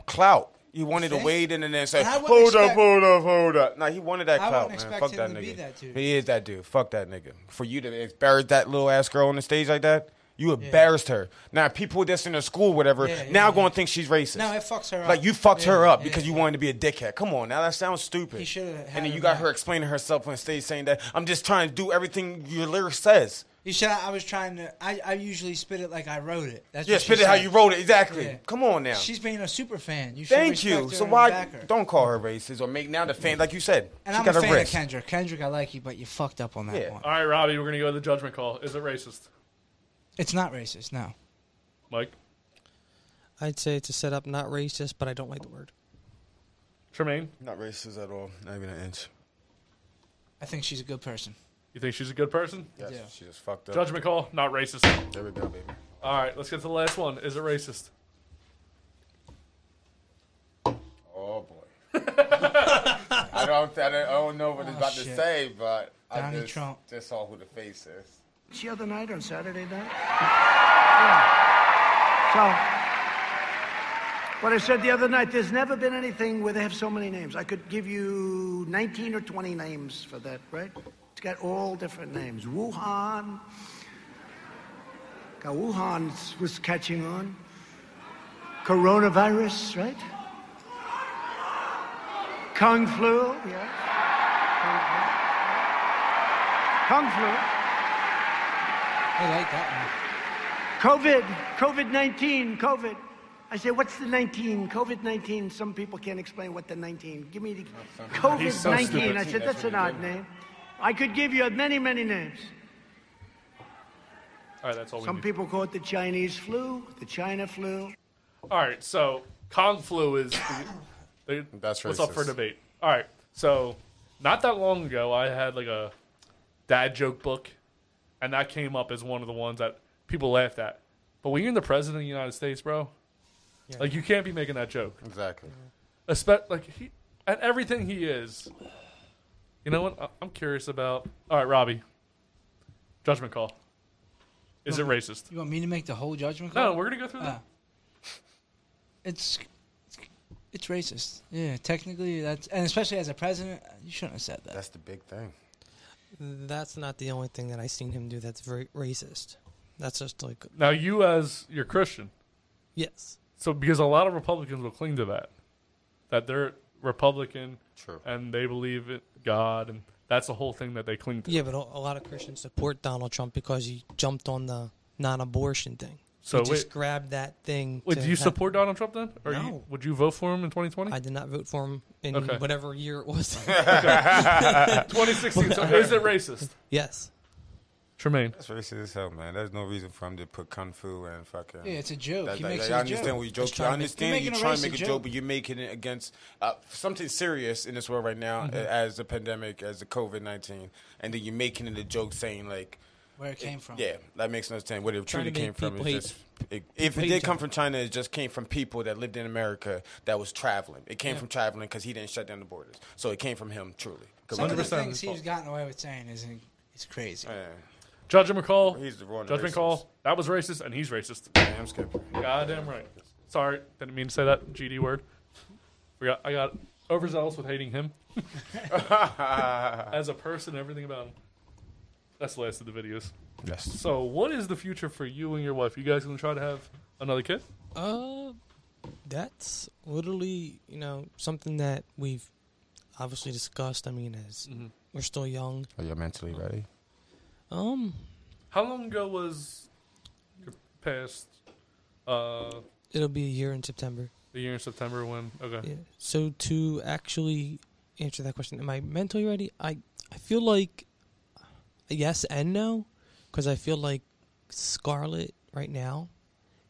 S4: clout. He wanted to
S3: think?
S4: wade in and then say,
S3: And I wouldn't
S4: "Hold up,
S3: expect-
S4: hold up, hold up." No, he wanted that
S3: I
S4: clout,
S3: wouldn't
S4: man.
S3: expect
S4: Fuck that
S3: him to be
S4: nigga.
S3: that dude.
S4: He is that dude. Fuck that nigga. For you to embarrass that little ass girl on the stage like that, you embarrassed her. Now people that's in the school, whatever,
S3: Yeah, yeah,
S4: now going to think she's racist.
S3: No, it fucks her up.
S4: Like you fucked her
S3: Yeah,
S4: up
S3: yeah.
S4: because you wanted to be a dickhead. Come on, now that sounds stupid.
S3: He should've had
S4: And then
S3: her
S4: you got
S3: back.
S4: her explaining herself on stage, saying that I'm just trying to do everything your lyric says.
S3: You said I was trying to. I, I usually spit it like I wrote it. That's
S4: Yeah,
S3: what she
S4: spit it how
S3: said.
S4: you wrote it. Exactly.
S3: Yeah.
S4: Come on now.
S3: She's being a super fan. You should
S4: Thank you.
S3: respect her
S4: So
S3: and
S4: why
S3: back her.
S4: don't call her racist or make now the fan like you said?
S3: And
S4: she
S3: I'm
S4: got
S3: a
S4: her
S3: fan
S4: wrist.
S3: of Kendrick. Kendrick, I like you, but you fucked up on that
S4: Yeah.
S3: one.
S2: All right, Robbie, we're gonna go to the judgment call. Is it racist,
S3: It's not racist. No.
S2: Mike?
S6: I'd say it's a setup, not racist, but I don't like the word.
S2: Tremaine?
S4: Not racist at all. Not even an inch.
S3: I think she's a good person.
S2: You think she's a good person?
S4: Yes, Yeah. she just fucked up.
S2: Judgment call, not racist.
S4: There we go, baby.
S2: All right, let's get to the last one. Is it racist?
S4: Oh boy. I don't. I don't, I don't know what it's about to
S3: shit.
S4: say, but
S3: Donnie
S4: I just,
S3: Trump.
S4: Just saw who the face is.
S17: The other night on Saturday night. So, what I said the other night, there's never been anything where they have so many names. I could give you 19 or 20 names for that, right? It's got all different names. Wuhan. Got Wuhan was catching on. Coronavirus, right? Kung flu, yeah. Kung flu. I like that one. COVID, COVID 19, COVID. I say, what's the 19? COVID 19. Some people can't explain what the 19. Give me the
S7: He's
S17: COVID
S7: so
S17: 19.
S7: stupid.
S17: I said,
S7: That's
S17: that's
S7: what
S17: an
S7: he
S17: odd
S7: did.
S17: name. I could give you many, many names.
S2: All right, that's all we
S17: Some
S2: need.
S17: people call it the Chinese flu, the China flu.
S2: All right, so Kong flu is the,
S4: That's
S2: what's up for
S4: racist.
S2: debate. All right, so not that long ago, I had like a dad joke book, and that came up as one of the ones that people laughed at. But when you're the president of the United States, bro,
S4: Yeah.
S2: like you can't be making that joke.
S4: Exactly.
S2: Espe- like he at everything he is. You know what? I- I'm curious about. All right, Robbie, judgment call. Is it racist?
S18: You want me to make the whole judgment
S2: No,
S18: call?
S2: we're gonna go through that.
S3: Ah.
S18: It's it's racist. Yeah, technically that's and especially as a president, you shouldn't have said that.
S4: That's the big thing.
S6: That's not the only thing that I seen him do that's very racist. That's just like
S2: Now you as you're Christian.
S6: Yes.
S2: So because a lot of Republicans will cling to that. That they're Republican and they believe in God and that's the whole thing that they cling to.
S6: yeah, but a a lot of Christians support Donald Trump because he jumped on the non-abortion thing.
S2: So
S6: he just
S2: wait-
S6: grabbed that thing.
S2: Wait,
S6: to
S2: do you
S6: have-
S2: support Donald Trump then? Or
S6: No.
S2: you, would you vote for him in 2020? I
S6: did not vote for him in
S2: Okay.
S6: whatever year it was. uh,
S2: Okay. 2016. So is it racist?
S6: Yes.
S2: Tremaine.
S4: That's racist as hell, man. There's no reason for him to put kung fu and fucking.
S18: Yeah, it's a joke.
S4: That,
S18: He
S4: that-
S18: makes
S4: that-
S18: it a
S4: I understand
S18: joke.
S4: what you
S18: He's
S4: joke.
S18: trying
S4: I
S18: to-
S4: understand
S18: You're
S4: you're
S18: making a
S4: trying to make
S18: racist
S4: a joke,
S18: joke.
S4: but you're making it against uh, something serious in this world right now,
S18: Mhm.
S4: uh, as the pandemic, as the COVID nineteen, and then you're making it a joke, saying like
S18: Where it came from.
S4: Yeah, that makes no sense. Where it
S18: Trying
S4: truly
S18: to make
S4: came from
S18: people
S4: is
S18: hate-
S4: just. It, if it
S18: hate
S4: did
S18: each
S4: come from China, it just came from people that lived in America that was traveling. It came
S18: Yeah.
S4: from traveling because he didn't shut down the borders, so it came from him truly. 'Cause
S18: Some of the
S4: 100%
S18: things he's gotten away with saying is it's crazy.
S2: Judge McCall.
S4: He's the one
S2: Judgment
S4: racist.
S2: call. That was racist and he's racist.
S4: Damn skip.
S2: Goddamn right. Sorry, didn't mean to say that GD word. Forgot I got overzealous with hating him. As a person, everything about him. That's the last of the videos.
S4: Yes.
S2: So, what is the future for you and your wife? You guys gonna try to have another kid?
S6: Uh, that's literally you know something that we've obviously discussed. I mean, as
S2: Mm-hmm.
S6: we're still young.
S4: Are you mentally ready?
S6: Um,
S2: How long ago was your past? Uh,
S6: it'll be a year in September.
S2: the year in September when? Okay.
S6: Yeah. So to actually answer that question, am I mentally ready? I I feel like a yes and no, because I feel like Scarlett right now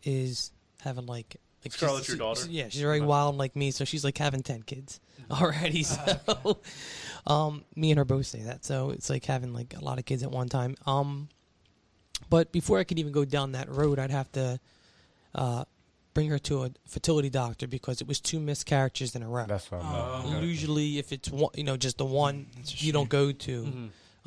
S6: is having like like she's-
S2: Scarlett's your
S6: she-
S2: daughter? Mm.
S6: Yeah, she's very wild like me, so she's like having ten kids already. So, um, me and her both say that. So it's like having like a lot of kids at one time. Um, but before I could even go down that road, I'd have to uh, bring her to a fertility doctor because it was two miscarriages in a row. That's
S4: what
S2: I'm-
S6: Um,
S2: Oh. Okay.
S6: Usually, if it's one, you know, just the one, you don't go to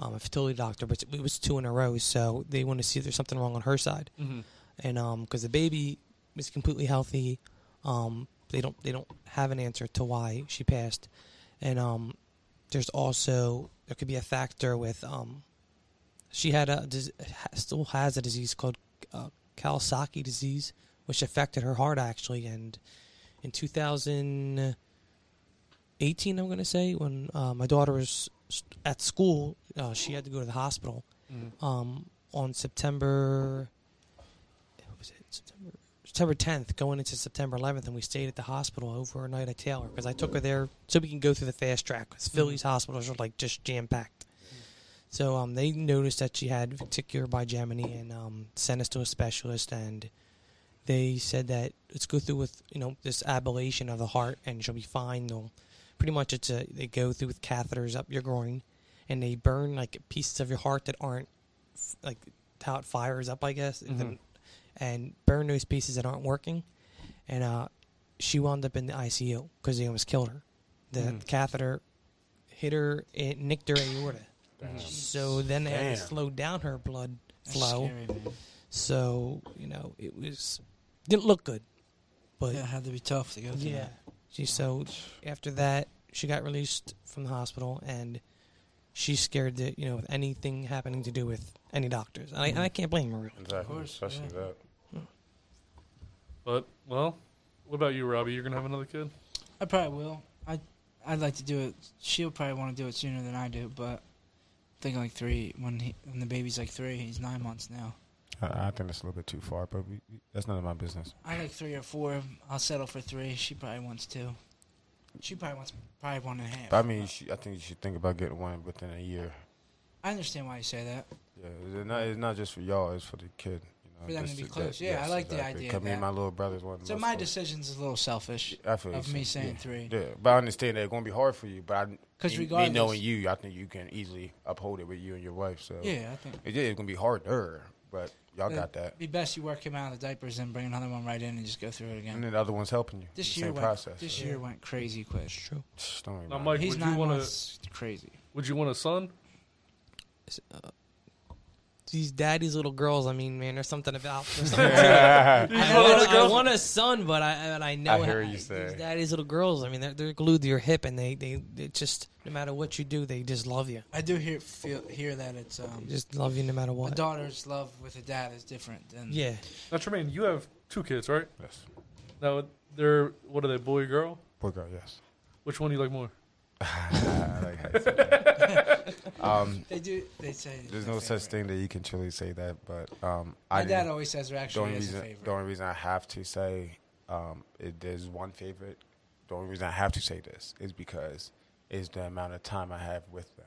S6: um, a fertility doctor. But it was two in a row, so they want to see if there's something wrong on her side,
S2: Mhm.
S6: and um, because the baby was completely healthy, um, they don't they don't have an answer to why she passed, and um, there's also there could be a factor with um, she had a dis- ha- still has a disease called uh, Kawasaki disease, which affected her heart actually. And in 2018, I'm going to say when uh, my daughter was s- at school, uh, she had to go to the hospital.
S7: Mhm.
S6: Um, on September, what was it September? September 10th, going into September 11th, and we stayed at the hospital overnight at Taylor because I took her there so we can go through the fast track. 'cause Philly's hospitals are like just jam packed. So um, they noticed that she had ventricular bigeminy and um, sent us to a specialist. And they said that let's go through with you know this ablation of the heart, and she'll be fine. They'll pretty much it's a, they go through with catheters up your groin, and they burn like pieces of your heart that aren't f- like how it fires up, I guess, and then-
S7: Mhm.
S6: and burn those pieces that aren't working. And uh, she wound up in the ICU because they almost killed her. The
S7: Mhm.
S6: catheter hit her, it nicked her aorta. Mhm. So then they had to
S17: Damn.
S6: slow down her blood
S17: That's
S6: flow.
S17: scary, man.
S6: so you know it was didn't look good, but
S18: Yeah, it had to be tough to go through
S6: Yeah,
S18: that.
S6: she so after that she got released from the hospital and she's scared that you know with anything happening to do with any doctors. And I, and I can't blame her.
S5: Exactly. Of course, Especially yeah. that.
S2: But well, what about you, Robbie? You're gonna have another kid?
S3: I probably will. I I'd like to do it. She'll probably want to do it sooner than I do, but I think like three when he when the baby's like three. He's nine months now.
S4: I, I think that's a little bit too far, but we, that's none of my business.
S3: I like three or four. I'll settle for three. She probably wants two. She probably wants probably one and a half.
S4: I mean, you should, I think you should think about getting one within a year.
S3: I understand why you say that.
S4: Yeah, it's not, it's not just for y'all; it's for the kid. You know,
S3: For them to
S4: just
S3: be close. Yeah, I like the idea
S4: Cause
S3: of
S4: me and
S3: that.
S4: my little brother's one.
S3: So my decision's a little selfish
S4: I feel you,
S3: of me
S4: so,
S3: saying
S4: yeah.
S3: three.
S4: Yeah, but I understand that it's gonna be hard for you. But I,
S3: 'Cause
S4: me- me
S3: regardless-
S4: knowing you, I think you can easily uphold it with you and your wife. So
S3: Yeah, I think-
S4: it, yeah, it's gonna be harder, but y'all
S3: It'd
S4: got that.
S3: Be best you work him out of the diapers and bring another one right in and just go through it again.
S4: And then the other one's helping you.
S3: This
S4: The
S3: year
S4: same
S3: went,
S4: process.
S3: This
S4: Yeah.
S3: year went crazy quick. true.
S4: Don't worry
S2: Now,
S4: about
S2: Mike,
S4: it.
S2: would you want
S3: to crazy?
S2: Would you want a son?
S6: uh, These daddy's little girls. I mean, man, there's something about. There's something
S2: Yeah.
S6: I,
S2: These little
S6: want, I
S2: girls-
S6: want a son, but I but I know
S2: I hear
S6: how-
S2: you say.
S6: these daddy's little girls. I mean, they're, they're glued to your hip, and they, they they just no matter what you do, they just love you.
S3: I do hear feel hear that it's um
S6: They just love you no matter
S3: a
S6: what.
S3: daughter's love with a dad is different than
S2: Now, Tremaine, you have two kids, right?
S4: Yes.
S2: Now they're what are they? Boy, girl?
S4: Boy, girl. Yes.
S2: Which one do you like more?
S4: I like how you said that. um,
S3: They do- they say it's
S4: there's
S3: their
S4: no such thing that you can truly say that, but um,
S3: My
S4: I
S3: dad
S4: didn't-
S3: always says there
S4: the
S3: actually
S4: only
S3: is a
S4: reason,
S3: favorite.
S4: The only reason I have to say um, it, there's one favorite. The only reason I have to say this is because is the amount of time I have with them.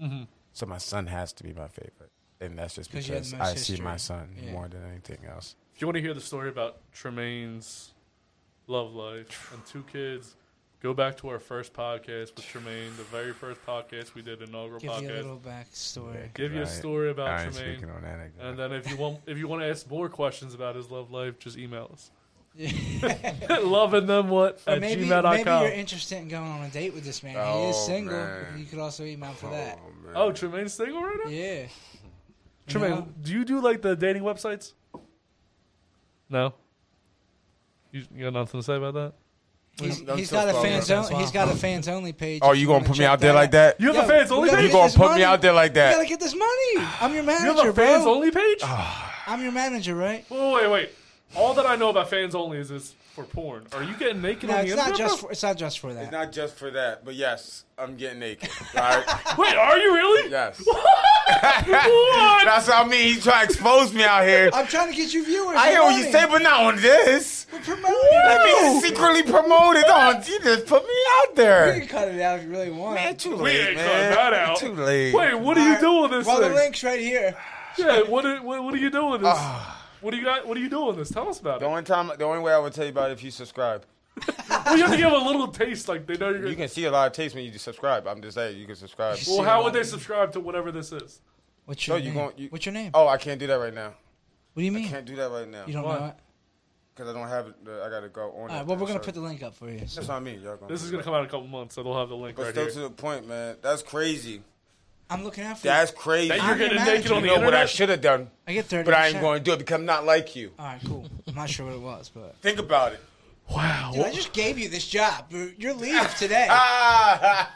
S2: Mhm.
S4: So my son has to be my favorite, and that's just
S2: 'Cause you had
S4: because
S2: the
S4: I
S2: most
S4: see my
S2: history.
S4: son
S2: Yeah.
S4: more than anything else.
S2: If you want to hear the story about Tremaine's love life and two kids, go back to our first podcast with Tremaine, the very first podcast we did, inaugural
S3: Give
S2: podcast.
S3: you a little backstory. Yeah, 'cause
S2: Give you
S4: I
S2: a
S4: ain't-
S2: story about
S4: I ain't
S2: Tremaine.
S4: speaking on anecdote.
S2: And then if you want, if you want to ask more questions about his love life, just email us. Loving them what
S3: Or
S2: at
S3: maybe
S2: gmail.com.
S3: maybe you're interested in going on a date with this man. he is
S2: Oh,
S3: single.
S2: man.
S3: You could also email for that.
S2: Oh, Tremaine's single right now.
S3: Yeah.
S2: Tremaine,
S3: know?
S2: do you do like the dating websites? No. You, you got nothing to say about that?
S3: He's, he's got a fans only. He's got a fans only page.
S4: Oh,
S3: if
S4: you gonna
S3: wanna
S4: put me
S3: check
S4: out there like that? You have a
S3: Yo,
S4: fans
S3: we
S4: only
S3: gotta get
S4: page? You gonna
S3: this
S4: put me
S3: money.
S4: out there like that?
S3: We gotta get this money. I'm your manager,
S2: you have a fans
S3: bro.
S2: only page?
S3: I'm your manager, right?
S2: Wait, wait, wait. All that I know about fans only is it's for porn. Are you getting naked
S3: No,
S2: on the
S3: it's not
S2: internet?
S3: just
S2: bro?
S3: for, it's not just for that.
S4: It's not just for that, but yes, I'm getting naked. All right.
S2: Wait, are you really?
S4: Yes.
S2: what?
S4: That's what I mean. He's trying to expose me out here.
S3: I'm trying to get you viewers.
S4: I hear what you
S3: money.
S4: say, but not on this. Let me secretly promote it on. You just put me out
S3: You
S4: there.
S3: can cut it out if you really want. Man,
S4: too
S2: We ain't
S4: man.
S2: cutting that out.
S4: Too late.
S2: Wait, what are you doing with this
S3: Well,
S2: thing?
S3: the link's right here.
S2: Yeah, what are, what, what are you doing with this? what do you got? What are you doing this? Tell us about
S4: Ah. The only time, the only way I would tell you about it if you subscribe.
S2: it. Well, you have to give a little taste, like they know you're.
S4: You can see a lot of taste when you just subscribe. I'm just saying you can subscribe.
S2: Well, how would they subscribe to whatever this is?
S3: What's
S4: No,
S3: your
S4: you
S3: name?
S4: gon- you-
S3: What's your name?
S4: Oh, I can't do that right now.
S3: What do you mean?
S4: I can't do that right now.
S3: You don't know it?
S4: Because I don't have it. uh, I gotta go on.
S3: All right,
S4: that
S3: well,
S4: thing,
S3: we're gonna
S4: so-
S3: put the link up for you.
S4: That's what I mean. Y'all gonna
S2: This
S4: do
S2: is gonna
S4: that.
S2: come out in a couple months, so they'll have the link
S4: But
S2: right
S4: still
S2: here.
S4: to the point, man. That's crazy.
S3: I'm looking out for you.
S4: That's crazy.
S3: That you're I'm getting your naked manager. on the
S4: You know what I
S3: internet?
S4: should have done.
S3: I get 30%.
S4: But I ain't going to do it because I'm not like you.
S3: All right, cool. I'm not sure what it was, but
S4: Think about it.
S3: dude, I just gave you this job. You're- You're leave today.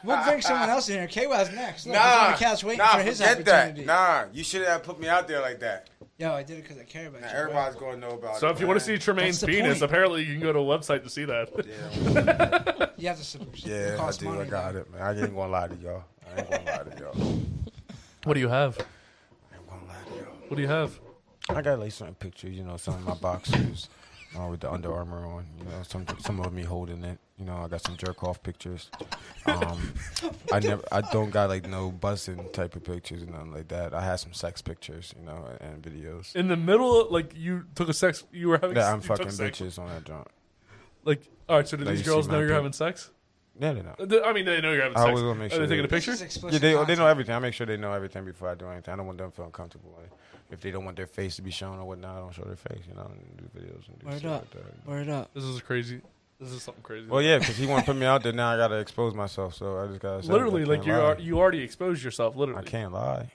S3: we'll bring someone else in here. K-Wow's next. Look, he's on the couch waiting
S4: Ah. nah,
S3: for his
S4: forget
S3: opportunity.
S4: that. Nah, you should have put me out there like that.
S3: Yo, I did it because I care about
S4: Now
S3: you. bro.
S4: everybody's going to know about it.
S2: So if you want to see Tremaine's
S3: That's the
S2: penis,
S3: point.
S2: apparently you can go to a website to see that. uh,
S3: You have to subscribe.
S4: Yeah,
S3: it
S4: I
S3: costs
S4: do. I
S3: money.
S4: got it, man. I ain't gonna lie to y'all. I ain't gonna lie to y'all.
S2: What do you have? What do you have?
S4: I got like certain pictures, you know, some of my boxers uh, with the Under Armour on, you know, some some of me holding it. You know, I got some jerk off pictures. Um, I never, I don't got like no buzzing type of pictures and nothing like that. I had some sex pictures, you know, and, videos.
S2: In the middle, of, like you took a sex. You were having.
S4: That I'm
S2: you took
S4: fucking
S2: sex.
S4: bitches on that joint.
S2: Like, all right. So do
S4: Like,
S2: these
S4: you see
S2: girls
S4: my
S2: know you're
S4: pic-
S2: having sex?
S4: Yeah, they know.
S2: They- I mean, they know you're having
S4: I
S2: sex.
S4: was gonna make
S2: Are
S4: sure
S2: they taking a picture?
S4: Yeah, they, they know everything. I make sure they know everything before I do anything. I don't want them feeling comfortable. Like, if they don't want their face to be shown or whatnot, I don't show their face. You know, and do videos and do
S3: Word
S4: shit
S3: up.
S4: like that.
S3: Word up.
S2: This is crazy. This is something crazy.
S4: Well, yeah, because he want to put me out there. Now I gotta expose myself, so I just gotta. say,
S2: literally
S4: I
S2: like
S4: can't
S2: you
S4: lie.
S2: are you already exposed yourself. Literally,
S4: I can't lie.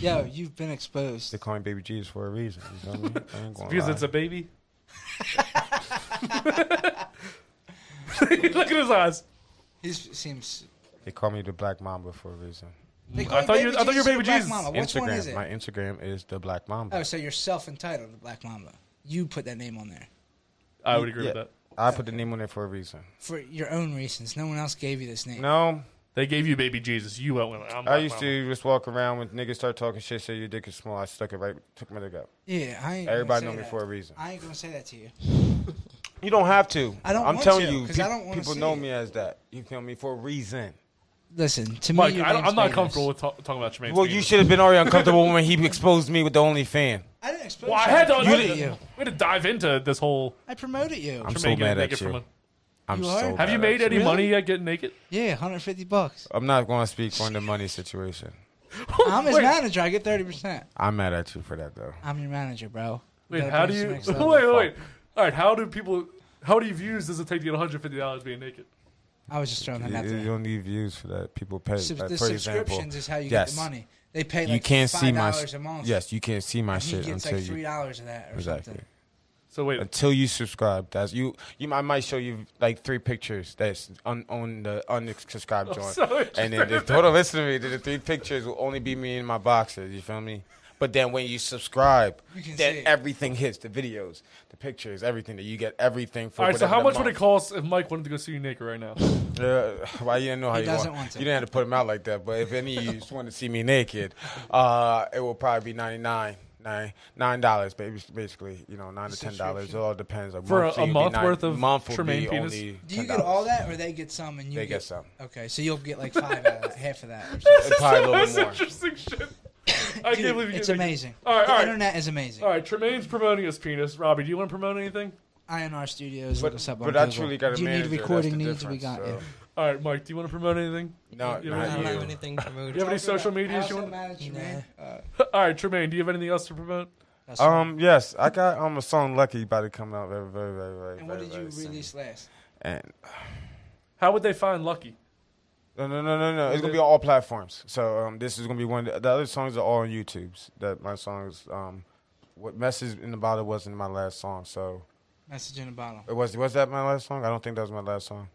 S18: Yo, you've been exposed.
S4: They call me Baby Jesus for a reason. You know what I mean? I ain't gonna
S2: because
S4: lie.
S2: it's a baby. Look at his eyes.
S18: He seems.
S4: They call me the Black Mamba for a reason.
S18: They call I you thought Baby you- I thought you were Jesus or Baby Black Jesus. Mamba. Which
S4: Instagram.
S18: one is it?
S4: My Instagram is the Black Mamba.
S18: Oh, so you're self entitled to Black Mamba. You put that name on there
S2: I would agree with that.
S4: I put the name on there for a reason.
S18: for your own reasons. No one else gave you this name.
S4: No.
S2: They gave you baby Jesus. You went with I'm
S4: I used to just walk around when niggas start talking shit, say your dick is small. I stuck it right, took my dick out.
S18: Yeah, I ain't gonna
S4: everybody
S18: say
S4: know me
S18: that.
S4: for a reason.
S18: I ain't gonna say that to you.
S4: You don't have to.
S18: I don't
S4: I'm
S18: want
S4: telling
S18: to,
S4: you,
S18: 'cause I
S4: peop-
S18: don't wanna
S4: people
S18: see
S4: know
S18: it.
S4: me as that. You feel me for a reason.
S18: Listen to
S2: Mike,
S18: me. your
S2: I don't,
S18: name's
S2: I'm not
S18: Baby.
S2: comfortable with talk, talking about Jermaine's
S4: Well, you should have been already uncomfortable when he exposed me with the only fan.
S18: I didn't expose
S2: Well, I had to.
S18: you.
S2: we
S18: you.
S2: had to dive into this whole.
S18: I promoted you.
S4: I'm
S2: Jermaine
S4: so
S2: getting
S4: mad
S2: naked
S4: at
S2: from
S4: you.
S2: a-
S4: I'm
S18: You
S4: so
S18: are?
S4: mad
S2: Have you
S4: at
S2: made any
S18: Really?
S2: money yet getting naked?
S18: Yeah, 150 bucks.
S4: I'm not going to speak on the money situation.
S18: I'm his manager. I get 30. percent
S4: I'm mad at you for that though.
S18: I'm your manager, bro. We gotta
S2: Wait, how
S18: bring
S2: do
S18: us
S2: you?
S18: to the
S2: Wait,
S18: next level.
S2: wait, wait. All right, how do people? How many views does it take to get 150 dollars being naked?
S18: I was just throwing that out
S4: You,
S18: there.
S4: you don't need views for that. People pay.
S18: Sub-
S4: like,
S18: the
S4: for
S18: subscriptions
S4: example,
S18: is how you get
S4: yes.
S18: the money. They pay
S4: you
S18: like
S4: can't see my
S18: $5 a month.
S4: Yes, you can't see my
S18: And he
S4: shit
S18: gets, like,
S4: until you
S18: $3 of that or
S4: exactly.
S18: something.
S2: So wait.
S4: Until you subscribe, that's you. You, I might show you like three pictures that's on on the unsubscribed
S5: I'm
S4: joint,
S5: so
S4: and then
S5: interested.
S4: the total listen to me. The the three pictures will only be me and my boxer. You feel me? But then when you subscribe, then everything hits the videos, the pictures, everything. That you get everything for.
S2: All right, so
S4: whatever
S2: how
S4: the
S2: much
S4: month.
S2: would it cost if Mike wanted to go see you naked right now?
S4: Uh, well, you didn't know how
S2: He
S4: you
S2: doesn't
S4: want.
S2: want to.
S4: You didn't have to put him out like that. But if any of you just want to see me naked, uh, it will probably be ninety nine. Nine nine dollars, baby. Basically, you know, nine to ten dollars. It all depends.
S2: For a- a
S4: monthly would be
S2: month worth of
S4: month will
S2: Tremaine
S4: be
S2: penis?
S4: only
S18: Do you
S4: $10.
S18: get all that, or they get some and you
S4: They get some.
S18: Okay, so you'll get like five out of that, half of that. Or
S4: It's probably a little more.
S2: Interesting shit. I
S18: Dude,
S2: can't believe you
S18: it's
S2: did that.
S18: amazing.
S2: All right,
S18: The
S2: all right.
S18: internet is amazing.
S2: All right, Tremaine's promoting his penis. Robbie, do you want to promote anything?
S18: INR Studios.
S4: But-
S18: look us up
S4: but
S18: on
S4: I
S18: Google.
S4: truly got a
S18: Do you
S4: manager,
S18: need
S4: that's
S18: recording
S4: the
S18: needs? We got
S4: difference,
S18: you.
S2: All right, Mike, do you want to promote anything?
S4: No,
S2: You
S4: not
S2: any-
S4: you. I don't have anything
S2: Do you have any social medias you want?
S18: Uh,
S2: All right, Tremaine, do you have anything else to promote?
S4: Um, yes, I got um a song "Lucky" about to come out very, very, very, very.
S18: And what
S4: very,
S18: did you
S4: very soon.
S18: release last?
S4: And
S2: How would they find Lucky?
S4: No, no, no, no, no. It's gonna be on all platforms. So um, this is gonna be one. Of the, the other songs are all on YouTube's. That my songs. Um, what message in the bottle wasn't my last song. So
S18: Message in the bottle.
S4: it was. Was that my last song? I don't think that was my last song.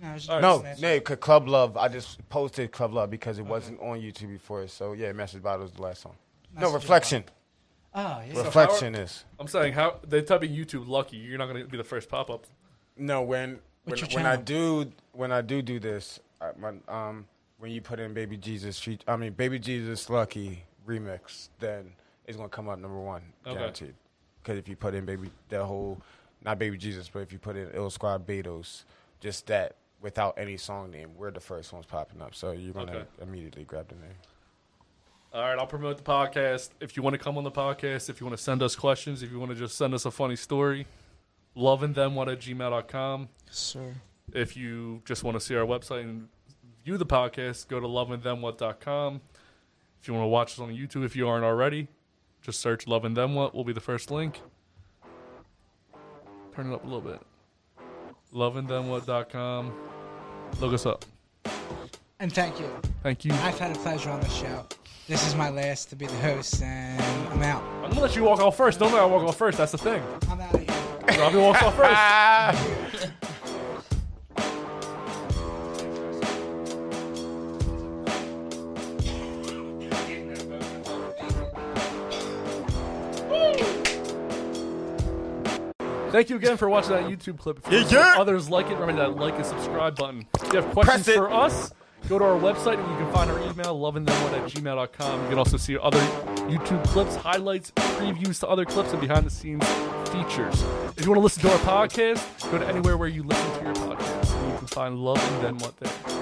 S18: No, it was just
S4: No,
S18: a
S4: no,
S18: snapshot.
S4: yeah, 'cause Club Love. I just posted Club Love because it wasn't on YouTube before. So yeah, Message Bottle is the last song.
S18: Message in
S4: no,
S18: the
S4: Reflection.
S18: Oh, yeah.
S2: Ah, So
S4: Reflection
S2: how are-
S4: is.
S2: I'm saying how they type in YouTube Lucky. You're not going to be the first pop up.
S4: No, when when,
S2: What's your
S4: when I
S2: channel?
S4: do when I do do this, I, my, um, when you put in Baby Jesus, feat- I mean Baby Jesus Lucky remix, then it's gonna come up number one,
S5: Okay.
S4: guaranteed. Because if you put in Baby that whole, not Baby Jesus, but if you put in Ill Squad Beatles, just that without any song name, we're the first ones popping up. So you're gonna
S2: Okay.
S4: immediately grab the name.
S2: All right, I'll promote the podcast. If you want to come on the podcast, if you want to send us questions, if you want to just send us a funny story, lovingthemone at gmail.com.
S18: Sir.
S2: If you just want to see our website and view the podcast, go to lovingthemwhat.com. If you want to watch us on YouTube, if you aren't already, just search Loving Them What. will be the first link. Turn it up a little bit. Lovingthemwhat.com. Look us up.
S18: And thank you.
S2: Thank you.
S18: I've had a pleasure on the show. This is my last to be the host, and I'm out.
S2: I'm going to let you walk off first. Don't let I walk off first. That's the thing. I'm out of here. Robbie walks off first. Thank you again for watching that YouTube clip. If you
S5: Yeah,
S2: wanna see
S5: yeah.
S2: others like it, remember that like and subscribe button. If you have questions for us, go to our website and you can find our email, lovingthemone at gmail.com. You can also see other YouTube clips, highlights, previews to other clips, and behind the scenes features. If you want to listen to our podcast, go to anywhere where you listen to your podcast. And you can find Love and Then What there.